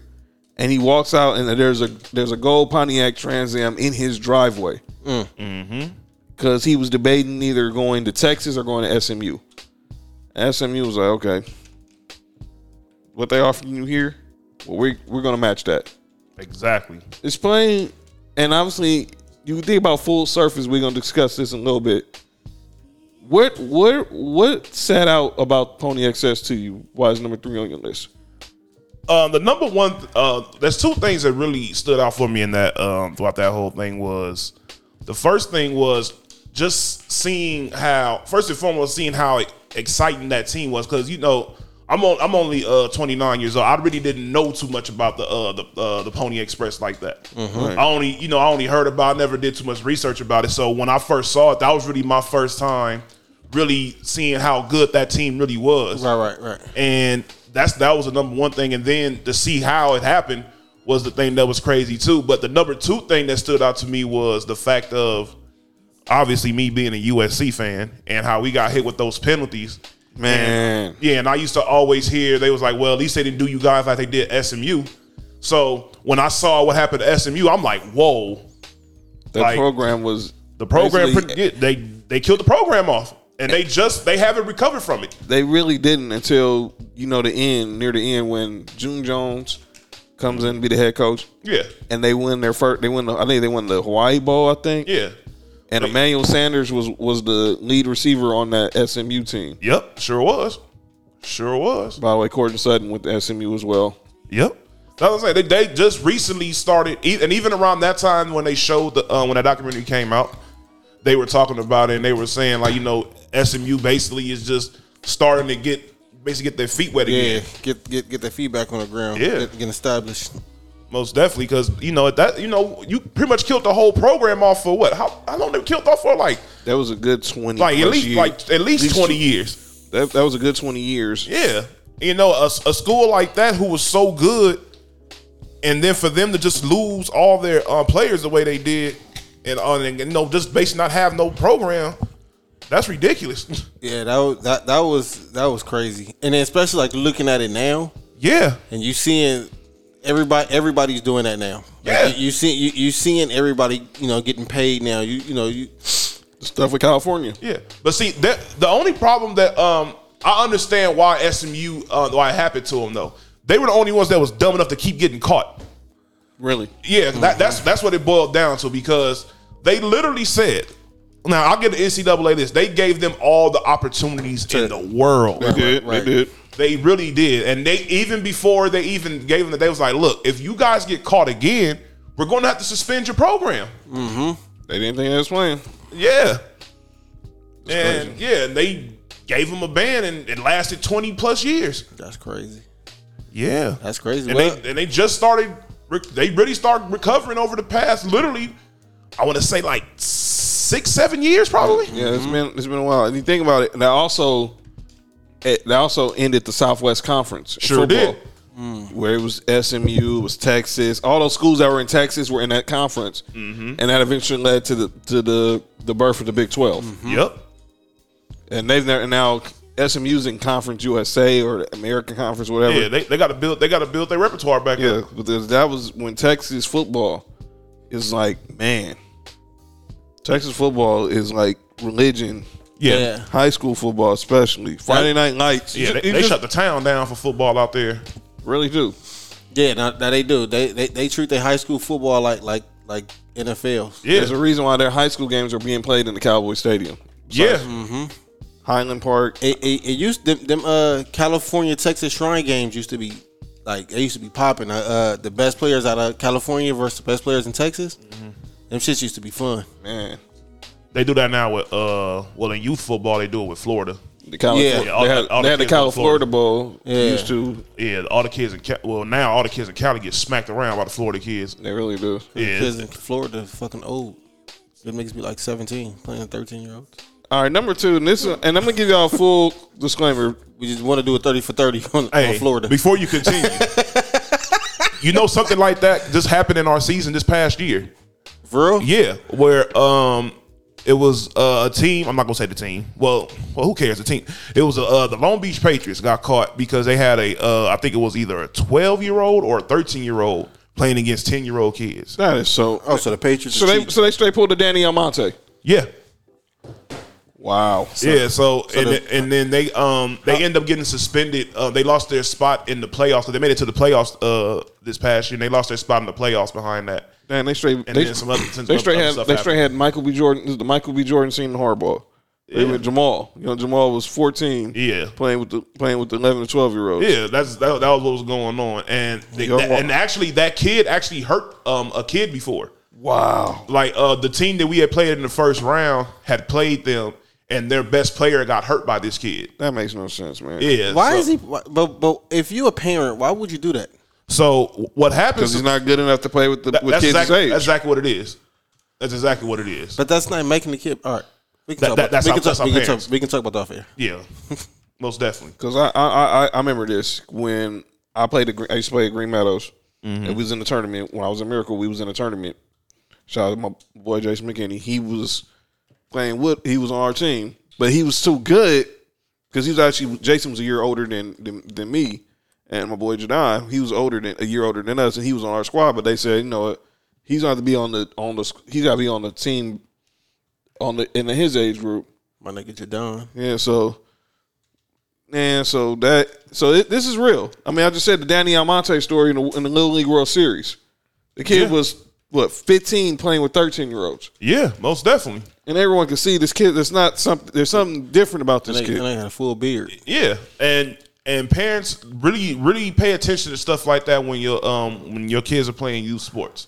Speaker 2: and he walks out and there's a there's a gold Pontiac Trans Am in his driveway.
Speaker 4: Mm-hmm.
Speaker 2: because he was debating either going to Texas or going to SMU. And SMU was like, okay, what they offering you here, well, we we're gonna match that.
Speaker 4: Exactly.
Speaker 2: It's plain, and obviously, you think about full surface. We're gonna discuss this in a little bit. What what what sat out about Pony XS to you? Why is number three on your list?
Speaker 4: Um, the number one, uh, there's two things that really stood out for me in that um, throughout that whole thing was the first thing was just seeing how first and foremost seeing how exciting that team was because you know I'm on, I'm only uh, 29 years old. I really didn't know too much about the uh, the uh, the Pony Express like that.
Speaker 2: Mhm.
Speaker 4: I only you know I only heard about, it, never did too much research about it. So when I first saw it, that was really my first time really seeing how good that team really was. Right,
Speaker 3: right, right.
Speaker 4: And that's that was the number one thing. And then to see how it happened was the thing that was crazy too. But the number two thing that stood out to me was the fact of obviously me being a USC fan and how we got hit with those penalties.
Speaker 2: Man.
Speaker 4: And- yeah, and I used to always hear they was like, well, at least they didn't do you guys like they did SMU. So when I saw what happened to SMU, I'm like, whoa.
Speaker 2: The program was
Speaker 4: the program
Speaker 2: basically-
Speaker 4: pretty- yeah, they they killed the program off. And they just they haven't recovered from it.
Speaker 2: They really didn't until you know the end, near the end, when June Jones comes in to be the head coach.
Speaker 4: Yeah.
Speaker 2: and they win their first. They win. The, I think they won the Hawaii Bowl. I think.
Speaker 4: Yeah.
Speaker 2: And Emmanuel Sanders was was the lead receiver on that SMU team.
Speaker 4: Yep, sure was. Sure was.
Speaker 2: By the way, Corden Sutton with the SMU as well.
Speaker 4: Yep. That's what I'm saying. They, they just recently started, e- and even around that time when they showed the uh, when that documentary came out, they were talking about it, and they were saying like, you know, SMU basically is just starting to get basically get their feet wet
Speaker 3: Yeah,
Speaker 4: again.
Speaker 3: get get get their feedback on the ground.
Speaker 4: Yeah.
Speaker 3: get, get established.
Speaker 4: Most definitely, because you know at that you know you pretty much killed the whole program off for what? How how long they killed off for? Like
Speaker 2: That was a good twenty.
Speaker 4: Like, at
Speaker 2: plus
Speaker 4: least-
Speaker 2: years.
Speaker 4: like, at least 20
Speaker 2: tw-
Speaker 4: years.
Speaker 2: That that was a good twenty years.
Speaker 4: Yeah, you know, a, a school like that who was so good, and then for them to just lose all their uh, players the way they did, and on and you know just basically not have no program, that's ridiculous.
Speaker 3: Yeah, that was, that that was that was crazy, and then especially like looking at it now.
Speaker 4: Yeah,
Speaker 3: and you seeing everybody everybody's doing that now.
Speaker 4: Yeah,
Speaker 3: you, you see you, you seeing everybody you know getting paid now. You you know you
Speaker 2: stuff with California.
Speaker 4: Yeah, but see that the only problem that um I understand why SMU uh, why it happened to them though. They were the only ones that was dumb enough to keep getting caught.
Speaker 2: Really?
Speaker 4: Yeah, that, that's that's what it boiled down to because they literally said. Now I'll give the NCAA this. They gave them all the opportunities in the world.
Speaker 2: They did. They did.
Speaker 4: They really did. And they even before they even gave them, the- they was like, "Look, if you guys get caught again, we're going to have to suspend your program."
Speaker 2: Mm-hmm. They didn't think they was playing.
Speaker 4: Yeah. and yeah, and they gave him a ban, and it lasted twenty plus years.
Speaker 3: That's crazy.
Speaker 4: Yeah,
Speaker 3: that's crazy.
Speaker 4: And,
Speaker 3: Well,
Speaker 4: they, and they just started. rec- They really started recovering over the past, literally, I want to say like six, seven years, probably.
Speaker 2: Yeah, it's been it's been a while. And you think about it, that also it, that also ended the Southwest Conference. in
Speaker 4: Sure did.
Speaker 2: Where it was SMU, it was Texas. All those schools that were in Texas were in that conference,
Speaker 4: Mhm.
Speaker 2: and that eventually led to the to the the birth of the Big 12
Speaker 4: Mm. Yep.
Speaker 2: And they've never now SMU's in Conference USA or American Conference, whatever.
Speaker 4: Yeah, they, they got to build. They got to build their repertoire back
Speaker 2: Yeah,
Speaker 4: up.
Speaker 2: but th- that was when Texas football is like, man, Texas football is like religion.
Speaker 4: Yeah. Yeah.
Speaker 2: high school football especially Friday night lights.
Speaker 4: Yeah,
Speaker 2: You
Speaker 4: they,
Speaker 2: ju- you
Speaker 4: they
Speaker 2: just-
Speaker 4: shut the town down for football out there.
Speaker 2: Really do.
Speaker 3: Yeah, now, now they do. They they, they treat their high school football like like like NFLs.
Speaker 2: There's a reason why their high school games are being played in the Cowboy Stadium.
Speaker 3: Yeah.
Speaker 2: Mm-hmm. Highland Park.
Speaker 3: It, it, it used them, them uh California Texas Shrine games used to be like they used to be popping. Uh, uh, the best players out of California versus the best players in Texas.
Speaker 4: Mm-hmm.
Speaker 3: Them shits used to be fun.
Speaker 2: Man.
Speaker 4: They do that now with uh well in youth football they do it with Florida.
Speaker 2: The Cal- Yeah.
Speaker 4: all
Speaker 2: they had-
Speaker 4: all
Speaker 2: they had the
Speaker 4: kids in
Speaker 2: Cal Florida Bowl, Yeah. used to.
Speaker 4: Yeah, all the kids in Cal- well now all the kids in Cali get smacked around by the Florida kids.
Speaker 2: They really do.
Speaker 4: Yeah.
Speaker 3: Because in Florida, fucking old. It makes me like seventeen playing thirteen year olds.
Speaker 2: All right, number two, and this, is- and I'm gonna give y'all a full disclaimer.
Speaker 3: We just want to do a thirty for thirty on,
Speaker 4: Hey,
Speaker 3: Oh, Florida.
Speaker 4: Before you continue, you know something like that just happened in our season this past year.
Speaker 3: For real?
Speaker 4: Yeah, where um it was uh, a team. I'm not gonna say the team. Well, well, who cares? The team. It was uh, the Long Beach Patriots got caught because they had a. Uh, I think it was either a 12 year old or a 13 year old playing against 10 year old kids.
Speaker 2: That is so.
Speaker 3: Oh, so the Patriots.
Speaker 2: So they, so they straight pulled a Danny Almonte.
Speaker 4: Yeah.
Speaker 2: Wow.
Speaker 4: yeah. So,
Speaker 2: so
Speaker 4: and,
Speaker 2: the-
Speaker 4: then- and then they um they end up getting suspended. Uh, they lost their spot in the playoffs. 'cause They made it to the playoffs uh this past year. and They lost their spot in the playoffs behind that.
Speaker 2: Man, they straight.
Speaker 4: And
Speaker 2: they,
Speaker 4: then some other. some
Speaker 2: they straight
Speaker 4: other
Speaker 2: had. They
Speaker 4: stuff
Speaker 2: straight had Michael B. Jordan. this is The Michael B. Jordan scene in Hardball. They
Speaker 4: Yeah.
Speaker 2: with Jamal. You know, Jamal was 14.
Speaker 4: Yeah.
Speaker 2: Playing with the playing with the 11 and 12 year olds.
Speaker 4: Yeah, that's that, that was what was going on, and they,
Speaker 2: Yo.
Speaker 4: that- and actually that kid actually hurt um, a kid before.
Speaker 2: Wow!
Speaker 4: Like uh, the team that we had played in the first round had played them, and their best player got hurt by this kid.
Speaker 2: That makes no sense, man.
Speaker 4: Yeah.
Speaker 3: Why
Speaker 4: so-
Speaker 3: is he? why- But but if you a parent, why would you do that?
Speaker 4: So what happens?
Speaker 2: Because he's not good enough to play with the
Speaker 4: That-
Speaker 2: with
Speaker 4: that's,
Speaker 2: kids
Speaker 4: exactly,
Speaker 2: his age.
Speaker 4: that's exactly what it is. That's exactly what it is.
Speaker 3: But that's not making the kid. All right, we can
Speaker 4: That-
Speaker 3: talk.
Speaker 4: that-
Speaker 3: about,
Speaker 4: that's
Speaker 3: we
Speaker 4: our-
Speaker 3: can
Speaker 4: that's
Speaker 3: talk,
Speaker 4: our
Speaker 3: we can
Speaker 4: parents.
Speaker 3: talk. We can talk about that off air.
Speaker 4: Yeah, most definitely.
Speaker 2: Because I, I I I remember this when I played. at Gre- I used to play at Green Meadows. It was in the tournament when I was in Miracle. We was in a tournament. Shout out to my boy Jason McKinney. He was playing with. He was on our team, but he was too good because he was actually Jason was a year older than than, than me, and my boy Jadon. He was older than a year older than us, and he was on our squad. But they said, you know what? He's got to be on the on the squ- he's got to be on the team on the in his age group.
Speaker 3: My nigga Jadon.
Speaker 2: Yeah, so man, so that so it, this is real. I mean, I just said the Danny Almonte story in the, in the Little League World Series. The kid was what fifteen playing with thirteen year olds,
Speaker 4: Yeah, most definitely.
Speaker 2: and everyone can see this kid. There's not something. There's something different about this
Speaker 3: And they,
Speaker 2: kid.
Speaker 3: and they had a full beard.
Speaker 4: Yeah, and and parents really really pay attention to stuff like that when your um when your kids are playing youth sports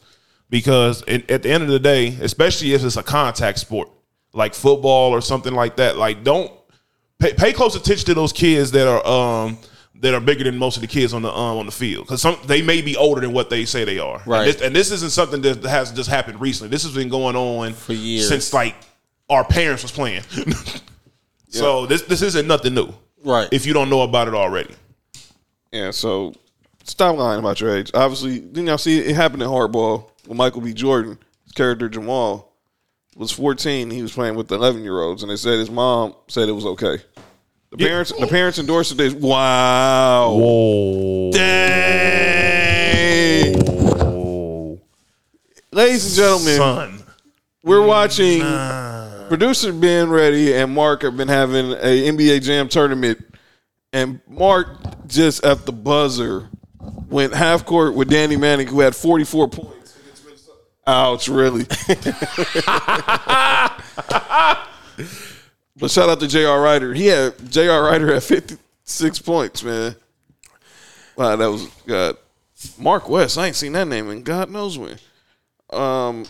Speaker 4: because it, at the end of the day, especially if it's a contact sport like football or something like that, like don't pay, pay close attention to those kids that are um that are bigger than most of the kids on the um, on the field because some they may be older than what they say they are.
Speaker 3: Right.
Speaker 4: and this, and this isn't something that has just happened recently. This has been going on for
Speaker 3: years.
Speaker 4: since like our parents was playing. So this this isn't nothing new,
Speaker 3: right?
Speaker 4: If you don't know about it already,
Speaker 2: Yeah, so stop lying about your age. Obviously, didn't y'all see it happened in Hardball with Michael B. Jordan? His character Jamal was 14. He was playing with the 11 year olds, and they said his mom said it was okay. The parents, the parents endorsed it. They- Wow.
Speaker 4: Whoa.
Speaker 2: Dang. Ladies and gentlemen,
Speaker 4: Son.
Speaker 2: we're watching producer Ben Ready and Mark have been having a NBA Jam tournament, and Mark just at the buzzer went half court with Danny Manning, who had 44 points. Ouch, really. but shout out to J.R. Ryder. He had J.R. Ryder at 56 points, man. Wow, that was God. Mark West. I ain't seen that name in God knows when. Um,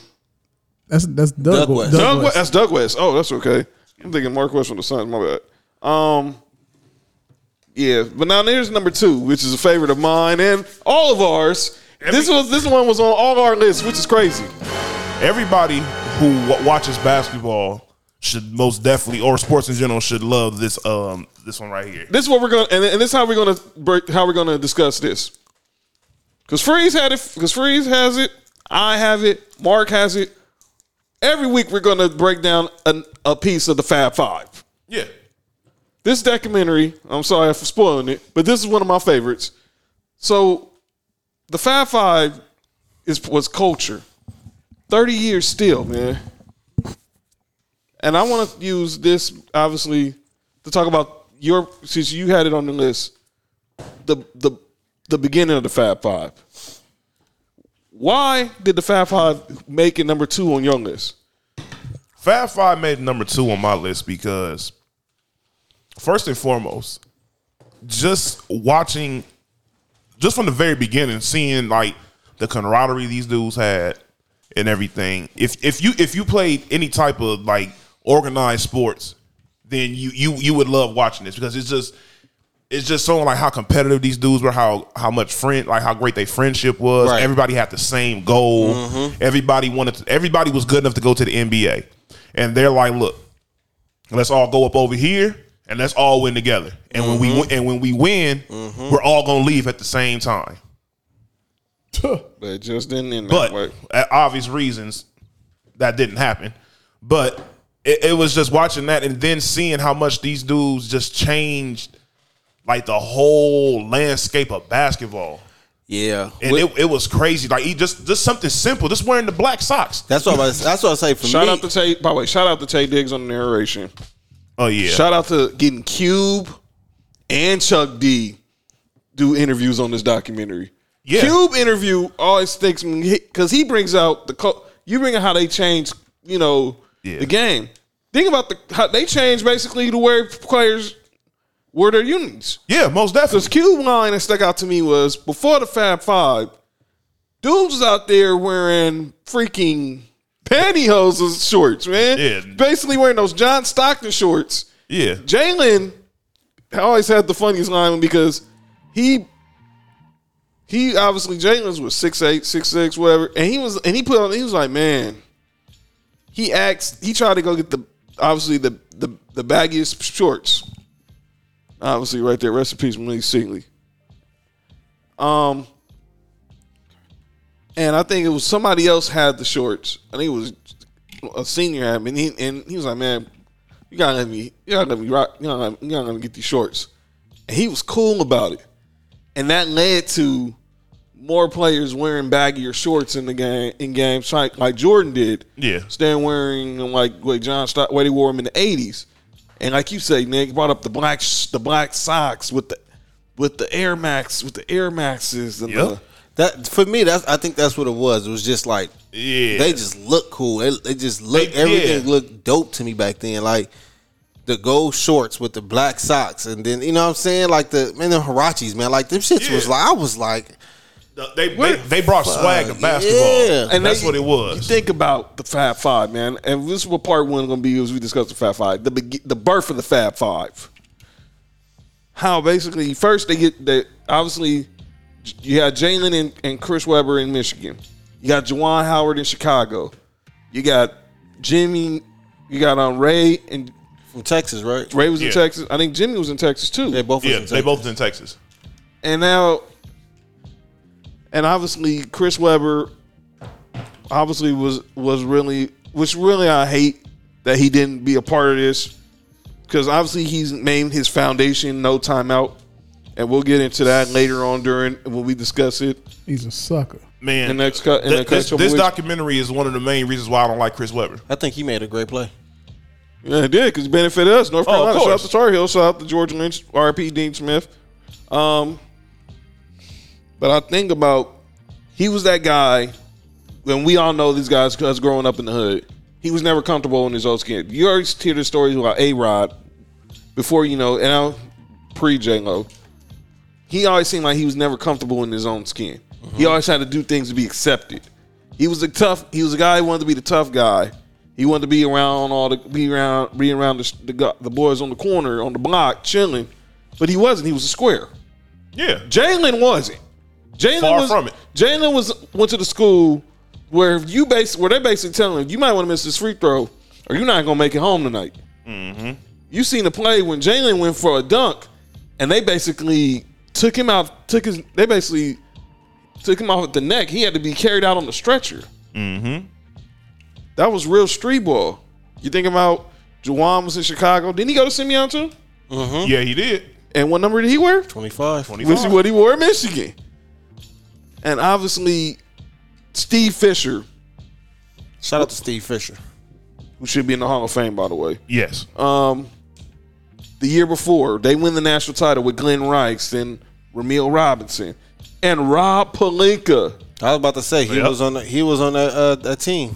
Speaker 5: That's that's Doug, Doug West.
Speaker 2: Doug, West. That's Doug West. Oh, that's okay. I'm thinking Mark West from the Suns. My bad. Um, yeah, but now there's number two, which is a favorite of mine and all of ours. this was this one was on all our lists, which is crazy.
Speaker 4: everybody who w- watches basketball should most definitely, or sports in general, should love this um this one right here.
Speaker 2: This is what we're gonna, and, and this is how we're gonna break, how we're gonna discuss this. Because Freeze had it. Because Freeze has it. I have it. Mark has it. Every week we're gonna break down an, a piece of the Fab Five.
Speaker 4: Yeah.
Speaker 2: This documentary, I'm sorry for spoiling it, but this is one of my favorites. So, the Fab Five is was culture. Thirty years still, man. And I want to use this obviously to talk about your since you had it on the list, the the the beginning of the Fab Five. Why did the Fab Five make it number two on your list?
Speaker 4: Fab Five made number two on my list because, first and foremost, just watching, just from the very beginning, seeing like the camaraderie these dudes had and everything. If if you if you played any type of like organized sports, then you you you would love watching this because it's just it's just showing like how competitive these dudes were, how how much friend, like how great their friendship was.
Speaker 14: Right.
Speaker 4: Everybody had the same goal.
Speaker 14: Mhm.
Speaker 4: Everybody wanted. To, everybody was good enough to go to the NBA, and they're like, look, let's all go up over here and let's all win together. And when we
Speaker 14: Mhm.
Speaker 4: win, and when we win, we're all gonna leave at the same time.
Speaker 2: But it just didn't end
Speaker 4: But
Speaker 2: that way.
Speaker 4: at obvious reasons, that didn't happen. But it, it was just watching that and then seeing how much these dudes just changed like the whole landscape of basketball.
Speaker 3: Yeah,
Speaker 4: and it, it was crazy. Like he just just something simple, just wearing the black socks.
Speaker 3: That's what I was, that's what I say. For
Speaker 2: shout
Speaker 3: me,
Speaker 2: out to Tay. By the way, shout out to Tay Diggs on the narration.
Speaker 4: Oh yeah.
Speaker 2: Shout out to getting Cube and Chuck D do interviews on this documentary.
Speaker 4: Yeah.
Speaker 2: Cube interview always sticks me because he brings out the co- you bring out how they change you know the game. Think about the how they change basically to where players were their unions.
Speaker 4: Yeah, most definitely.
Speaker 2: Because Cube line that stuck out to me was before the Fab Five, dudes was out there wearing freaking pantyhose and shorts, man.
Speaker 4: Yeah.
Speaker 2: Basically wearing those John Stockton shorts.
Speaker 4: Yeah.
Speaker 2: Jalen always had the funniest line because he he obviously Jalen's was six eight, six six, whatever, and he was and he put on he was like, man, he asked he tried to go get the obviously the the, the baggiest shorts. Obviously, right there, rest in peace, Malik Seeley. Um, and I think it was somebody else had the shorts. I think it was a senior had them, and he and he was like, man, you gotta let me, you gotta let me rock, you gotta, you gotta let me get these shorts. And he was cool about it, and that led to more players wearing baggier shorts in the game in games like, like Jordan did.
Speaker 4: Yeah.
Speaker 2: Stan wearing them like like John Stock, way they wore them in the eighties, and like you say, Nick brought up the black sh- the black socks with the with the Air Max with the Air Maxes and the.
Speaker 3: That for me, that's I think that's what it was. It was just like
Speaker 4: yeah,
Speaker 3: they just look cool. They, they just look everything looked dope to me back then. Like the gold shorts with the black socks, and then you know what I'm saying, like the man the Hirachis, man, like them shits was like I was like
Speaker 4: They they, they brought
Speaker 3: Fuck,
Speaker 4: swag to basketball.
Speaker 3: yeah.
Speaker 4: And that's what it was.
Speaker 2: You think about the Fab Five, man, and this is what part one going to be as we discuss the Fab Five, the beg- the birth of the Fab Five. How basically first they get they obviously you had Jalen and, and Chris Webber in Michigan, you got Jawan Howard in Chicago, you got Jimmy, you got on Ray and
Speaker 3: from Texas, right?
Speaker 2: Ray was in
Speaker 4: Yeah.
Speaker 2: Texas. I think Jimmy was in Texas too. They
Speaker 3: both
Speaker 4: yeah, they both in Texas.
Speaker 2: and now, and obviously Chris Webber, obviously was was really, which really I hate that he didn't be a part of this, because obviously he's named his foundation No Timeout, and we'll get into that later on during when we discuss it.
Speaker 5: He's a sucker.
Speaker 4: Man,
Speaker 2: The next cut- in the
Speaker 4: th- this,
Speaker 2: next couple
Speaker 4: this
Speaker 2: weeks.
Speaker 4: documentary is one of the main reasons why I don't like Chris Webber.
Speaker 3: I think he made a great play.
Speaker 2: Yeah, it did because it benefited us. North
Speaker 4: Oh, of
Speaker 2: Carolina. shout out
Speaker 4: course.
Speaker 2: to Tar Heel. Shout out to George Lynch. R.P. Dean Smith. Um, but I think about he was that guy, and we all know these guys because growing up in the hood, he was never comfortable in his own skin. You always hear the stories about A Rod before you know, and I pre J Lo. He always seemed like he was never comfortable in his own skin.
Speaker 4: Mm-hmm.
Speaker 2: He always had to do things to be accepted. He was a tough. He was a guy who wanted to be the tough guy. He wanted to be around all the be around be around the the, gu- the boys on the corner on the block chilling, but he wasn't. He was a square.
Speaker 4: Yeah,
Speaker 2: Jalen wasn't. Jalen
Speaker 4: Far
Speaker 2: was
Speaker 4: from it.
Speaker 2: Jalen was went to the school where you base where they basically telling him you might want to miss this free throw or you're not gonna make it home tonight.
Speaker 4: Mm-hmm.
Speaker 2: You seen the play when Jalen went for a dunk, and they basically took him out. Took his. They basically took him off at the neck. He had to be carried out on the stretcher.
Speaker 4: Mm-hmm.
Speaker 2: That was real street ball. You think about Juwan was in Chicago. Didn't he go to Simeon too?
Speaker 4: Mm-hmm. Yeah, he did.
Speaker 2: And what number did he wear?
Speaker 3: 25.
Speaker 2: Which is what he wore in Michigan. And obviously, Steve Fisher.
Speaker 3: Shout out to Steve Fisher.
Speaker 2: Who should be in the Hall of Fame, by the way.
Speaker 4: Yes.
Speaker 2: Um, the year before, they win the national title with Glenn Rice and Ramil Robinson and Rob Palinka.
Speaker 3: I was about to say he
Speaker 4: Yep.
Speaker 3: was on. The, he was on a, uh a team.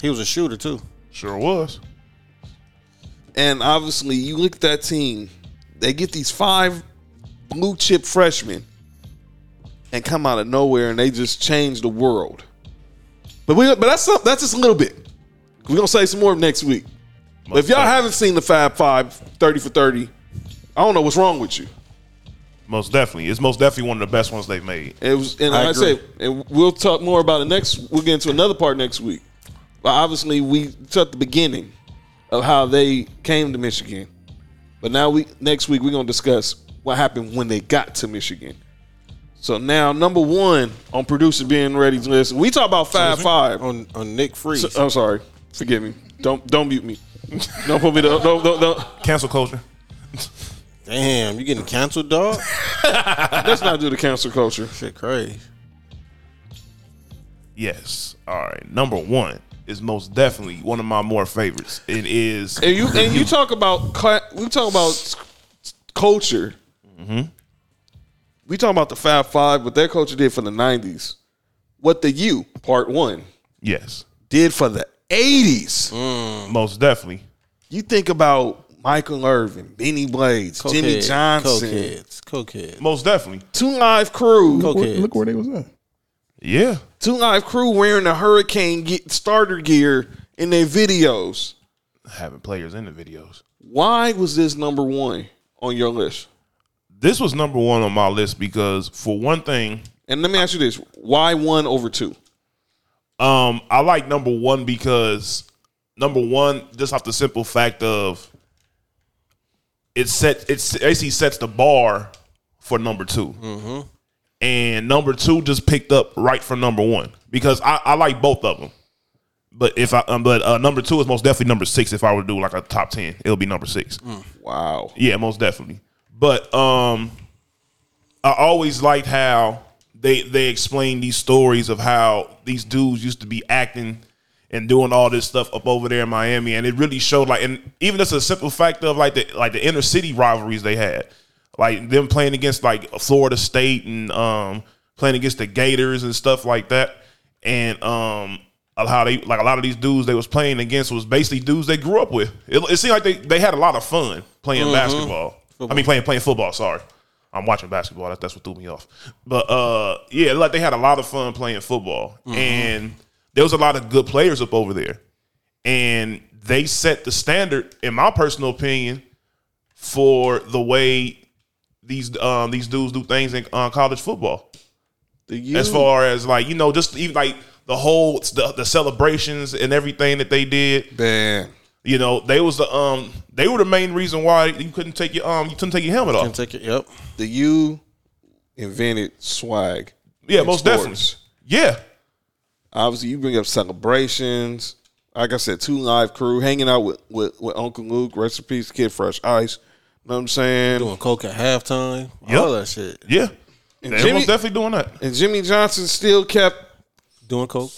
Speaker 3: He was a shooter too.
Speaker 4: Sure was.
Speaker 2: And obviously, you look at that team. They get these five blue chip freshmen and come out of nowhere, and they just change the world. But we, but that's some, that's just a little bit. We're gonna say some more next week. But if y'all haven't seen the Fab Five 30 for 30, I don't know what's wrong with you.
Speaker 4: Most definitely. It's most definitely one of the best ones they've made.
Speaker 2: It was, and like I, say, and we'll talk more about it next. We'll get into another part next week. But obviously, we took the beginning of how they came to Michigan. But now we next week we're gonna discuss what happened when they got to Michigan. So now number one on producer being ready to listen. We talk about five five on on Nick Freeze. I'm sorry, forgive me. Don't don't mute me. don't put me. Don't don't don't. don't.
Speaker 4: Cancel culture.
Speaker 3: Damn, you getting canceled, dog?
Speaker 2: Let's not do the cancel culture.
Speaker 3: Shit, crazy.
Speaker 4: Yes. All right. Number one is most definitely one of my more favorites. It is.
Speaker 2: And you and you talk about cla- we talk about culture. We talk about the Fab Five, what their culture did for the '90s, what the U Part One
Speaker 4: Yes.
Speaker 2: did for the '80s.
Speaker 4: Most definitely.
Speaker 2: You think about Michael Irvin, Benny Blades, Jimmy
Speaker 3: Cokeheads,
Speaker 2: Johnson,
Speaker 3: cokeheads, cokeheads.
Speaker 4: Most definitely.
Speaker 2: Two Live Crew,
Speaker 5: Look, where, look where they was at.
Speaker 4: Yeah.
Speaker 2: Two Live Crew wearing the Hurricane ge- starter gear in their videos.
Speaker 4: Having players in the videos.
Speaker 2: Why was this number one on your list?
Speaker 4: This was number one on my list because, for one thing,
Speaker 2: and let me ask you this: Why one over two?
Speaker 4: Um, I like number one because number one, just off the simple fact of it set it's it basically sets the bar for number 2 and number two just picked up right from number one because I, I like both of them. But if I um, but uh, number two is most definitely number six. If I were to do like a top ten, it'll be number six.
Speaker 2: Wow.
Speaker 4: Yeah, most definitely. But um, I always liked how they they explained these stories of how these dudes used to be acting and doing all this stuff up over there in Miami, and it really showed like, and even just a simple fact of like the like the inner city rivalries they had, like them playing against like Florida State and um playing against the Gators and stuff like that, and um how they like a lot of these dudes they was playing against was basically dudes they grew up with. It, it seemed like they they had a lot of fun playing
Speaker 2: Mhm.
Speaker 4: basketball. I mean playing playing football. Sorry, I'm watching basketball. That, that's what threw me off. But uh, yeah, like they had a lot of fun playing football,
Speaker 2: Mhm.
Speaker 4: and there was a lot of good players up over there, and they set the standard, in my personal opinion, for the way these um these dudes do things in uh, college football. as far as like you know, just even like the whole the, the celebrations and everything that they did.
Speaker 2: Man,
Speaker 4: you know they was the um they were the main reason why you couldn't take your um you couldn't take your helmet off.
Speaker 2: take it. Yep. The U invented swag.
Speaker 4: Yeah,
Speaker 2: in
Speaker 4: most definitely. Yeah.
Speaker 2: Obviously, you bring up celebrations. Like I said, two live crew hanging out with with, with Uncle Luke, recipes, Kid Fresh Ice. Know what I'm saying? Doing coke at halftime.
Speaker 3: all that shit.
Speaker 4: Yeah.
Speaker 2: And
Speaker 4: They
Speaker 2: Jimmy-
Speaker 4: was definitely doing that.
Speaker 2: And Jimmy Johnson still kept oh,
Speaker 3: doing coke.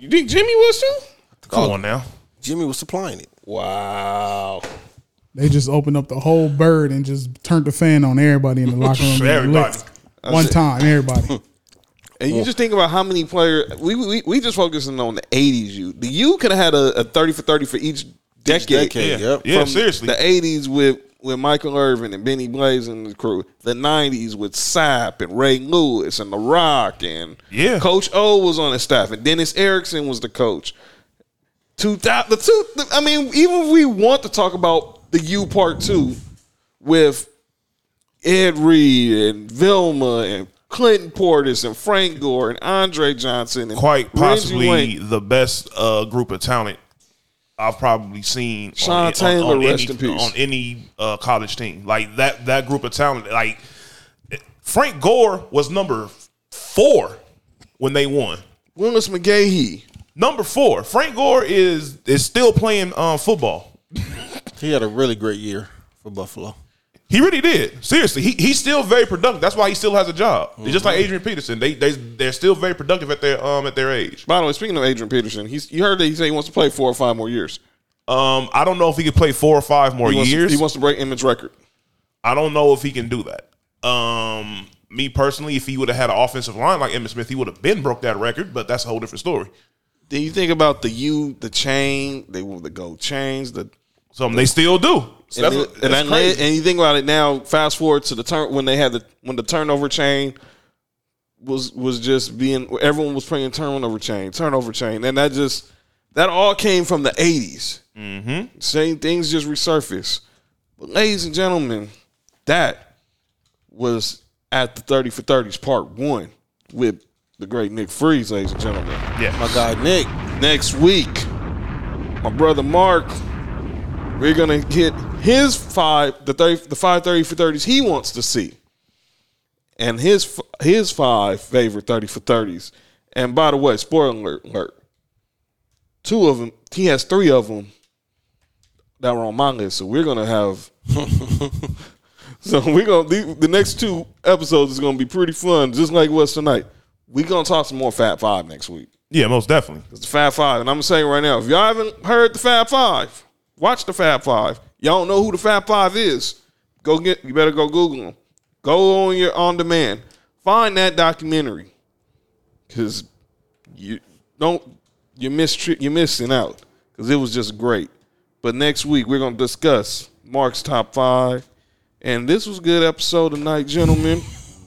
Speaker 2: You think Jimmy was too?
Speaker 4: Come on now.
Speaker 3: Jimmy was supplying it. Wow.
Speaker 5: They just opened up the whole bird and just turned the fan on everybody in the locker room. and
Speaker 2: Everybody.
Speaker 5: licked. One
Speaker 2: That's it.
Speaker 5: time, everybody.
Speaker 2: And you just think about how many players we we, we just focusing on the '80s. You the U could have had a, a thirty for thirty for each decade.
Speaker 3: decade, Yeah. yep.
Speaker 4: Yeah,
Speaker 2: From
Speaker 4: seriously.
Speaker 2: The '80s with with Michael Irvin and Benny Blaze and the crew. The '90s with Sap and Ray Lewis and The Rock and
Speaker 4: yeah.
Speaker 2: Coach O was on the staff and Dennis Erickson was the coach. Two thousand. The two. The, I mean, even if we want to talk about the U Part Two with Ed Reed and Vilma and Clinton Portis and Frank Gore and Andre Johnson and
Speaker 4: quite
Speaker 2: Reggie
Speaker 4: possibly
Speaker 2: Wayne.
Speaker 4: the best uh, group of talent I've probably seen
Speaker 2: Sean Taylor, rest
Speaker 4: any,
Speaker 2: in peace.
Speaker 4: on any uh, college team. Like that that group of talent, like Frank Gore was number four when they won.
Speaker 2: Willis McGahee,
Speaker 4: number four. Frank Gore is is still playing um, football.
Speaker 3: He had a really great year for Buffalo.
Speaker 4: He really did. Seriously, he, he's still very productive. That's why he still has a job. It's Just like
Speaker 2: Mm-hmm.
Speaker 4: Adrian Peterson, they they they're still very productive at their um at their age.
Speaker 2: By the way, speaking of Adrian Peterson, he's you heard that he said he wants to play four or five more years.
Speaker 4: Um, I don't know if he could play four or five more
Speaker 2: He wants to-
Speaker 4: years.
Speaker 2: he wants to break Image record.
Speaker 4: I don't know if he can do that. Um, me personally, if he would have had an offensive line like Emmitt Smith, he would have been broke that record. But that's a whole different story.
Speaker 2: Then you think about the U, the chain, they want the gold chains, the
Speaker 4: something they still do. So
Speaker 2: and,
Speaker 4: that's-
Speaker 2: it-
Speaker 4: that's
Speaker 2: and, I-
Speaker 4: crazy.
Speaker 2: and you think about it now. Fast forward to the turn when they had the when the turnover chain was was just being everyone was playing turnover chain, turnover chain, and that just that all came from the 80s Mm-hmm. Same things just resurfaced. But ladies and gentlemen, that was at the thirty for thirties part one with the great Nick Freeze, ladies and gentlemen.
Speaker 4: Yeah,
Speaker 2: my guy Nick. Next week, my brother Mark. We're gonna get his five, the thirty, the five thirty for thirties he wants to see, and his f- his five favorite thirty for thirties. And by the way, spoiler alert: two of them, he has three of them that were on my list. So we're gonna have, so we're gonna the, the next two episodes is gonna be pretty fun, just like it was tonight. We're gonna talk some more Fat Five next week.
Speaker 4: yeah, most definitely.
Speaker 2: It's the Fab Five. And I'm saying right now, if y'all haven't heard the Fab Five, watch the Fab Five. Y'all don't know who the Fab Five is. Go get you better go Google them. Go on your on demand. Find that documentary. Cause you don't you miss you're missing out. Cause it was just great. But next week we're gonna discuss Mark's top five. And this was a good episode tonight, gentlemen.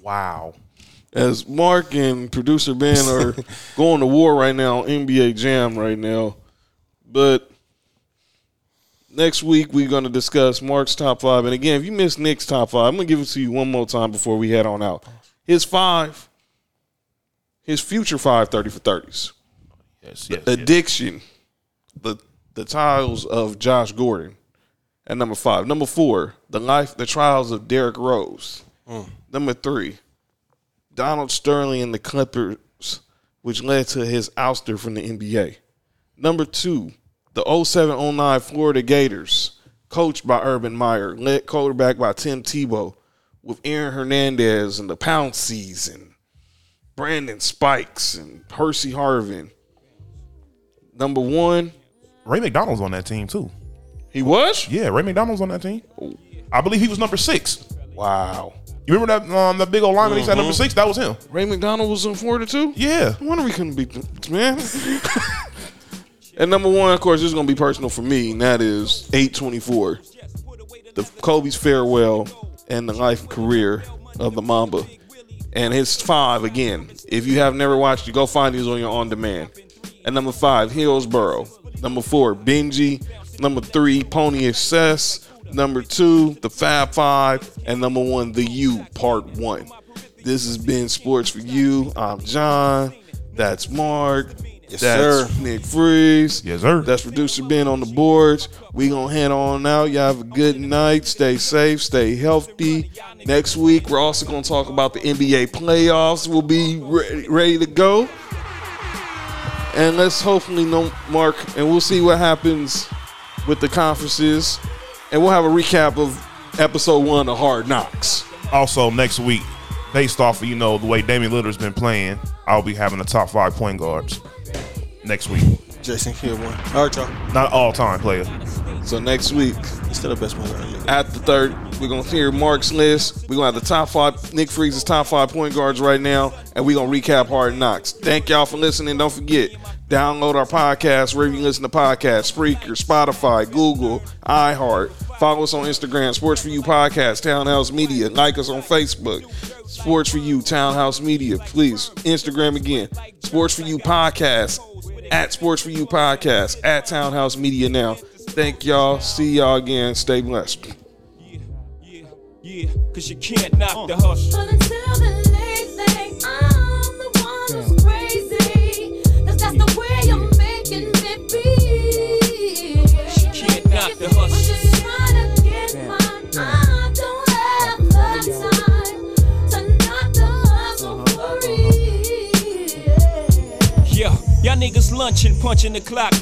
Speaker 4: Wow.
Speaker 2: As Mark and producer Ben are going to war right now on NBA Jam right now. But next week we're going to discuss Mark's top five. And again, if you missed Nick's top five, I'm going to give it to you one more time before we head on out. His five, his future five, 30 for 30s.
Speaker 4: Yes, yes.
Speaker 2: Addiction, the the trials of Josh Gordon at number five. Number four, the life, the trials of Derrick Rose.
Speaker 4: Mm.
Speaker 2: Number three, Donald Sterling and the Clippers, which led to his ouster from the NBA. Number two, the 0709 Florida Gators, coached by Urban Meyer, led quarterback by Tim Tebow, with Aaron Hernandez and the Pound Season, Brandon Spikes and Percy Harvin. Number one,
Speaker 4: Ray McDonald's on that team too.
Speaker 2: He was?
Speaker 4: Yeah, Ray McDonald's on that team. I believe he was number six.
Speaker 2: Wow.
Speaker 4: You remember that um, that big old lineman he said number six? That was him.
Speaker 2: Ray McDonald was in Florida too?
Speaker 4: Yeah.
Speaker 2: No wonder we couldn't beat them, man. and number one, of course, this is going to be personal for me, and that is 824. The Kobe's farewell and the life and career of the Mamba. And his five, again, if you have never watched it, go find these on your on demand. And number five, Hillsboro. Number four, Benji. Number three, Pony Excess. Number two, the Fab Five. And number one, the U, part one. This has been Sports for You. I'm John. That's Mark.
Speaker 3: Yes,
Speaker 2: That's
Speaker 3: sir.
Speaker 2: Nick Freeze.
Speaker 4: Yes, sir.
Speaker 2: That's producer Ben on the boards. We gonna head on out. Y'all have a good night. Stay safe. Stay healthy. Next week we're also gonna talk about the NBA playoffs. We'll be ready, ready to go. And let's hopefully no Mark, and we'll see what happens with the conferences, and we'll have a recap of episode one of Hard Knocks.
Speaker 4: Also next week, based off of you know the way Damian Lillard's been playing, I'll be having the top five point guards next week.
Speaker 3: Jason Kidd one. All right, y'all.
Speaker 4: Not all time player.
Speaker 2: So next week,
Speaker 3: still the best one. in the league.
Speaker 2: at the third, we're gonna hear Mark's list. We're gonna have the top five, Nick Freeze's top five point guards right now, and we're gonna recap Hard Knocks. Thank y'all for listening. Don't forget, download our podcast wherever you listen to podcasts: Spreaker, Spotify, Google, iHeart. Follow us on Instagram, Sports for You Podcast, Townhouse Media. Like us on Facebook, Sports for You Townhouse Media. Please, Instagram again, Sports for You Podcast at Sports for You Podcast, at Townhouse Media now. Thank y'all. See y'all again. Stay blessed.
Speaker 14: Yeah, cause you can't
Speaker 3: Uh.
Speaker 14: knock the hustle.
Speaker 15: But until the late night, I'm the one who's crazy. 'Cause that's the way I'm making it be.
Speaker 14: can't knock the hustle.
Speaker 15: I'm just trying to get mine. I don't have the time to knock the hustle for real.
Speaker 14: Yeah, y'all niggas lunching, punching the clock.